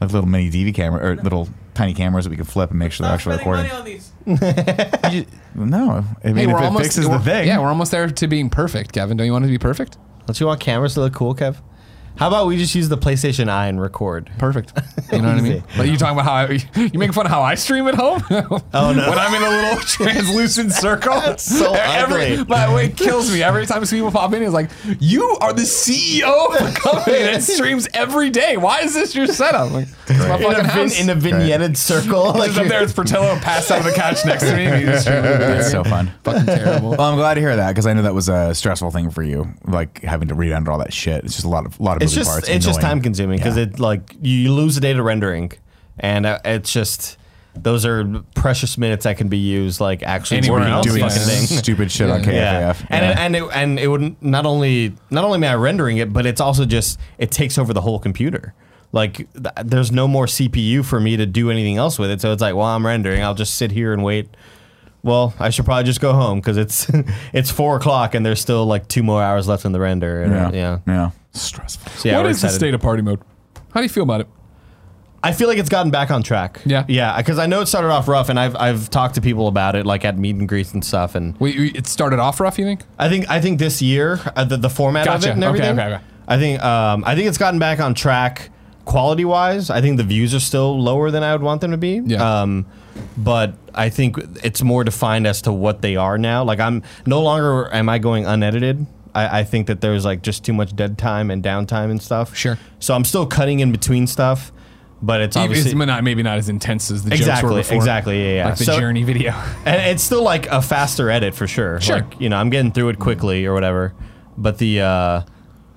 Speaker 3: like little mini DV camera or little tiny cameras that we can flip and make sure they're
Speaker 6: Stop
Speaker 3: actually
Speaker 6: spending
Speaker 3: recording.
Speaker 6: money on these.
Speaker 3: You ju- no, I mean
Speaker 1: Hey,
Speaker 3: if it fixes the
Speaker 1: we're-
Speaker 3: thing.
Speaker 1: Yeah, we're almost there to being perfect, Kevin. Don't you want it to be perfect?
Speaker 5: Don't you want cameras to look cool, Kev? How about we just use the PlayStation Eye and record?
Speaker 1: Perfect. You know what I mean? Like you talking about how I, you making fun of how I stream at home? Oh no! when I'm in a little translucent circle, so
Speaker 5: ugly.
Speaker 1: By the way, it kills me every time people pop in. It's like you are the CEO of a company that streams every day. Why is this your setup? Like, it's my
Speaker 5: In a,
Speaker 1: fucking
Speaker 5: vin-
Speaker 1: house.
Speaker 5: in a vignetted circle, like
Speaker 1: It's up there, it's Portillo passed out of the couch next to me. And he's
Speaker 3: That's so fun.
Speaker 1: fucking terrible.
Speaker 3: Well, I'm glad to hear that because I know that was a stressful thing for you, like having to read under all that shit. It's just a lot of lot of
Speaker 5: it's
Speaker 3: moving
Speaker 5: just
Speaker 3: parts.
Speaker 5: it's just
Speaker 3: annoying.
Speaker 5: time consuming because
Speaker 3: Yeah.
Speaker 5: it like you, you lose the data rendering, and uh, it's just those are precious minutes that can be used like actually
Speaker 1: Anywhere
Speaker 5: working on
Speaker 1: else,
Speaker 5: the
Speaker 3: doing
Speaker 1: yeah.
Speaker 5: fucking thing.
Speaker 3: stupid shit on KFAF.
Speaker 5: Yeah. And
Speaker 3: Yeah.
Speaker 5: it, and it, and it would not only not only am I rendering it, but it's also just it takes over the whole computer. Like th- there's no more CPU for me to do anything else with it. So it's like, well, I'm rendering. I'll just sit here and wait. Well, I should probably just go home because it's it's four o'clock and there's still like two more hours left in the render. And, yeah. yeah.
Speaker 3: yeah. Stressful.
Speaker 5: So yeah,
Speaker 1: what
Speaker 5: we're
Speaker 1: is the
Speaker 5: excited.
Speaker 1: state of party mode? How do you feel about it?
Speaker 5: I feel like it's gotten back on track.
Speaker 1: Yeah.
Speaker 5: yeah, because I know it started off rough, and I've I've talked to people about it, like at meet and greets and stuff, and
Speaker 1: Wait, you- it started off rough, you think?
Speaker 5: I think I think this year uh, the, the format
Speaker 1: Gotcha.
Speaker 5: of it and
Speaker 1: Okay,
Speaker 5: everything.
Speaker 1: okay, okay.
Speaker 5: I think um, I think it's gotten back on track quality wise. I think the views are still lower than I would want them to be.
Speaker 1: Yeah.
Speaker 5: Um, but I think it's more defined as to what they are now. Like I'm no longer am I going unedited. I, I think that there's like just too much dead time and downtime and stuff.
Speaker 1: Sure.
Speaker 5: So I'm still cutting in between stuff, but it's obviously
Speaker 1: It's not, maybe not as intense as the jokes were
Speaker 5: exactly
Speaker 1: before.
Speaker 5: exactly yeah yeah.
Speaker 1: Like the
Speaker 5: So-
Speaker 1: journey video.
Speaker 5: and it's still like a faster edit for sure.
Speaker 1: Sure.
Speaker 5: Like, you know, I'm getting through it quickly or whatever. But the uh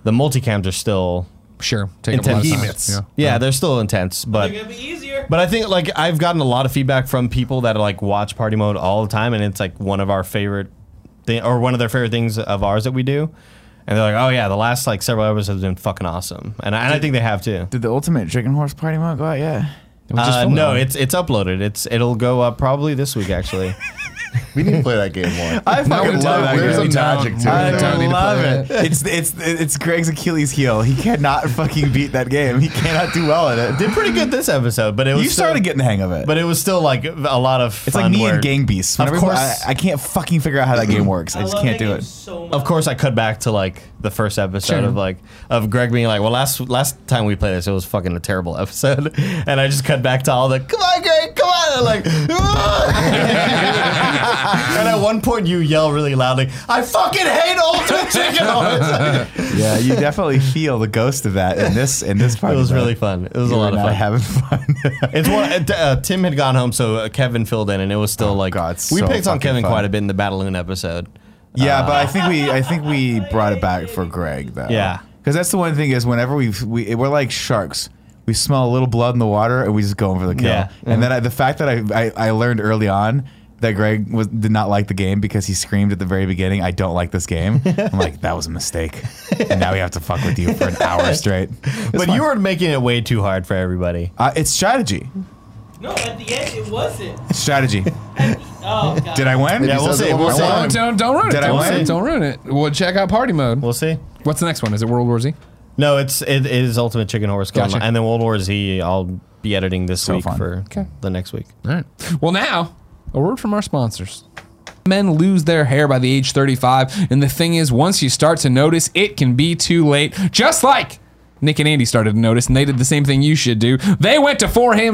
Speaker 5: the multicams are still
Speaker 1: Sure. Take up a lot of
Speaker 5: intense.
Speaker 1: time.
Speaker 2: Behemoths.
Speaker 1: Yeah.
Speaker 5: Yeah, they're still intense, but
Speaker 6: It's gonna be easier.
Speaker 5: but I think like I've gotten a lot of feedback from people that like watch Party Mode all the time, and it's like one of our favorite thing or one of their favorite things of ours that we do. And they're like, oh yeah, the last like several episodes have been fucking awesome, and I, and I think they have too.
Speaker 3: Did the ultimate Dragon Horse party mode go out? Yeah.
Speaker 5: Uh, no, it's it's uploaded. It's it'll go up probably this week actually.
Speaker 2: We need to play that game more.
Speaker 3: I
Speaker 1: fucking
Speaker 3: fucking
Speaker 1: we're
Speaker 3: love
Speaker 1: done.
Speaker 3: that
Speaker 1: We're
Speaker 2: There's
Speaker 1: game.
Speaker 2: some
Speaker 1: done.
Speaker 2: magic to it.
Speaker 1: We're
Speaker 3: I
Speaker 1: done.
Speaker 2: though.
Speaker 1: don't need to
Speaker 3: love
Speaker 1: play
Speaker 3: it. It's it's it's Greg's Achilles heel. He cannot fucking beat that game. He cannot do well at it.
Speaker 5: Did pretty good this episode, but it was
Speaker 3: You
Speaker 5: still-
Speaker 3: started getting the hang of it.
Speaker 5: but it was still like a lot of.
Speaker 3: it's like
Speaker 5: fun
Speaker 3: me
Speaker 5: where-
Speaker 3: and Gang Beasts.
Speaker 5: Of
Speaker 3: Whenever-
Speaker 5: course.
Speaker 3: I, I can't fucking figure out how that game works. I, just
Speaker 6: love
Speaker 3: can't
Speaker 6: that
Speaker 3: do
Speaker 6: game
Speaker 3: it.
Speaker 6: So much.
Speaker 5: Of course, I cut back to like the first episode
Speaker 1: Sure.
Speaker 5: of like of Greg being like, "Well, last last time we played this, it was fucking a terrible episode," and I just cut back to all the, "Come on, Greg, come on!" And like, and at one point you yell really loudly, "I fucking hate Ultimate Chicken!" Horse!"
Speaker 3: Yeah, you definitely feel the ghost of that in this in this part.
Speaker 5: it was really fun. It was a lot of fun.
Speaker 3: Having fun.
Speaker 5: It's one. uh, Uh, Tim had gone home, so uh, Kevin filled in, and it was still like
Speaker 3: Oh, God, it's
Speaker 5: we
Speaker 3: so
Speaker 5: picked on
Speaker 3: fucking
Speaker 5: Kevin
Speaker 3: fun.
Speaker 5: quite a bit in the Battleon episode.
Speaker 3: Yeah, but I think we I think we brought it back for Greg though.
Speaker 5: Uh, Yeah.
Speaker 3: because that's the one thing is whenever we we we're like sharks. We smell a little blood in the water and we just go in for the kill.
Speaker 5: Yeah.
Speaker 3: And then I, the fact that I, I I learned early on that Greg was did not like the game because he screamed at the very beginning, "I don't like this game." I'm like, that was a mistake. And now we have to fuck with you for an hour straight.
Speaker 5: but you were making it way too hard for everybody.
Speaker 3: uh, it's strategy,
Speaker 6: No, at the end it wasn't.
Speaker 3: It's strategy.
Speaker 6: Oh god.
Speaker 3: Did I win?
Speaker 2: If he
Speaker 5: we'll
Speaker 2: says it
Speaker 5: see,
Speaker 2: one
Speaker 5: we'll
Speaker 2: more
Speaker 5: see.
Speaker 2: time-
Speaker 1: Don't, don't, don't ruin it.
Speaker 3: Did I
Speaker 1: Don't,
Speaker 3: win?
Speaker 1: it. don't ruin it. Well, check out Party Mode.
Speaker 5: We'll see.
Speaker 1: What's the next one? Is it World War Z?
Speaker 5: No, it's it, it is Ultimate Chicken Horse going
Speaker 1: Gotcha.
Speaker 5: on. and then World War Z. I'll be editing this week
Speaker 3: fun.
Speaker 5: for
Speaker 1: Okay.
Speaker 5: the next week.
Speaker 1: All right. Well, now, a word from our sponsors. Men lose their hair by the age 35, and the thing is, once you start to notice, it can be too late. Just like Nick and Andy started to notice, and they did the same thing you should do. They went to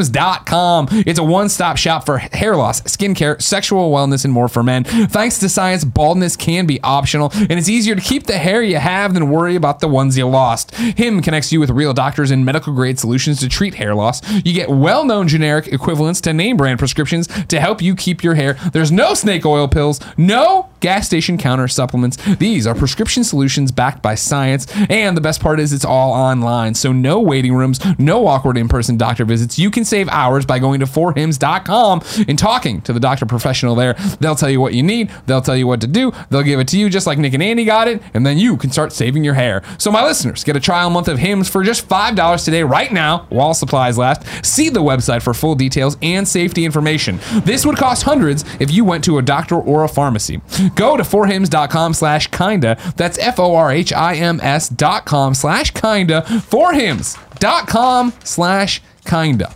Speaker 1: forhims.com. It's a one stop shop for hair loss, skincare, sexual wellness, and more for men. Thanks to science, baldness can be optional, and it's easier to keep the hair you have than worry about the ones you lost. Him connects you with real doctors and medical grade solutions to treat hair loss. You get well known generic equivalents to name brand prescriptions to help you keep your hair. There's no snake oil pills, no gas station counter supplements. These are prescription solutions backed by science. And the best part is it's all online. So no waiting rooms, no awkward in person doctor visits. You can save hours by going to forhims.com and talking to the doctor professional there. They'll tell you what you need, they'll tell you what to do, they'll give it to you just like Nick and Andy got it, and then you can start saving your hair. So, my listeners, get a trial month of Hims for just $5 today, right now, while supplies last. See the website for full details and safety information. This would cost hundreds if you went to a doctor or a pharmacy. Go to forhims.com slash kinda. That's F O R H I M S dot com slash kinda. Forhims.com slash kinda.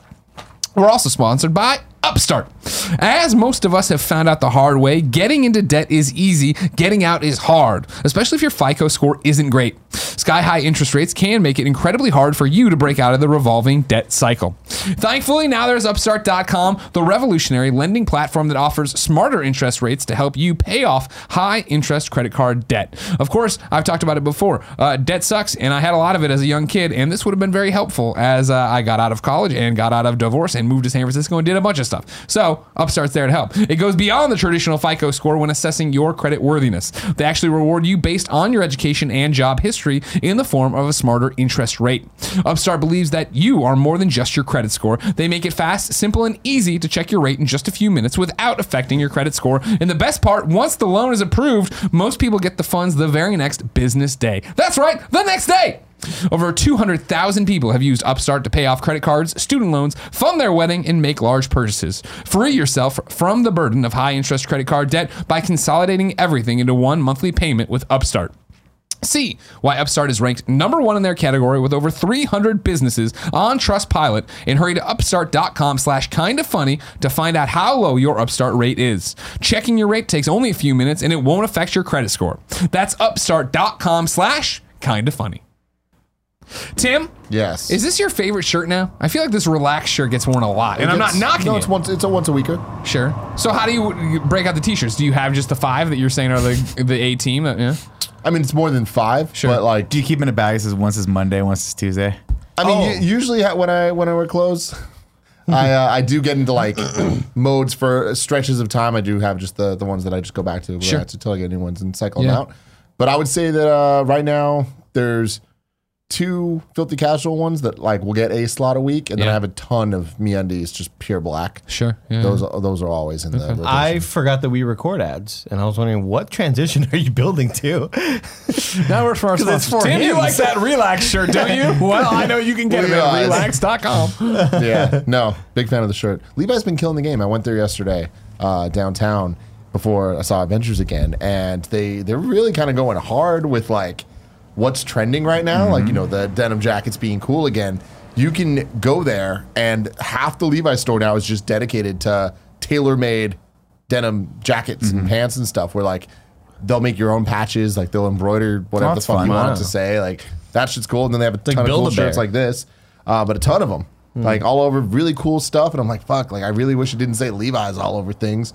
Speaker 1: We're also sponsored by Upstart. As most of us have found out the hard way, getting into debt is easy, getting out is hard, especially if your FICO score isn't great. Sky high interest rates can make it incredibly hard for you to break out of the revolving debt cycle. Thankfully, now there's Upstart.com, the revolutionary lending platform that offers smarter interest rates to help you pay off high interest credit card debt. Of course, I've talked about it before. Uh, debt sucks, and I had a lot of it as a young kid, and this would have been very helpful as uh, I got out of college and got out of divorce and moved to San Francisco and did a bunch of stuff. So, Upstart's there to help. It goes beyond the traditional FICO score when assessing your credit worthiness. They actually reward you based on your education and job history in the form of a smarter interest rate. Upstart believes that you are more than just your credit score. They make it fast, simple, and easy to check your rate in just a few minutes without affecting your credit score. And the best part, once the loan is approved, most people get the funds the very next business day. That's right, the next day. Over 200,000 people have used Upstart to pay off credit cards, student loans, fund their wedding, and make large purchases. Free yourself from the burden of high interest credit card debt by consolidating everything into one monthly payment with Upstart. See why Upstart is ranked number one in their category with over 300 businesses on Trustpilot and hurry to upstart.com slash kinda funny to find out how low your Upstart rate is. Checking your rate takes only a few minutes and it won't affect your credit score. That's upstart.com slash kinda funny. Tim,
Speaker 2: Yes.
Speaker 1: is this your favorite shirt now? I feel like this relaxed shirt gets worn a lot, and I'm not
Speaker 2: It's-
Speaker 1: knocking
Speaker 2: No,
Speaker 1: it.
Speaker 2: it's once. It's a once a weeker.
Speaker 1: Sure. So how do you you break out the t-shirts? Do you have just the five that you're saying are the the A team? That, yeah.
Speaker 2: I mean, it's more than five.
Speaker 1: Sure.
Speaker 2: But like,
Speaker 3: Do you keep them in a bag? It says once is Monday, once is Tuesday.
Speaker 2: I mean, u-
Speaker 1: Oh.
Speaker 2: usually ha- when I when I wear clothes, I uh, I do get into like modes for uh, stretches of time. I do have just the the ones that I just go back to,
Speaker 1: Sure.
Speaker 2: until I get new ones and cycle
Speaker 1: Yeah.
Speaker 2: them out. But I would say that uh, right now, there's two filthy casual ones that like will get a slot a week, and then
Speaker 1: Yeah.
Speaker 2: I have a ton of MeUndies just pure black.
Speaker 1: Sure. Yeah.
Speaker 2: Those those are always in the. rotation.
Speaker 7: I forgot that we record ads, and I was wondering what transition are you building to?
Speaker 1: Now we're for our
Speaker 7: it's
Speaker 1: sponsors.
Speaker 7: for
Speaker 1: Tim, you
Speaker 7: him.
Speaker 1: like that relax shirt, don't you? Well, I know you can get it at
Speaker 2: Levi's.
Speaker 1: relax.com.
Speaker 2: yeah, no, big fan of the shirt. Levi's been killing the game. I went there yesterday uh, downtown before I saw Adventures again, and they they're really kind of going hard with like what's trending right now. Like you know the denim jackets being cool again. You can go there, and half the Levi's store now is just dedicated to tailor made denim jackets and pants and stuff. Where like they'll make your own patches, like they'll embroider whatever the
Speaker 3: that's
Speaker 2: fuck
Speaker 3: fun.
Speaker 2: you want
Speaker 3: Wow.
Speaker 2: it to say. Like that shit's cool. And then they have a
Speaker 5: like
Speaker 2: ton of cool
Speaker 5: Build-A-Bear.
Speaker 2: shirts like this, uh, but a ton of them,
Speaker 3: Hmm.
Speaker 2: like all over really cool stuff. And I'm like, fuck, like I really wish it didn't say Levi's all over things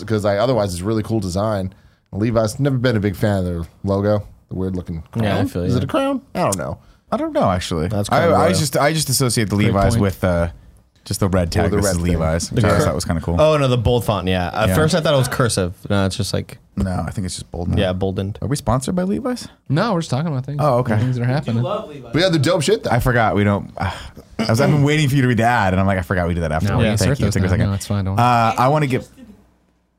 Speaker 2: because I otherwise it's really cool design. And Levi's never been a big fan of their logo, the weird looking crown.
Speaker 5: Yeah, I feel
Speaker 2: Is
Speaker 5: you.
Speaker 2: it a crown? I don't know.
Speaker 3: I don't know actually.
Speaker 5: That's
Speaker 3: I,
Speaker 5: kinda
Speaker 3: I
Speaker 5: wild.
Speaker 3: just I just associate the Levi's
Speaker 5: point.
Speaker 3: with uh, just the red tag.
Speaker 2: the
Speaker 3: this
Speaker 2: red
Speaker 3: is
Speaker 2: thing.
Speaker 3: Levi's. Which I thought was kind of cool.
Speaker 5: Oh no, the bold font. Yeah. At
Speaker 3: Yeah.
Speaker 5: first, I thought it was cursive. No, it's just like
Speaker 3: No, I think it's just bold. now.
Speaker 5: yeah, boldened.
Speaker 3: Are we sponsored by Levi's?
Speaker 1: No, we're just talking about things.
Speaker 3: Oh, okay.
Speaker 1: Things that are happening.
Speaker 6: Love Levi's.
Speaker 2: But yeah, the dope shit though.
Speaker 3: I forgot we don't. Uh, I was, I've been waiting for you to read the ad, and I'm like, I forgot we did that after.
Speaker 1: No, we insert
Speaker 3: Thank you.
Speaker 1: those
Speaker 3: Take a
Speaker 1: now.
Speaker 3: second.
Speaker 1: No, it's fine. Don't worry.
Speaker 3: Uh, I want to give.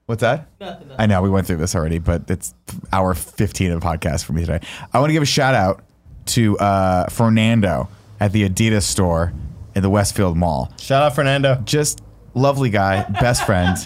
Speaker 3: What's that?
Speaker 6: Nothing, nothing.
Speaker 3: I know we went through this already, but it's hour 15 of the podcast for me today. I want to give a shout out to uh, Fernando at the Adidas store in the Westfield Mall.
Speaker 5: Shout out Fernando.
Speaker 3: Just lovely guy, best friend.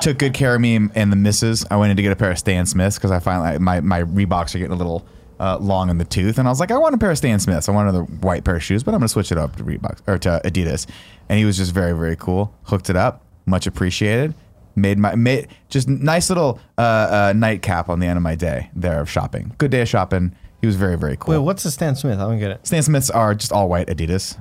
Speaker 3: Took good care of me and the missus. I went in to get a pair of Stan Smiths because I finally my my Reeboks are getting a little uh, long in the tooth, and I was like, I want a pair of Stan Smiths. I want another white pair of shoes, but I'm gonna switch it up to Reeboks or to Adidas. And he was just very very cool. Hooked it up, much appreciated. Made my made just nice little uh, uh, nightcap on the end of my day there of shopping. Good day of shopping. He was very very cool.
Speaker 5: Wait, what's the Stan Smith? I don't get it.
Speaker 3: Stan Smiths are just all white Adidas.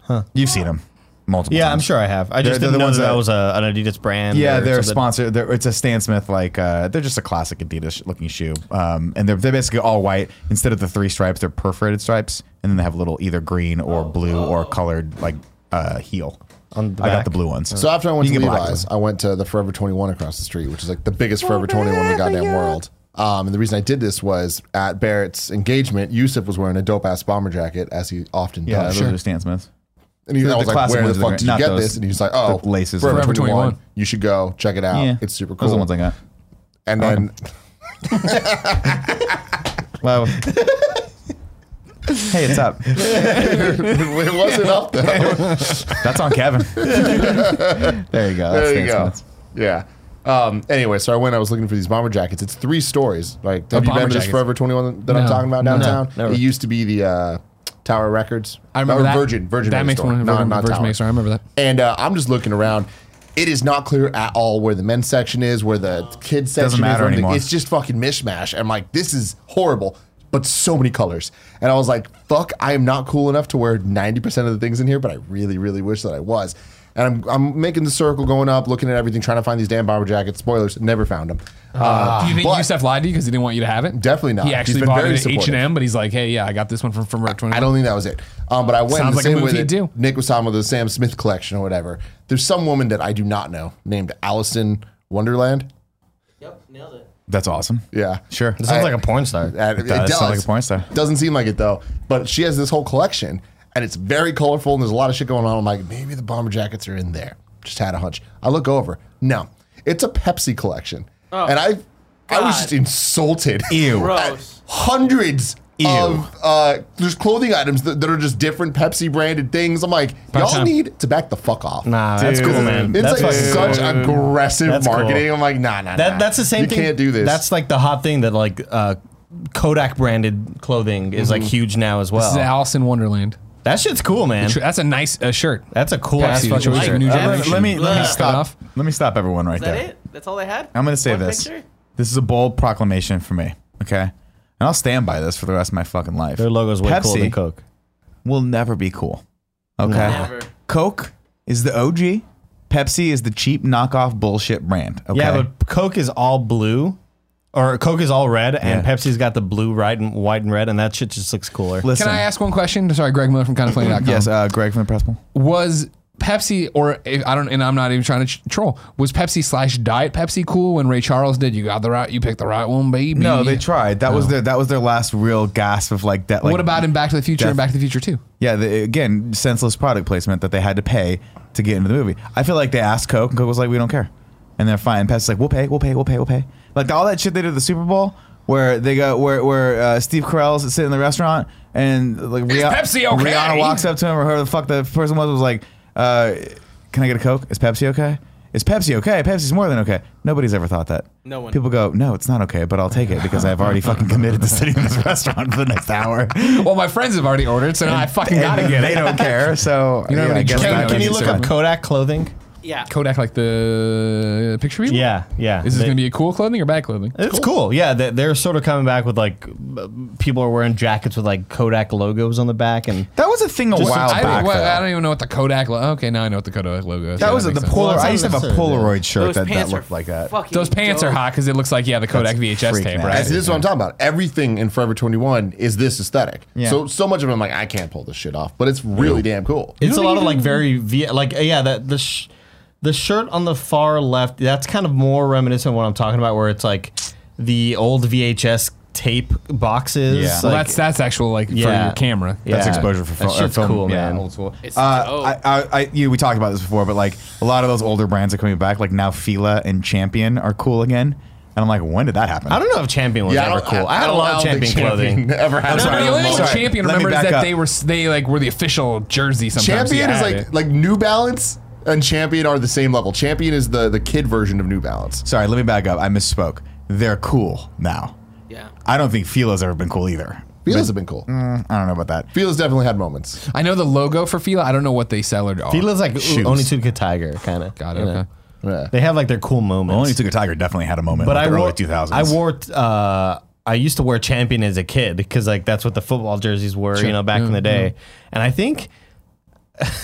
Speaker 3: Huh? You've seen them multiple.
Speaker 5: Yeah,
Speaker 3: times.
Speaker 5: I'm sure I have. I just
Speaker 3: they're
Speaker 5: didn't
Speaker 3: the
Speaker 5: know
Speaker 3: ones
Speaker 5: that, that
Speaker 3: that-
Speaker 5: was a, an Adidas brand.
Speaker 3: Yeah,
Speaker 5: or
Speaker 3: they're a
Speaker 5: something.
Speaker 3: sponsor. They're, it's a Stan Smith like uh, they're just a classic Adidas sh- looking shoe, um, and they're they're basically all white instead of the three stripes. They're perforated stripes, and then they have a little either green
Speaker 2: Oh,
Speaker 3: or blue or colored like uh, heel.
Speaker 5: On the
Speaker 3: I got
Speaker 5: back.
Speaker 3: the Uh, blue ones.
Speaker 2: So after I went
Speaker 3: You
Speaker 2: to
Speaker 3: can get black ones.
Speaker 2: Levi's, I went to the Forever 21 across the street, which is like the biggest Forever 21 in the goddamn world. Um, and the reason I did this was at Barrett's engagement, Yusuf was wearing a dope ass bomber jacket, as he often
Speaker 3: yeah,
Speaker 2: does.
Speaker 3: those are Stan Smiths.
Speaker 2: And he,
Speaker 3: oh, The-
Speaker 2: I was
Speaker 3: the
Speaker 2: like,
Speaker 3: classic
Speaker 2: where the
Speaker 3: ones with
Speaker 2: fuck
Speaker 3: the
Speaker 2: did you
Speaker 3: gra-
Speaker 2: get
Speaker 3: not
Speaker 2: this?
Speaker 3: those-
Speaker 2: And he was like, oh,
Speaker 3: the laces.
Speaker 2: Forever,
Speaker 1: Forever
Speaker 2: 21.
Speaker 1: 21.
Speaker 2: You should go check it out.
Speaker 3: Yeah.
Speaker 2: It's super cool.
Speaker 3: Those are the ones I got.
Speaker 2: And then
Speaker 3: Wow. hey, it's up.
Speaker 2: it wasn't up though.
Speaker 3: That's on Kevin. there you go. That's
Speaker 2: there
Speaker 3: Stan
Speaker 2: you go.
Speaker 3: Smiths.
Speaker 2: Yeah. Um, anyway, so I went. I was looking for these bomber jackets. It's three stories. Like, have you
Speaker 1: bomber
Speaker 2: been to this
Speaker 1: jackets.
Speaker 2: Forever Twenty One that I'm
Speaker 1: No.
Speaker 2: talking about
Speaker 1: No,
Speaker 2: downtown?
Speaker 5: never.
Speaker 2: it used to be the uh, Tower Records.
Speaker 1: I remember
Speaker 2: Or
Speaker 1: that.
Speaker 2: Virgin. Virgin.
Speaker 1: That
Speaker 2: made a
Speaker 1: makes
Speaker 2: store.
Speaker 1: one-
Speaker 2: Not,
Speaker 1: Virgin-
Speaker 2: not
Speaker 1: Virgin
Speaker 2: Tower.
Speaker 1: made a store. I remember that.
Speaker 2: And uh, I'm just looking around. It is not clear at all where the men's section is, where the kids section is,
Speaker 3: matter
Speaker 2: or anything.
Speaker 3: anymore.
Speaker 2: It's just fucking mishmash. I'm like, this is horrible, but so many colors. And I was like, fuck, I am not cool enough to wear 90% of the things in here, but I really, really wish that I was. And I'm, I'm making the circle going up, looking at everything, trying to find these damn bomber jackets. Spoilers, never found them.
Speaker 1: Ah. Do you think
Speaker 2: Uh, but-
Speaker 1: Yusef lied to you because he didn't want you to have it?
Speaker 2: Definitely not.
Speaker 1: He
Speaker 2: He's
Speaker 1: actually
Speaker 2: been
Speaker 1: bought
Speaker 2: very
Speaker 1: it at H and
Speaker 2: supportive.
Speaker 1: M, but he's like, "Hey, yeah, I got this one from from Rep 21."
Speaker 2: I don't think that was it. Um, but I went
Speaker 1: Sounds
Speaker 2: the
Speaker 1: like a
Speaker 2: same
Speaker 1: move
Speaker 2: way
Speaker 1: he'd
Speaker 2: that
Speaker 1: do.
Speaker 2: Nick was talking about the Sam Smith collection or whatever. There's some woman that I do not know named Allison Wonderland.
Speaker 6: Yep, nailed it.
Speaker 3: That's awesome.
Speaker 2: Yeah,
Speaker 3: Sure.
Speaker 5: It sounds
Speaker 2: I-
Speaker 5: like a porn star.
Speaker 2: That-
Speaker 3: It does.
Speaker 2: It does.
Speaker 3: Sounds like a porn star.
Speaker 2: Doesn't seem like it though. But she has this whole collection, and it's very colorful, and there's a lot of shit going on. I'm like, maybe the bomber jackets are in there. Just had a hunch. I look over. No, it's a Pepsi collection, and I, I was
Speaker 6: God.
Speaker 2: just insulted.
Speaker 3: Ew.
Speaker 6: Gross.
Speaker 2: Hundreds. Of uh, there's clothing items that, that are just different Pepsi branded things. I'm like, y'all
Speaker 1: time.
Speaker 2: need to back the fuck off.
Speaker 5: Nah, that's
Speaker 3: Dude.
Speaker 5: cool, man.
Speaker 2: it's
Speaker 5: that's
Speaker 2: like
Speaker 5: fucking
Speaker 2: such
Speaker 5: cool.
Speaker 2: aggressive
Speaker 5: That's cool.
Speaker 2: marketing. I'm like, nah, nah, nah.
Speaker 5: That, that's the same
Speaker 2: You
Speaker 5: thing.
Speaker 2: can't do this.
Speaker 5: That's like the hot thing that like uh, Kodak branded clothing is
Speaker 3: Mm-hmm.
Speaker 5: like huge now as
Speaker 1: This is
Speaker 5: well.
Speaker 1: Alice in Wonderland.
Speaker 5: That shit's cool, man.
Speaker 1: Sure, That's a nice uh, shirt.
Speaker 5: That's a cool ass
Speaker 1: Pepsi,
Speaker 5: fucking
Speaker 1: which is
Speaker 5: shirt.
Speaker 1: new
Speaker 5: Uh,
Speaker 3: Let, let me let me
Speaker 1: Cut
Speaker 6: Ugh.
Speaker 3: stop.
Speaker 1: off.
Speaker 3: Let me stop everyone right
Speaker 6: Is that
Speaker 3: there.
Speaker 6: it? That's all they had?
Speaker 3: I'm going to say
Speaker 6: One
Speaker 3: this.
Speaker 6: picture?
Speaker 3: This is a bold proclamation for me, okay? And I'll stand by this for the rest of my fucking life.
Speaker 5: Their logo's way
Speaker 3: Pepsi
Speaker 5: cooler than Coke.
Speaker 3: will never be cool, okay?
Speaker 6: Never.
Speaker 3: Coke is the OG. Pepsi is the cheap knockoff bullshit brand. Okay?
Speaker 5: Yeah, but Coke is all blue, or Coke is all red, and
Speaker 3: Yeah.
Speaker 5: Pepsi's got the blue, right, and white, and red, and that shit just looks cooler.
Speaker 3: listen.
Speaker 1: Can I ask one question? Sorry, Greg Miller from kindoffunny.com.
Speaker 3: Yes, uh, Greg from the press pool.
Speaker 1: Was Pepsi or if, I don't, and I'm not even trying to ch- troll. Was Pepsi slash Diet Pepsi cool when Ray Charles did? You got the right, you picked the right one, baby.
Speaker 3: No, they tried. That was their that was their last real gasp of like that. Like,
Speaker 1: what about in Back to the Future and
Speaker 3: Def-
Speaker 1: Back to the Future Two?
Speaker 3: Yeah, the, again, senseless product placement that they had to pay to get into the movie. I feel like they asked Coke, and Coke was like, "We don't care," and they're fine. Pepsi's like, "We'll pay, we'll pay, we'll pay, we'll pay." Like all that shit they did at the Super Bowl, where they go, where where uh, Steve Carell's sitting in the restaurant, and like Ria-
Speaker 1: Pepsi okay?
Speaker 3: Rihanna walks up to him, or whoever the fuck the person was was like, uh, "Can I get a Coke? Is Pepsi okay?" Is Pepsi okay? Pepsi's more than okay. Nobody's ever thought that.
Speaker 6: No one.
Speaker 3: People go, no, it's not okay, but I'll take it because I've already fucking committed to sitting in this restaurant for the next hour
Speaker 1: Well, my friends have already ordered, so now I fucking gotta get
Speaker 3: they
Speaker 1: it.
Speaker 3: don't care. So
Speaker 1: You know what I mean? Can-
Speaker 3: that
Speaker 1: can
Speaker 3: makes
Speaker 1: you
Speaker 3: it
Speaker 1: look
Speaker 3: fun.
Speaker 1: up
Speaker 5: Kodak clothing.
Speaker 6: Yeah.
Speaker 1: Kodak like the picture people.
Speaker 5: Yeah, yeah.
Speaker 1: Is this
Speaker 5: They-
Speaker 1: gonna be a cool clothing or bad clothing?
Speaker 5: It's cool. Yeah, they- they're sort of coming back with like b- people are wearing jackets with like Kodak logos on the back, and
Speaker 3: That was a thing a
Speaker 1: Just-
Speaker 3: while
Speaker 1: I,
Speaker 3: back.
Speaker 1: don't, well, I
Speaker 3: though.
Speaker 1: don't even know what the Kodak. Lo- okay, now I know what the Kodak logo is.
Speaker 3: That
Speaker 1: Yeah,
Speaker 3: was a,
Speaker 1: makes
Speaker 3: the
Speaker 1: sense.
Speaker 3: Polaroid.
Speaker 5: Well, it's
Speaker 3: I used to have a
Speaker 5: not necessarily
Speaker 3: Polaroid shirt
Speaker 6: Those
Speaker 3: that, that
Speaker 6: pants
Speaker 3: looked
Speaker 6: are
Speaker 3: like that.
Speaker 6: fucking
Speaker 1: Those pants
Speaker 6: dope.
Speaker 1: are hot because it looks like yeah the Kodak VHS
Speaker 3: freak
Speaker 1: tape,
Speaker 3: nasty.
Speaker 1: right?
Speaker 2: That's, this is what I'm talking about. Everything in Forever 21 is this aesthetic.
Speaker 3: Yeah.
Speaker 2: So so much of it, I'm like, I can't pull this shit off, but it's really damn cool.
Speaker 5: it's a lot of like very v- like uh, yeah that the sh- the shirt on the far left that's kind of more reminiscent of what I'm talking about, where it's like the old VHS tape boxes.
Speaker 3: Yeah.
Speaker 1: Well,
Speaker 5: like-
Speaker 1: that's that's actual like for
Speaker 5: Yeah.
Speaker 1: your camera.
Speaker 3: That's
Speaker 5: Yeah.
Speaker 3: exposure for
Speaker 5: That
Speaker 3: film. or
Speaker 5: shit's
Speaker 3: film,
Speaker 5: cool,
Speaker 3: yeah,
Speaker 5: man.
Speaker 3: Old school.
Speaker 6: It's dope.
Speaker 3: Uh, I, I, I, you, we talked about this before, but like a lot of those older brands are coming back. Like now, Fila and Champion are cool again, and I'm like, when did that happen?
Speaker 5: I don't know if Champion was
Speaker 2: Yeah, I
Speaker 5: ever
Speaker 2: don't-
Speaker 5: cool. I, had a
Speaker 2: don't-
Speaker 5: lot of
Speaker 2: I don't
Speaker 5: Champion
Speaker 2: think
Speaker 5: clothing.
Speaker 2: Ever had
Speaker 1: No,
Speaker 3: Sorry,
Speaker 1: no, the only
Speaker 3: I'm
Speaker 1: thing
Speaker 3: sorry.
Speaker 1: Champion
Speaker 3: Let me
Speaker 1: remembers is
Speaker 3: back
Speaker 1: that
Speaker 3: up.
Speaker 1: they were they like were the official jersey. Sometimes
Speaker 2: Champion
Speaker 1: Yeah,
Speaker 2: is like
Speaker 1: it.
Speaker 2: like New Balance and Champion are the same level. Champion is the the kid version of New Balance.
Speaker 3: Sorry, let me back up. I misspoke. They're cool now.
Speaker 6: Yeah.
Speaker 3: I don't think Fila's ever been cool either.
Speaker 2: Fila's have been cool.
Speaker 3: Mm, I don't know about that.
Speaker 2: Fila's definitely had moments.
Speaker 1: I know the logo for Fila. I don't know what they sell or are.
Speaker 5: He looks like
Speaker 3: Shoes.
Speaker 5: Onitsuka Tiger, kind of.
Speaker 1: Got it.
Speaker 5: you know?
Speaker 1: Okay.
Speaker 2: Yeah.
Speaker 5: They have like their cool moments.
Speaker 3: Only Took a Tiger definitely had a moment.
Speaker 5: but
Speaker 3: But like
Speaker 5: I
Speaker 3: the
Speaker 5: wore,
Speaker 3: early 2000s.
Speaker 5: I wore. Uh, I used to wear Champion as a kid because like that's what the football jerseys were, you know, back in the day. And I think,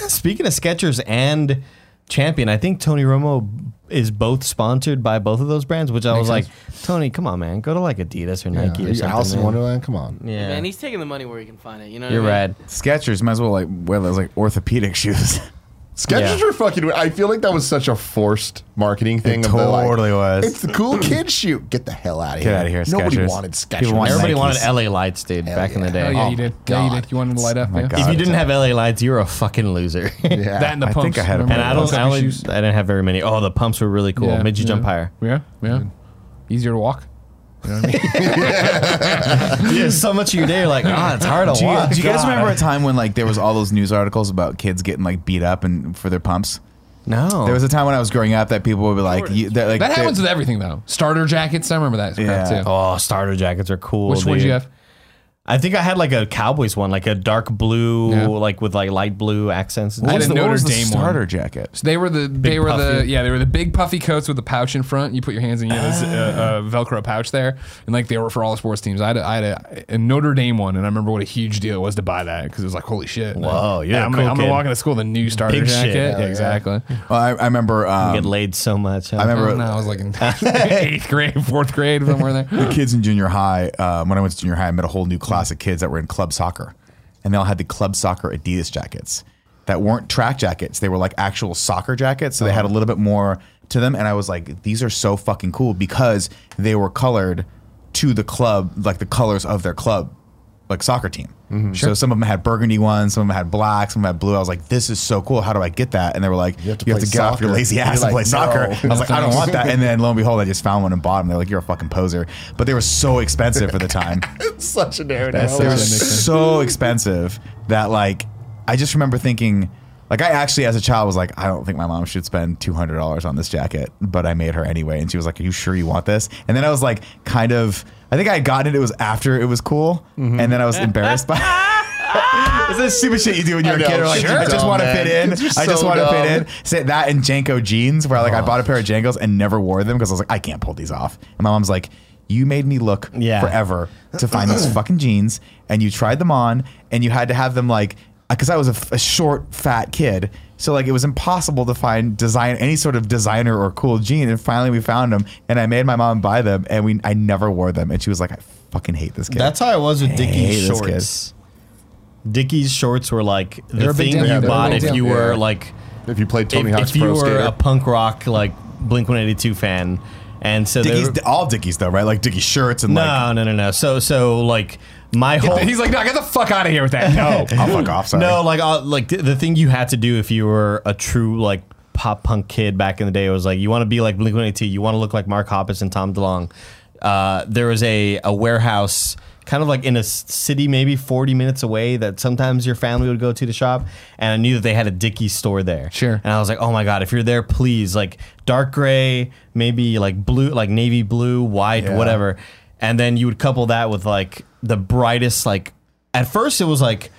Speaker 5: speaking of Skechers and Champion, I think Tony Romo is both sponsored by both of those brands. Which I was like, Tony, come on, man, go to like Adidas or Nike
Speaker 2: Are
Speaker 5: or
Speaker 2: you
Speaker 5: something.
Speaker 2: Alice in
Speaker 5: man."
Speaker 2: Wonderland? Come on.
Speaker 5: Yeah,
Speaker 6: Man, he's taking the money where he can find it. You know what
Speaker 5: you're
Speaker 6: I
Speaker 5: right.
Speaker 6: mean?
Speaker 3: Skechers. Might as well like wear those like orthopedic shoes.
Speaker 2: Sketches
Speaker 5: Yeah.
Speaker 2: are fucking. weird. I feel like that was such a forced marketing thing. of the, like,
Speaker 3: totally was.
Speaker 2: It's the cool kid shoe. Get the hell out of here.
Speaker 3: Get outta here,
Speaker 2: Nobody
Speaker 3: Skechers.
Speaker 2: wanted Skechers.
Speaker 3: People want
Speaker 5: Everybody
Speaker 3: Nikes.
Speaker 5: wanted LA lights, dude, back in the
Speaker 2: yeah.
Speaker 5: day.
Speaker 1: Oh yeah, you
Speaker 2: my
Speaker 1: did. Yeah, you
Speaker 2: God.
Speaker 1: did. You wanted to light up.
Speaker 3: Oh, my
Speaker 1: yeah.
Speaker 3: God.
Speaker 5: If you didn't have LA lights, you're a fucking loser.
Speaker 2: Yeah.
Speaker 1: That and the
Speaker 3: I
Speaker 1: pumps.
Speaker 3: think I had a
Speaker 1: remember
Speaker 5: And I
Speaker 1: the
Speaker 5: don't,
Speaker 1: pumps
Speaker 5: I,
Speaker 1: up your
Speaker 5: only,
Speaker 1: shoes?
Speaker 5: I didn't have very many. Oh, the pumps were really cool.
Speaker 1: Yeah,
Speaker 5: Made you
Speaker 1: yeah.
Speaker 5: jump higher.
Speaker 1: Yeah, yeah. Easier to walk.
Speaker 5: There's so much of your day, you're like, ah, it's hard to
Speaker 3: Do you,
Speaker 5: watch.
Speaker 3: do you guys
Speaker 5: God."
Speaker 3: remember a time when like there was all those news articles about kids getting like beat up and for their pumps?
Speaker 5: No.
Speaker 3: There was a time when I was growing up that people would be like, you, that, like
Speaker 1: That
Speaker 3: they-
Speaker 1: happens with everything though. Starter jackets. I remember that crap
Speaker 3: Yeah.
Speaker 1: too.
Speaker 5: oh, starter jackets are cool.
Speaker 1: Which one
Speaker 5: dude.
Speaker 1: did you have?
Speaker 5: I think I had like a Cowboys one, like a dark blue,
Speaker 1: Yeah.
Speaker 5: like with like light blue accents.
Speaker 3: What
Speaker 1: I
Speaker 3: was
Speaker 1: had a
Speaker 3: the, what
Speaker 1: Notre
Speaker 3: was the
Speaker 1: Dame one.
Speaker 3: starter jacket?
Speaker 1: So they were the they were the
Speaker 5: puffy.
Speaker 1: yeah they were the big puffy coats with the pouch in front. You put your hands in you had a z- uh, uh,
Speaker 5: Ah.
Speaker 1: Velcro pouch there, and like they were for all sports teams. I had a, I had a, a Notre Dame one, and I remember what a huge deal it was to buy that because it was like holy shit.
Speaker 5: Whoa, yeah,
Speaker 1: I'm,
Speaker 5: cool
Speaker 1: gonna, I'm gonna
Speaker 5: kid.
Speaker 1: walk into school with a new starter
Speaker 5: Big
Speaker 1: jacket.
Speaker 5: shit.
Speaker 1: Yeah,
Speaker 5: Yeah,
Speaker 1: exactly.
Speaker 3: Well, Oh, I, I remember um,
Speaker 5: Get laid so much. huh?
Speaker 3: I remember-
Speaker 1: I don't know, I was like in eighth grade, fourth grade, somewhere there.
Speaker 3: the kids in junior high, um, when I went to junior high, I met a whole new class of kids that were in club soccer. And they all had the club soccer Adidas jackets that weren't track jackets. They were like actual soccer jackets. So they had a little bit more to them. And I was like, these are so fucking cool because they were colored to the club, like the colors of their club, like soccer team.
Speaker 2: Mm-hmm.
Speaker 3: So some of them had burgundy ones, some of them had black, some of them had blue. I was like, this is so cool. How do I get that? And they were like, you have to,
Speaker 2: play
Speaker 3: get off your
Speaker 2: soccer."
Speaker 3: lazy ass
Speaker 2: You're
Speaker 3: and play
Speaker 2: like,
Speaker 3: soccer.
Speaker 2: "No."
Speaker 3: I was like, I don't want that. And then lo and behold, I just found one and bought them. They're like, you're a fucking poser. But they were so expensive for the time.
Speaker 2: Such a narrative.
Speaker 3: That's- they were so expensive that like I just remember thinking, like I actually as a child was like, I don't think my mom should spend two hundred dollars on this jacket, but I made her anyway, and she was like, Are you sure you want this? And then I was like, kind of. I think I had gotten it. It was after it was cool, and then I was embarrassed by. It's the stupid shit you do when you're
Speaker 2: I
Speaker 3: a
Speaker 2: know,
Speaker 3: kid. You're like,
Speaker 2: sure.
Speaker 3: I just want to
Speaker 2: Dumb,
Speaker 3: fit
Speaker 2: man.
Speaker 3: in.
Speaker 2: You're
Speaker 3: I just
Speaker 2: so
Speaker 3: want to fit
Speaker 2: dumb. Oh,
Speaker 3: in. Say that and Janko jeans, where like I bought a pair of Jankos and never wore them because I was like, I can't pull these off. And my mom's like, you made me look
Speaker 5: Yeah.
Speaker 3: forever to find these fucking jeans, and you tried them on, and you had to have them like because I was a, f- a short, fat kid. So like it was impossible to find design any sort of designer or cool jean, and finally we found them, and I made my mom buy them, and we I never wore them, and she was like, I fucking hate this kid.
Speaker 5: That's how I was with
Speaker 3: Hey, this
Speaker 5: Dickies
Speaker 3: kid.
Speaker 5: shorts. Dickies shorts were like
Speaker 1: They're
Speaker 5: the
Speaker 1: a big
Speaker 5: thing
Speaker 1: deal.
Speaker 5: you
Speaker 1: Yeah, they're a
Speaker 5: bought
Speaker 1: big
Speaker 5: if
Speaker 1: deal.
Speaker 5: you
Speaker 2: Yeah.
Speaker 5: were like
Speaker 2: If you played Tony
Speaker 5: if,
Speaker 2: Hawk's
Speaker 5: if you
Speaker 2: Pro
Speaker 5: were
Speaker 2: Skater,
Speaker 5: a punk rock like Blink One Eighty Two fan, and so they
Speaker 3: Dickies,
Speaker 5: were-
Speaker 3: all Dickies though, right? Like Dickie shirts and
Speaker 5: no,
Speaker 3: like.
Speaker 5: no, no, no. So, so like my whole
Speaker 1: He's like, no, get the fuck out of here with that. No.
Speaker 3: I'll Oh, fuck off. Sorry.
Speaker 5: No, like uh, like th- the thing you had to do if you were a true like pop punk kid back in the day was like you want to be like Blink One Eighty Two, you want to look like Mark Hoppus and Tom DeLonge. Uh, there was a a warehouse kind of like in a s- city maybe 40 minutes away that sometimes your family would go to to shop and i knew that they had a dickie store there
Speaker 1: Sure.
Speaker 5: and i was like oh my god if you're there please like dark gray maybe like blue like navy blue white
Speaker 3: Yeah.
Speaker 5: whatever and then you would couple that with like the brightest like at first it was like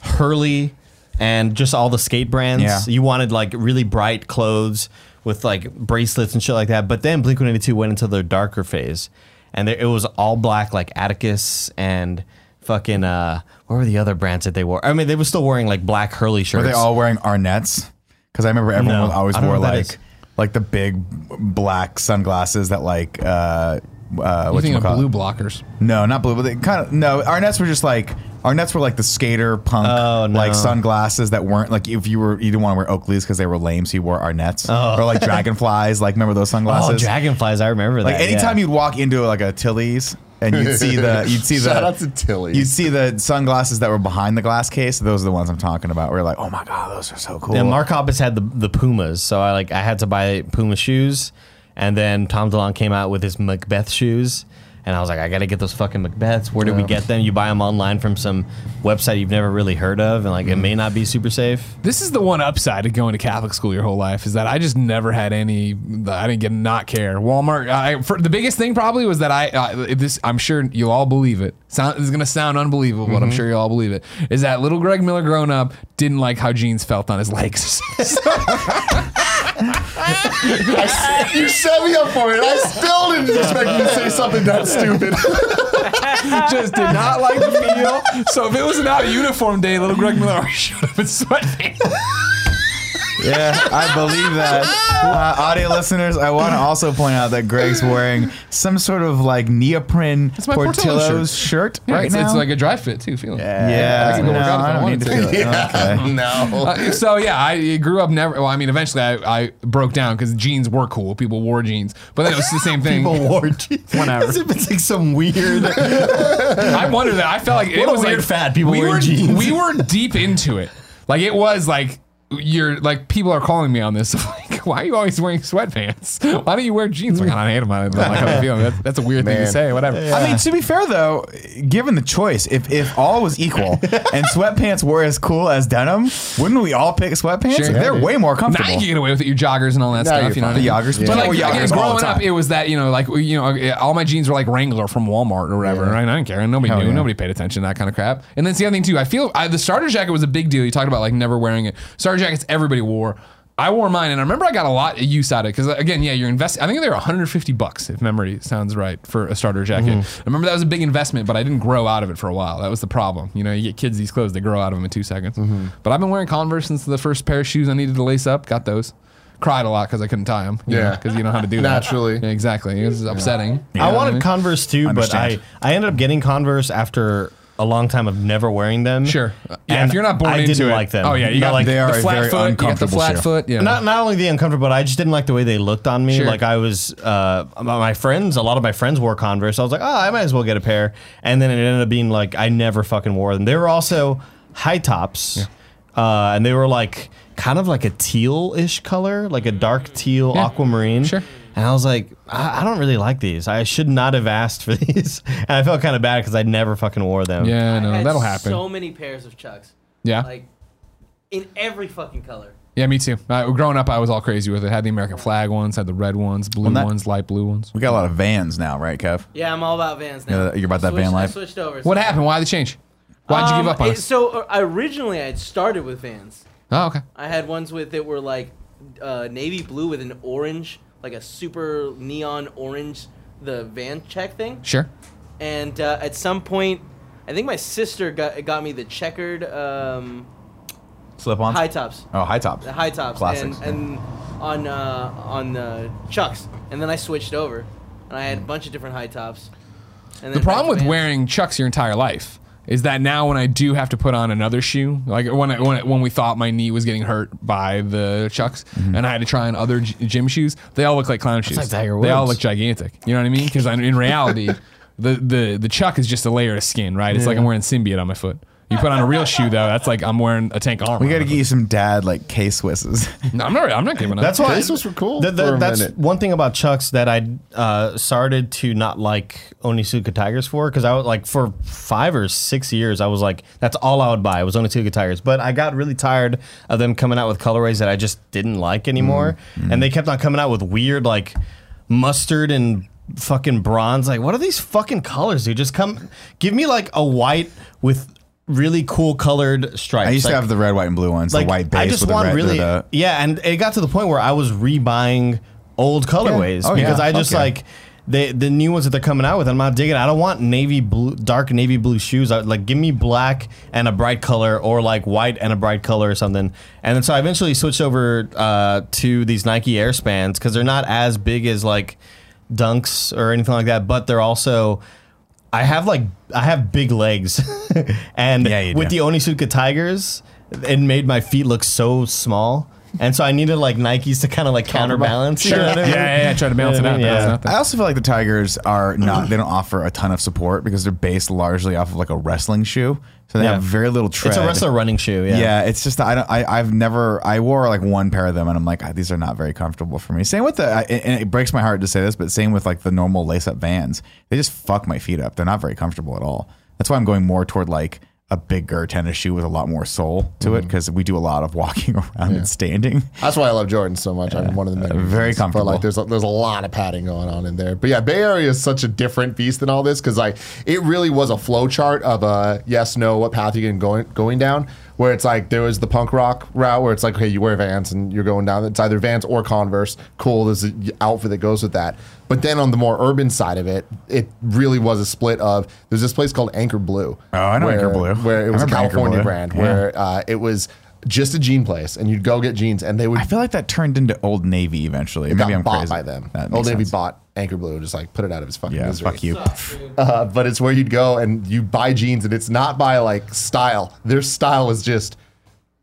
Speaker 5: Hurley and just all the skate brands.
Speaker 3: Yeah.
Speaker 5: You wanted like really bright clothes with like bracelets and shit like that. But then Blink 182 went into their darker phase and there, it was all black like Atticus and fucking uh what were the other brands that they wore? I mean they were still wearing like black Hurley shirts.
Speaker 3: Were they all wearing arnets? Because I remember everyone
Speaker 5: No,
Speaker 3: always
Speaker 5: I don't know
Speaker 3: wore
Speaker 5: what that
Speaker 3: like
Speaker 5: is.
Speaker 3: like the big black sunglasses that like uh uh
Speaker 1: You
Speaker 3: what
Speaker 1: think
Speaker 3: you
Speaker 1: of
Speaker 3: call
Speaker 1: blue blockers?
Speaker 3: No, not blue, but they kind of no. Arnett's were just like Arnett's were like the skater punk
Speaker 5: Oh, no.
Speaker 3: like sunglasses that weren't like if you were you didn't want to wear Oakleys because they were lame, so you wore Arnett's or like dragonflies. Like remember those
Speaker 5: Oh,
Speaker 3: sunglasses?
Speaker 5: dragonflies! I remember
Speaker 3: like
Speaker 5: that.
Speaker 3: anytime
Speaker 5: yeah.
Speaker 3: you'd walk into like a Tilly's and you'd see the you'd see the
Speaker 2: Shout out to Tilly's.
Speaker 3: You'd see the sunglasses that were behind the glass case. Those are the ones I'm talking about. We're like, oh my god, those are so cool.
Speaker 5: Yeah, Mark Hoppus had the the Pumas, so I like I had to buy Puma shoes, and then Tom DeLonge came out with his Macbeth shoes, and I was like, I gotta get those fucking Macbeths. Where do we get them? You buy them online from some website you've never really heard of, and like it may not be super safe.
Speaker 1: This is the one upside of going to Catholic school your whole life is that I just never had any. I didn't get not care. Walmart. I, for, the biggest thing probably was that I. Uh, this I'm sure you'll all believe it. Sound this is gonna sound unbelievable, but
Speaker 3: Mm-hmm.
Speaker 1: I'm sure you'll all believe it. Is that little Greg Miller grown up didn't like how jeans felt on his legs?
Speaker 2: you set me up for it. I still didn't expect you to say something that stupid.
Speaker 1: just did not like the feel. So if it was not a uniform day, little Greg Miller already showed up in sweatpants.
Speaker 3: Yeah, I believe that. Uh, audio listeners, I want to also point out that Greg's wearing some sort of like neoprene
Speaker 1: my Portillo's
Speaker 3: Portillo's shirt, right
Speaker 1: it's,
Speaker 3: now.
Speaker 1: it's like a dry fit too, feeling.
Speaker 3: yeah,
Speaker 1: I can go
Speaker 3: no,
Speaker 1: work out if I
Speaker 3: I don't
Speaker 1: wanted
Speaker 3: need to
Speaker 1: to.
Speaker 3: feel it. Okay.
Speaker 2: no.
Speaker 1: Uh, so yeah, I grew up never. Well, I mean, eventually I, I broke down because jeans were cool. People wore jeans, but then it was the same thing.
Speaker 5: war jeans.
Speaker 1: Whatever.
Speaker 5: As if it's like some weird.
Speaker 1: I wonder that. I felt like it
Speaker 5: What a
Speaker 1: was
Speaker 5: weird
Speaker 1: like
Speaker 5: fad, people
Speaker 1: we
Speaker 5: wearing
Speaker 1: were,
Speaker 5: jeans.
Speaker 1: We were deep into it. Like it was like you're like people are calling me on this. Like why are you always wearing sweatpants? Why don't you wear jeans? Like I don't hate them. I don't like how they feel. That's, that's a weird thing to
Speaker 2: Man.
Speaker 1: say. Whatever.
Speaker 3: I mean, to be fair though, given the choice, if if all was equal and sweatpants were as cool as denim, wouldn't we all pick sweatpants?
Speaker 1: Sure.
Speaker 3: They're way more
Speaker 1: Now you
Speaker 3: comfortable.
Speaker 1: can get away with it, your joggers and all that
Speaker 2: Now
Speaker 1: stuff.
Speaker 2: you're
Speaker 1: You know, what I
Speaker 2: fine.
Speaker 1: mean?
Speaker 3: The joggers,
Speaker 1: But
Speaker 3: yeah.
Speaker 1: like
Speaker 3: Yeah,
Speaker 1: again,
Speaker 3: joggers all
Speaker 1: growing
Speaker 3: the
Speaker 1: up,
Speaker 3: time.
Speaker 1: it was that you know, like you know, uh, all my jeans were like Wrangler from Walmart or whatever. Right? I didn't care. Nobody knew.
Speaker 3: yeah.
Speaker 1: Nobody paid attention. to That kind of crap. And then it's the other thing too. I feel I, the starter jacket was a big deal. You talked about like never wearing it. Starter jackets everybody wore. I wore mine, and I remember I got a lot of use out of it because again, yeah, you're investing. I think they were 150 bucks if memory sounds right for a starter jacket.
Speaker 3: Mm-hmm.
Speaker 1: I remember that was a big investment, but I didn't grow out of it for a while. That was the problem. You know, you get kids these clothes, they grow out of them in two seconds.
Speaker 3: Mm-hmm.
Speaker 1: But I've been wearing Converse since the first pair of shoes I needed to lace up. Got those. Cried a lot because I couldn't tie them.
Speaker 2: Yeah.
Speaker 1: because you know how to do that.
Speaker 2: Naturally.
Speaker 1: Yeah, exactly. It was upsetting.
Speaker 5: I wanted Converse too, but I
Speaker 3: Understand.
Speaker 5: I ended up getting Converse after. A long time of never wearing them.
Speaker 1: Sure. Yeah,
Speaker 5: And
Speaker 1: if you're not born
Speaker 5: I
Speaker 1: into
Speaker 5: didn't
Speaker 1: it,
Speaker 5: like them.
Speaker 1: Oh yeah, you
Speaker 5: Not
Speaker 1: got
Speaker 5: like
Speaker 1: the
Speaker 3: They are a
Speaker 1: flat
Speaker 3: very
Speaker 1: foot. You got the
Speaker 3: uncomfortable
Speaker 1: flat
Speaker 3: shoe.
Speaker 1: foot. Yeah.
Speaker 5: Not not only the uncomfortable, but I just didn't like the way they looked on me.
Speaker 1: Sure.
Speaker 5: Like I was, uh, my friends, a lot of my friends wore Converse. I was like, oh, I might as well get a pair. And then it ended up being like I never fucking wore them. They were also high tops, uh, and they were like kind of like a teal-ish color, like a dark teal
Speaker 1: Yeah.
Speaker 5: aquamarine.
Speaker 1: Sure.
Speaker 5: And I was like, I, I don't really like these. I should not have asked for these. And I felt kind of bad because I never fucking wore them.
Speaker 1: yeah,
Speaker 6: I
Speaker 1: no,
Speaker 6: had
Speaker 1: that'll happen.
Speaker 6: So many pairs of Chucks,
Speaker 1: yeah.
Speaker 6: like in every fucking color.
Speaker 1: yeah, me too. Uh, growing up, I was all crazy with it. Had the American flag ones, had the red ones, blue
Speaker 3: that-
Speaker 1: ones, light blue ones.
Speaker 3: We got a lot of vans now, right, Kev?
Speaker 6: Yeah, I'm all about Vans now.
Speaker 3: Yeah, you're about that
Speaker 6: Switched-
Speaker 3: van life.
Speaker 6: I switched over.
Speaker 1: What happened? Why the change? Why'd you give up on
Speaker 6: it-
Speaker 1: us?
Speaker 6: So uh, originally, I had started with Vans.
Speaker 1: oh, okay.
Speaker 6: I had ones with that were like uh, navy blue with an orange, like a super neon orange, the van check thing.
Speaker 1: Sure.
Speaker 6: And uh, at some point, I think my sister got got me the checkered um,
Speaker 3: Slip on.
Speaker 6: high tops,
Speaker 3: Oh, high tops.
Speaker 6: the high tops,
Speaker 3: Classics.
Speaker 6: and, and on uh, on the chucks. And then I switched over, and I had a bunch of different high tops. And
Speaker 1: The
Speaker 6: then back
Speaker 1: problem
Speaker 6: to
Speaker 1: with
Speaker 6: Vans.
Speaker 1: wearing Chucks your entire life is that now when I do have to put on another shoe, like when I, when I, when we thought my knee was getting hurt by the chucks, and I had to try on other g- gym shoes, they all look like clown shoes.
Speaker 7: like Tiger
Speaker 1: they all
Speaker 7: Woods.
Speaker 1: look gigantic. You know what I mean? Because in reality, the, the the chuck is just a layer of skin, right? It's like I'm wearing symbiote on my foot. You put on a real shoe though, that's like I'm wearing a tank armor.
Speaker 3: We got to get you some dad like K Swisses.
Speaker 1: No, I'm not. I'm not giving up.
Speaker 5: That's why
Speaker 2: Cases were cool
Speaker 5: Th- th-
Speaker 2: for a
Speaker 5: that's
Speaker 2: minute.
Speaker 5: one thing about Chucks that I uh, started to not like Onitsuka Tigers for because I was like for five or six years I was like that's all I would buy was Onitsuka Tigers, but I got really tired of them coming out with colorways that I just didn't like anymore,
Speaker 2: Mm.
Speaker 5: and they kept on coming out with weird like mustard and fucking bronze. Like what are these fucking colors, dude? Just come give me like a white with really cool colored stripes.
Speaker 3: I used
Speaker 5: Like,
Speaker 3: to have the red, white, and blue ones, the white base
Speaker 5: I just
Speaker 3: with
Speaker 5: want
Speaker 3: the red.
Speaker 5: really,
Speaker 3: the-
Speaker 5: yeah, and it got to the point where I was rebuying old colorways
Speaker 3: Oh, yeah.
Speaker 5: because I
Speaker 3: Fuck
Speaker 5: just
Speaker 3: yeah.
Speaker 5: like the the new ones that they're coming out with. I'm not digging. I don't want navy blue, dark navy blue shoes. I, like, give me black and a bright color, or like white and a bright color, or something. And then so I eventually switched over uh, to these Nike Airspans because they're not as big as like Dunks or anything like that, but they're also I have like I have big legs, and
Speaker 3: Yeah, you
Speaker 5: with
Speaker 3: do.
Speaker 5: the Onitsuka Tigers, it made my feet look so small, and so I needed like Nikes to kind of like counterbalance. you know what I
Speaker 1: yeah,
Speaker 5: mean?
Speaker 1: yeah, yeah. Try to balance it out.
Speaker 5: Yeah.
Speaker 1: That's nothing.
Speaker 3: I also feel like the Tigers are not. They don't offer a ton of support because they're based largely off of like a wrestling shoe, so they
Speaker 5: Yeah.
Speaker 3: have very little tread.
Speaker 5: It's a wrestler running shoe. Yeah.
Speaker 3: Yeah. it's just I don't. I, I've never. I wore like one pair of them, and I'm like, "Ah, these are not very comfortable for me. Same with the. I, and it breaks my heart to say this, but same with like the normal lace up Vans. They just fuck my feet up. They're not very comfortable at all. That's why I'm going more toward like a bigger tennis shoe with a lot more sole to
Speaker 5: Mm-hmm.
Speaker 3: it because we do a lot of walking around and standing.
Speaker 2: That's why I love Jordan so much. I'm one of the many.
Speaker 3: very
Speaker 2: reasons.
Speaker 3: comfortable.
Speaker 2: But like, there's a, there's a lot of padding going on in there. But yeah, Bay Area is such a different beast than all this because like it really was a flow chart of a yes, no, what path you can going going down. Where it's like there was the punk rock route where it's like, hey, you wear Vans and you're going down. It's either Vans or Converse. Cool, there's an outfit that goes with that. But then on the more urban side of it, it really was a split of there's this place called Anchor Blue.
Speaker 3: Oh, I know
Speaker 2: where-
Speaker 3: Anchor Blue.
Speaker 2: Where
Speaker 3: I
Speaker 2: it was
Speaker 3: remember
Speaker 2: a
Speaker 3: Anchor
Speaker 2: California
Speaker 3: Blue.
Speaker 2: brand
Speaker 3: Yeah.
Speaker 2: where uh, it was just a jean place, and you'd go get jeans, and they would
Speaker 3: I feel like that turned into Old Navy eventually.
Speaker 2: got
Speaker 3: Maybe I'm
Speaker 2: bought
Speaker 3: crazy.
Speaker 2: by them.
Speaker 3: That
Speaker 2: Old
Speaker 3: makes
Speaker 2: Navy
Speaker 3: sense.
Speaker 2: bought Anchor Blue and just like put it out of his fucking
Speaker 3: Yeah,
Speaker 2: misery.
Speaker 3: fuck you. Oh
Speaker 2: Uh, but it's where you'd go and you buy jeans, and it's not by like style. Their style is just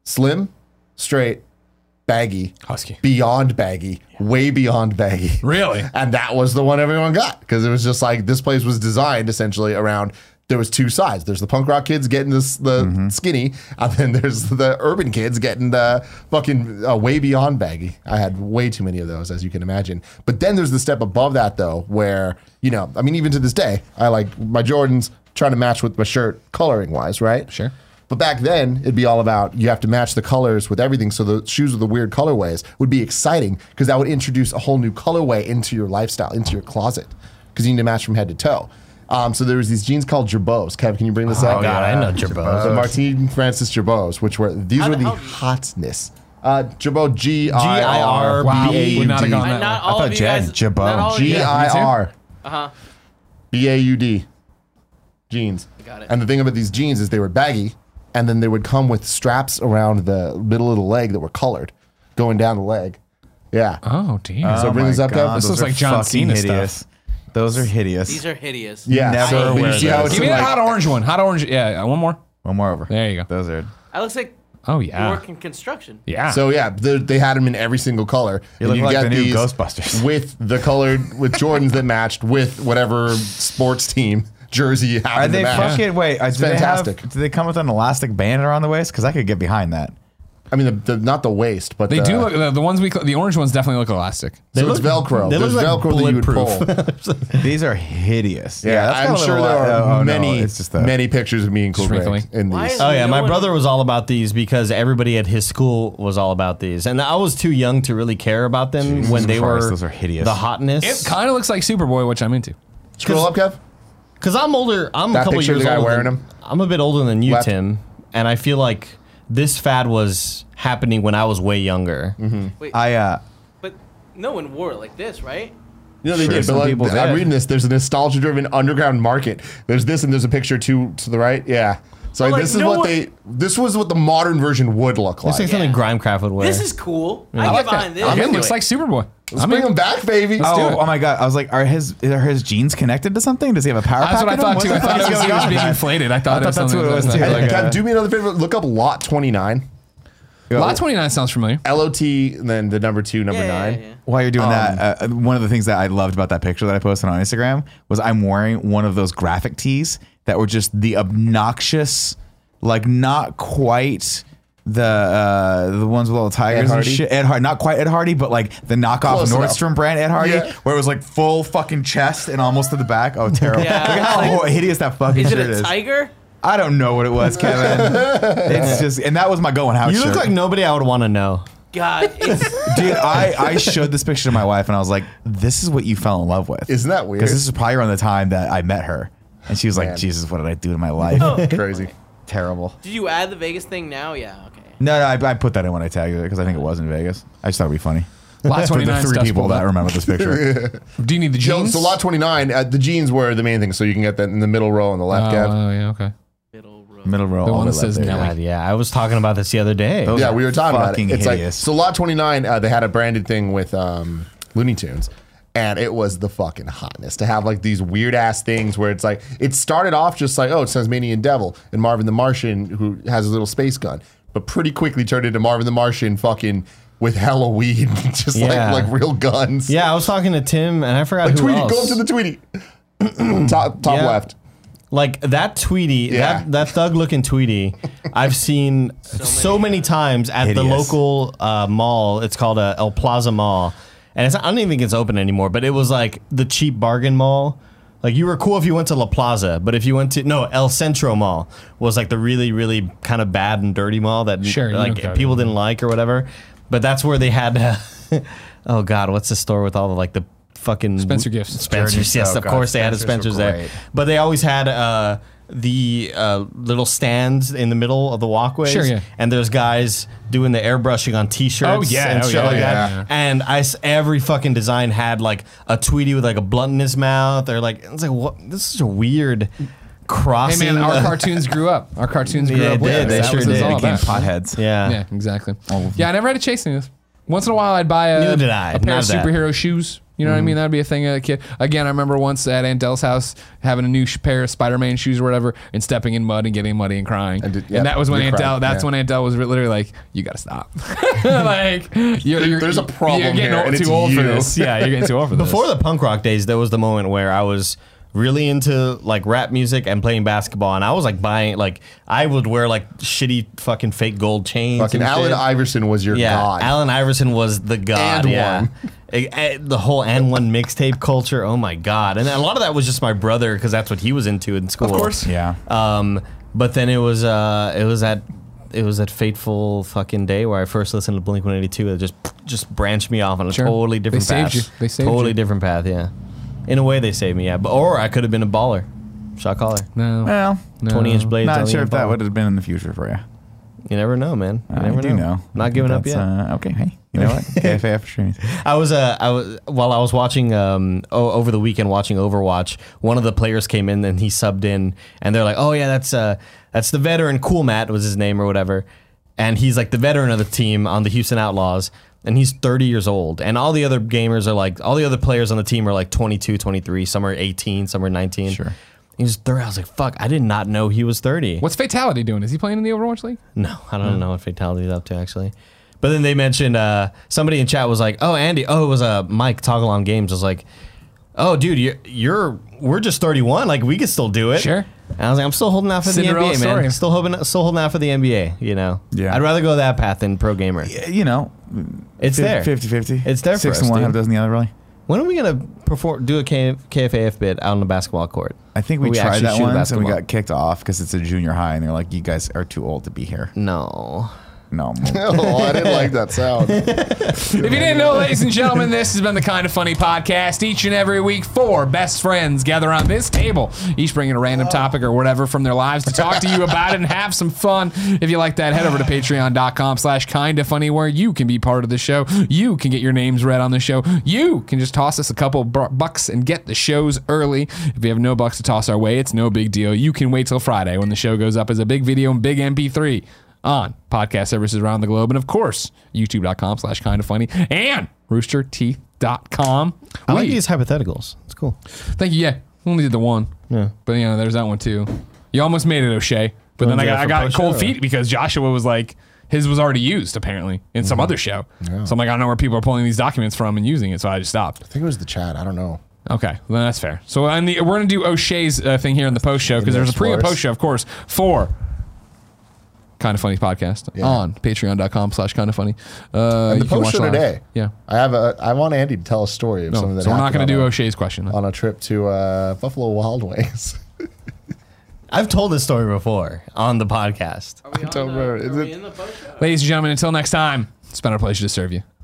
Speaker 2: slim, straight, baggy,
Speaker 1: Husky.
Speaker 2: beyond baggy, way beyond baggy.
Speaker 1: Really?
Speaker 2: And that was the one everyone got because it was just like this place was designed essentially around there was two sides. There's the punk rock kids getting this the
Speaker 1: Mm-hmm.
Speaker 2: skinny, and then there's the urban kids getting the fucking uh, way beyond baggy. I had way too many of those, as you can imagine. But then there's the step above that though, where you know, I mean, even to this day, I like my Jordans trying to match with my shirt coloring wise, right?
Speaker 1: Sure.
Speaker 2: But back then, it'd be all about you have to match the colors with everything. So the shoes with the weird colorways would be exciting because that would introduce a whole new colorway into your lifestyle, into your closet, because you need to match from head to toe. Um, so there was these jeans called Jerbots. Kev, can you bring this up?
Speaker 5: Oh, God, I know Jabot.
Speaker 2: The Martine Francis Jerbots, which were these were the
Speaker 6: how-
Speaker 2: hotness. Uh, Jerbo G
Speaker 5: G I
Speaker 2: I
Speaker 5: R
Speaker 2: R
Speaker 5: B
Speaker 1: Wow,
Speaker 5: A
Speaker 1: would not have
Speaker 5: D.
Speaker 1: gone that
Speaker 6: And not
Speaker 1: way.
Speaker 6: all
Speaker 3: thought
Speaker 6: of you
Speaker 3: Jen,
Speaker 6: guys.
Speaker 3: Jabot.
Speaker 6: Not all of you
Speaker 2: G
Speaker 6: guys-
Speaker 2: I R
Speaker 6: Uh-huh.
Speaker 2: B A U D jeans.
Speaker 6: Got it.
Speaker 2: And the thing about these jeans is they were baggy, and then they would come with straps around the middle of the leg that were colored, going down the leg. Yeah.
Speaker 1: Oh damn.
Speaker 2: So
Speaker 3: Oh
Speaker 2: bring
Speaker 3: my
Speaker 2: this up, Kev.
Speaker 3: God,
Speaker 1: This
Speaker 3: those
Speaker 1: looks
Speaker 3: are
Speaker 1: like John
Speaker 3: fucking
Speaker 1: Cena stuff.
Speaker 3: Those are hideous.
Speaker 6: These are hideous.
Speaker 2: yeah.
Speaker 3: never
Speaker 2: so, but you
Speaker 3: wear
Speaker 2: see how
Speaker 3: those.
Speaker 2: it's
Speaker 1: Give me that
Speaker 2: like-
Speaker 1: hot orange one. Hot orange. Yeah. uh, One more.
Speaker 3: One more over.
Speaker 1: There you go.
Speaker 3: Those are.
Speaker 6: That looks like
Speaker 1: Oh
Speaker 6: you
Speaker 1: yeah.
Speaker 6: work in construction.
Speaker 1: Yeah.
Speaker 2: So yeah, they, they had them in every single color.
Speaker 3: You
Speaker 2: And
Speaker 3: look
Speaker 2: you'd
Speaker 3: like
Speaker 2: get
Speaker 3: the new
Speaker 2: these
Speaker 3: Ghostbusters.
Speaker 2: with the colored with Jordans that matched with whatever sports team jersey you have.
Speaker 3: Are they fucking wait? uh,
Speaker 2: It's
Speaker 3: do they have-
Speaker 2: fantastic.
Speaker 3: do they come with an elastic band around the waist? Because I could get behind that.
Speaker 2: I mean, the, the, not the waist, but
Speaker 1: they
Speaker 2: the,
Speaker 1: do look the, the ones we cl- the orange ones definitely look elastic.
Speaker 2: So it's Velcro.
Speaker 5: they
Speaker 2: There's
Speaker 5: look like
Speaker 2: Velcro that you would
Speaker 5: bulletproof.
Speaker 2: pull.
Speaker 3: These are hideous.
Speaker 2: Yeah,
Speaker 3: that's
Speaker 2: I'm
Speaker 3: gotta look
Speaker 2: sure
Speaker 3: a
Speaker 2: there
Speaker 3: lot- oh,
Speaker 2: are
Speaker 3: oh, no,
Speaker 2: many,
Speaker 3: it's just the,
Speaker 2: many pictures of me and Cool
Speaker 1: Sprinkling.
Speaker 2: Greg in
Speaker 6: Why
Speaker 2: these.
Speaker 6: is-
Speaker 5: Oh yeah,
Speaker 6: No
Speaker 5: my
Speaker 6: one-
Speaker 5: brother was all about these because everybody at his school was all about these, and I was too young to really care about them when they
Speaker 3: Christ,
Speaker 5: were
Speaker 3: those are hideous.
Speaker 5: the hotness.
Speaker 1: It kind of looks like Superboy, which I'm into.
Speaker 2: Scroll up, Kev.
Speaker 5: Because I'm older. I'm
Speaker 2: That
Speaker 5: a couple
Speaker 2: picture of
Speaker 5: years
Speaker 2: the guy
Speaker 5: older.
Speaker 2: wearing
Speaker 5: than,
Speaker 2: 'em?
Speaker 5: I'm a bit older than you,
Speaker 2: Left.
Speaker 5: Tim, and I feel like this fad was happening when I was way younger.
Speaker 2: Mm-hmm.
Speaker 6: Wait,
Speaker 3: I uh,
Speaker 6: but no one wore it like this, right?
Speaker 2: No, they
Speaker 3: Sure,
Speaker 2: did. But
Speaker 3: some
Speaker 2: like,
Speaker 3: people
Speaker 2: I'm
Speaker 3: did.
Speaker 2: reading this. There's a nostalgia-driven underground market. There's this, and there's a picture too to the right. Yeah. So
Speaker 6: But, like,
Speaker 2: this is
Speaker 6: no
Speaker 2: what
Speaker 6: one-
Speaker 2: they. This was what the modern version would look
Speaker 5: It's like
Speaker 2: like.
Speaker 5: something Grimecraft would wear.
Speaker 6: This is cool. I, get behind this.
Speaker 1: Again,
Speaker 6: I'll do
Speaker 1: looks
Speaker 6: it.
Speaker 1: like Superboy.
Speaker 2: Let's bring him back, baby.
Speaker 3: oh, oh my god! I was like, are his are his genes connected to something? Does he have a power?
Speaker 1: That's
Speaker 3: pack
Speaker 1: what I
Speaker 3: in him?
Speaker 1: thought too.
Speaker 3: the
Speaker 1: I thought
Speaker 3: fuck
Speaker 1: it
Speaker 3: is
Speaker 1: was, it
Speaker 3: going
Speaker 1: was
Speaker 3: on?
Speaker 1: being inflated. I
Speaker 3: I
Speaker 1: thought,
Speaker 3: thought that's
Speaker 1: it was something
Speaker 3: what it was,
Speaker 1: like
Speaker 3: too.
Speaker 1: that.
Speaker 2: And
Speaker 1: Like,
Speaker 2: God,
Speaker 1: uh,
Speaker 2: do me another favor. Look up lot twenty nine.
Speaker 1: Lot 29 sounds familiar.
Speaker 2: L O T, and then the number two, number
Speaker 6: Yeah, yeah,
Speaker 2: nine.
Speaker 6: yeah, yeah.
Speaker 3: While you're doing that, uh, one of the things that I loved about that picture that I posted on Instagram was I'm wearing one of those graphic tees that were just the obnoxious, like not quite the uh, the ones with all the tigers and
Speaker 2: Hardy?
Speaker 3: shit. Ed Hardy, not quite Ed Hardy, but like the knockoff
Speaker 2: Close enough.
Speaker 3: Nordstrom brand Ed Hardy,
Speaker 2: Yeah.
Speaker 3: where it was like full fucking chest and almost to the back. Oh, terrible!
Speaker 6: Yeah.
Speaker 3: Look at how hor- hideous that fucking
Speaker 6: Is it
Speaker 3: shirt
Speaker 6: a
Speaker 3: is.
Speaker 6: tiger?
Speaker 3: I don't know what it was, Kevin. it's just, and that was my going out.
Speaker 5: You
Speaker 3: shirt.
Speaker 5: look like nobody I would want to know.
Speaker 6: God, it's
Speaker 3: Dude, I, I showed this picture to my wife and I was like, this is what you fell in love with.
Speaker 2: Isn't that weird?
Speaker 3: Because this is probably around the time that I met her. And she was like,
Speaker 2: Man.
Speaker 3: Jesus, what did I do to my life?
Speaker 1: Oh.
Speaker 2: Crazy.
Speaker 3: Terrible.
Speaker 6: Did you add the Vegas thing now? Yeah, okay.
Speaker 3: No, no, I, I put that in when I tagged it because I think it was in Vegas. I just thought it'd be funny.
Speaker 1: Lot
Speaker 3: For the
Speaker 1: 29
Speaker 3: three
Speaker 1: stuff
Speaker 3: people
Speaker 1: pulled
Speaker 3: that
Speaker 1: up.
Speaker 3: remember this picture.
Speaker 1: Do you need the
Speaker 2: Joe,
Speaker 1: jeans?
Speaker 2: so lot twenty nine. Uh, the jeans were the main thing, so you can get that in the middle row on the
Speaker 1: Oh,
Speaker 2: left. Gav.
Speaker 1: oh, yeah, okay.
Speaker 6: Middle row.
Speaker 3: Middle row.
Speaker 1: The
Speaker 3: all
Speaker 1: one that
Speaker 3: way
Speaker 1: says
Speaker 3: left there.
Speaker 1: Nelly.
Speaker 5: God, yeah, I was talking about this the other day.
Speaker 3: Those
Speaker 2: yeah,
Speaker 3: are
Speaker 2: we were talking about
Speaker 3: fucking
Speaker 2: it. It's like
Speaker 3: hideous.
Speaker 2: so lot twenty nine. Uh, they had a branded thing with um, Looney Tunes, and it was the fucking hotness to have like these weird ass things where it's like it started off just like oh it says Manian Devil and Marvin the Martian who has his little space gun, but pretty quickly turned into Marvin the Martian fucking with Halloween, just
Speaker 5: Yeah.
Speaker 2: like like real guns.
Speaker 5: Yeah, I was talking to Tim and I forgot who
Speaker 2: Tweety,
Speaker 5: else.
Speaker 2: go up to the Tweety, top top
Speaker 5: Yeah.
Speaker 2: left.
Speaker 5: Like that Tweety,
Speaker 2: Yeah.
Speaker 5: that that thug looking Tweety, I've seen so many, times at the
Speaker 3: Hideous.
Speaker 5: local uh, mall. It's called uh, El Plaza Mall, and it's, I don't even think it's open anymore. But it was like the cheap bargain mall. Like you were cool if you went to La Plaza, but if you went to no El Centro Mall was like the really really kind of bad and dirty mall that
Speaker 1: Sure, you know
Speaker 5: like
Speaker 1: what I'm
Speaker 5: people didn't like or whatever. But that's where they had. Uh, oh God, what's the store with all the like the fucking
Speaker 1: Spencer Gifts.
Speaker 5: Spencer's, yes,
Speaker 3: Oh,
Speaker 5: of
Speaker 3: God,
Speaker 5: course they had a
Speaker 3: Spencer's were
Speaker 5: Spencer's there.
Speaker 3: great.
Speaker 5: But they always had uh, the uh, little stands in the middle of the walkways.
Speaker 1: Sure, yeah.
Speaker 5: And there's guys doing the airbrushing on T-shirts
Speaker 1: Oh, yeah,
Speaker 5: and
Speaker 1: oh,
Speaker 5: shit
Speaker 1: yeah,
Speaker 5: like
Speaker 1: yeah,
Speaker 5: that.
Speaker 1: yeah.
Speaker 5: And I s- every fucking design had like a Tweety with like a blunt in his mouth. Or like it's like what? This is a weird
Speaker 1: Hey,
Speaker 5: crossing.
Speaker 1: man, our
Speaker 5: of-
Speaker 1: cartoons grew up. Our cartoons grew
Speaker 5: Yeah,
Speaker 1: up
Speaker 5: they
Speaker 1: with
Speaker 5: did.
Speaker 1: us.
Speaker 5: They
Speaker 1: That
Speaker 5: sure
Speaker 1: was what it was
Speaker 5: did.
Speaker 1: all
Speaker 3: They became
Speaker 1: about.
Speaker 3: potheads.
Speaker 5: yeah.
Speaker 1: Yeah, exactly.
Speaker 3: of them.
Speaker 1: Yeah, I never had a chasing this. Once in a while, I'd buy a,
Speaker 5: Neither did I.
Speaker 1: a pair
Speaker 5: Not
Speaker 1: of
Speaker 5: that.
Speaker 1: superhero shoes. You know
Speaker 2: Mm-hmm.
Speaker 1: what I mean? That'd be a thing as a kid. Again, I remember once at Aunt Dell's house having a new sh- pair of Spider-Man shoes or whatever, and stepping in mud and getting muddy and crying. And,
Speaker 2: did- yeah,
Speaker 1: that was when
Speaker 2: you
Speaker 1: Aunt
Speaker 2: cried,
Speaker 1: Dell. That's
Speaker 2: yeah.
Speaker 1: when Aunt Dell was re- literally like, "You gotta stop. like, you're, you're,
Speaker 2: There's a problem
Speaker 1: You're getting
Speaker 2: here,
Speaker 1: old-
Speaker 2: and
Speaker 1: too
Speaker 2: it's
Speaker 1: old for
Speaker 2: you.
Speaker 1: this. Yeah, you're getting too old for this.
Speaker 5: Before the punk rock days, there was the moment where I was really into like rap music and playing basketball, and I was like buying like I would wear like shitty fucking fake gold chains.
Speaker 2: Fucking
Speaker 5: and
Speaker 2: Allen
Speaker 5: shit.
Speaker 2: Iverson was your
Speaker 5: yeah,
Speaker 2: god.
Speaker 5: Allen Iverson was the god.
Speaker 2: And
Speaker 5: yeah.
Speaker 2: one.
Speaker 5: Eh, eh, the whole and one mixtape culture. Oh my god! And a lot of that was just my brother because that's what he was into in school. Of
Speaker 1: course.
Speaker 3: Yeah.
Speaker 5: Um, but then it was uh, it was that it was that fateful fucking day where I first listened to Blink One Eighty Two. It just just branched me off on a
Speaker 1: Sure.
Speaker 5: totally
Speaker 1: They
Speaker 5: different path.
Speaker 1: saved you. They saved
Speaker 5: totally
Speaker 1: you.
Speaker 5: different path. Yeah, in a way they saved me. Yeah, but or I could have been a baller, shot caller,
Speaker 1: no,
Speaker 3: Well,
Speaker 5: twenty inch blades.
Speaker 3: not
Speaker 5: only
Speaker 3: sure
Speaker 5: a
Speaker 3: if that
Speaker 5: baller.
Speaker 3: would have been in the future for you.
Speaker 5: You never know, man. You
Speaker 3: I
Speaker 5: never
Speaker 3: do know.
Speaker 5: Not giving up
Speaker 3: That's,
Speaker 5: yet.
Speaker 3: Uh, okay, hey, you know what? KFAF streams.
Speaker 5: I was uh, I was while I was watching um o- over the weekend watching Overwatch. One of the players came in and he subbed in, and they're like, "Oh yeah, that's uh that's the veteran Cool Matt was his name or whatever," and he's like the veteran of the team on the Houston Outlaws. And he's 30 years old. And all the other gamers are like, all the other players on the team are like 22, 23. Some are 18, some are 19.
Speaker 3: Sure.
Speaker 5: He was 30. I was like, fuck, I did not know he was 30.
Speaker 1: what's Fatality doing? Is he playing in the Overwatch League?
Speaker 5: No, I don't know what Fatality's up to actually. But then they mentioned uh, somebody in chat was like, "Oh, Andy, oh, it was uh, Mike Toggle on Games was like, oh, dude, you're, you're we're just 31, like we could still do it."
Speaker 1: Sure.
Speaker 5: And I was like, "I'm still holding out for
Speaker 1: Cinderella
Speaker 5: the NBA, man.
Speaker 1: story.
Speaker 5: Still hoping, still holding out for the NBA. You know,
Speaker 3: Yeah.
Speaker 5: I'd rather go that path than pro gamer.
Speaker 3: You know,
Speaker 5: It's there.
Speaker 3: 50 50.
Speaker 5: It's there for
Speaker 3: Six
Speaker 5: us,
Speaker 3: and one,
Speaker 5: dude.
Speaker 3: half dozen the other, really.
Speaker 5: When are we gonna perform? Do a K- KFAF bit out on the basketball court?
Speaker 3: I think we,
Speaker 5: We
Speaker 3: tried
Speaker 5: actually
Speaker 3: that
Speaker 5: shoot
Speaker 3: once and we
Speaker 5: basketball.
Speaker 3: got kicked off because it's a junior high and they're like, you guys are too old to be here.
Speaker 5: No.
Speaker 3: No.
Speaker 2: oh, I didn't like that sound.
Speaker 1: If you didn't know, ladies and gentlemen, this has been the Kind of Funny podcast. Each and every week, four best friends gather on this table, each bringing a random topic or whatever from their lives to talk to you about it and have some fun. If you like that, head over to patreon.com slash kind of funny where you can be part of the show. You can get your names read on the show. You can just toss us a couple bu- bucks and get the shows early. If you have no bucks to toss our way, it's no big deal. You can wait till Friday when the show goes up as a big video and big MP3 on podcast services around the globe, and of course, youtube.com slash kind of funny and Rooster Teeth com.
Speaker 7: I like these hypotheticals. It's cool.
Speaker 1: Thank you. Yeah, we only did the one.
Speaker 7: Yeah.
Speaker 1: But you know, there's that one too. You almost made it, O'Shea. But then
Speaker 7: Wanna
Speaker 1: I got, I
Speaker 7: do that
Speaker 1: got
Speaker 7: for post-show,
Speaker 1: cold
Speaker 7: or?
Speaker 1: feet because Joshua was like, his was already used apparently in
Speaker 7: Mm-hmm.
Speaker 1: some other show. So I'm like, I don't know where people are pulling these documents from and using it. So I just stopped.
Speaker 2: I think it was the chat. I don't know.
Speaker 1: Okay, well, then that's fair. So on the, we're going to do O'Shea's uh, thing here in the post show because there's a pre and
Speaker 2: Explorers.
Speaker 1: post show, of course, for Kind of Funny podcast
Speaker 2: Yeah.
Speaker 1: on patreon.com slash kind of funny. Uh,
Speaker 2: And the
Speaker 1: you can
Speaker 2: post
Speaker 1: watch
Speaker 2: show
Speaker 1: live.
Speaker 2: today.
Speaker 1: Yeah.
Speaker 2: I have a. I want Andy to tell a story of
Speaker 1: No, so
Speaker 2: something
Speaker 1: we're
Speaker 2: that
Speaker 1: not
Speaker 2: happened
Speaker 1: going to do oh
Speaker 2: on a-
Speaker 1: O'Shea's question.
Speaker 2: on a trip to uh, Buffalo Wild Wings.
Speaker 7: I've told this story before on the podcast.
Speaker 6: Are we, on
Speaker 2: don't
Speaker 6: the,
Speaker 2: remember. Is
Speaker 6: are we
Speaker 2: it-
Speaker 6: in the post show?
Speaker 1: Ladies and gentlemen, until next time, it's been our pleasure to serve you.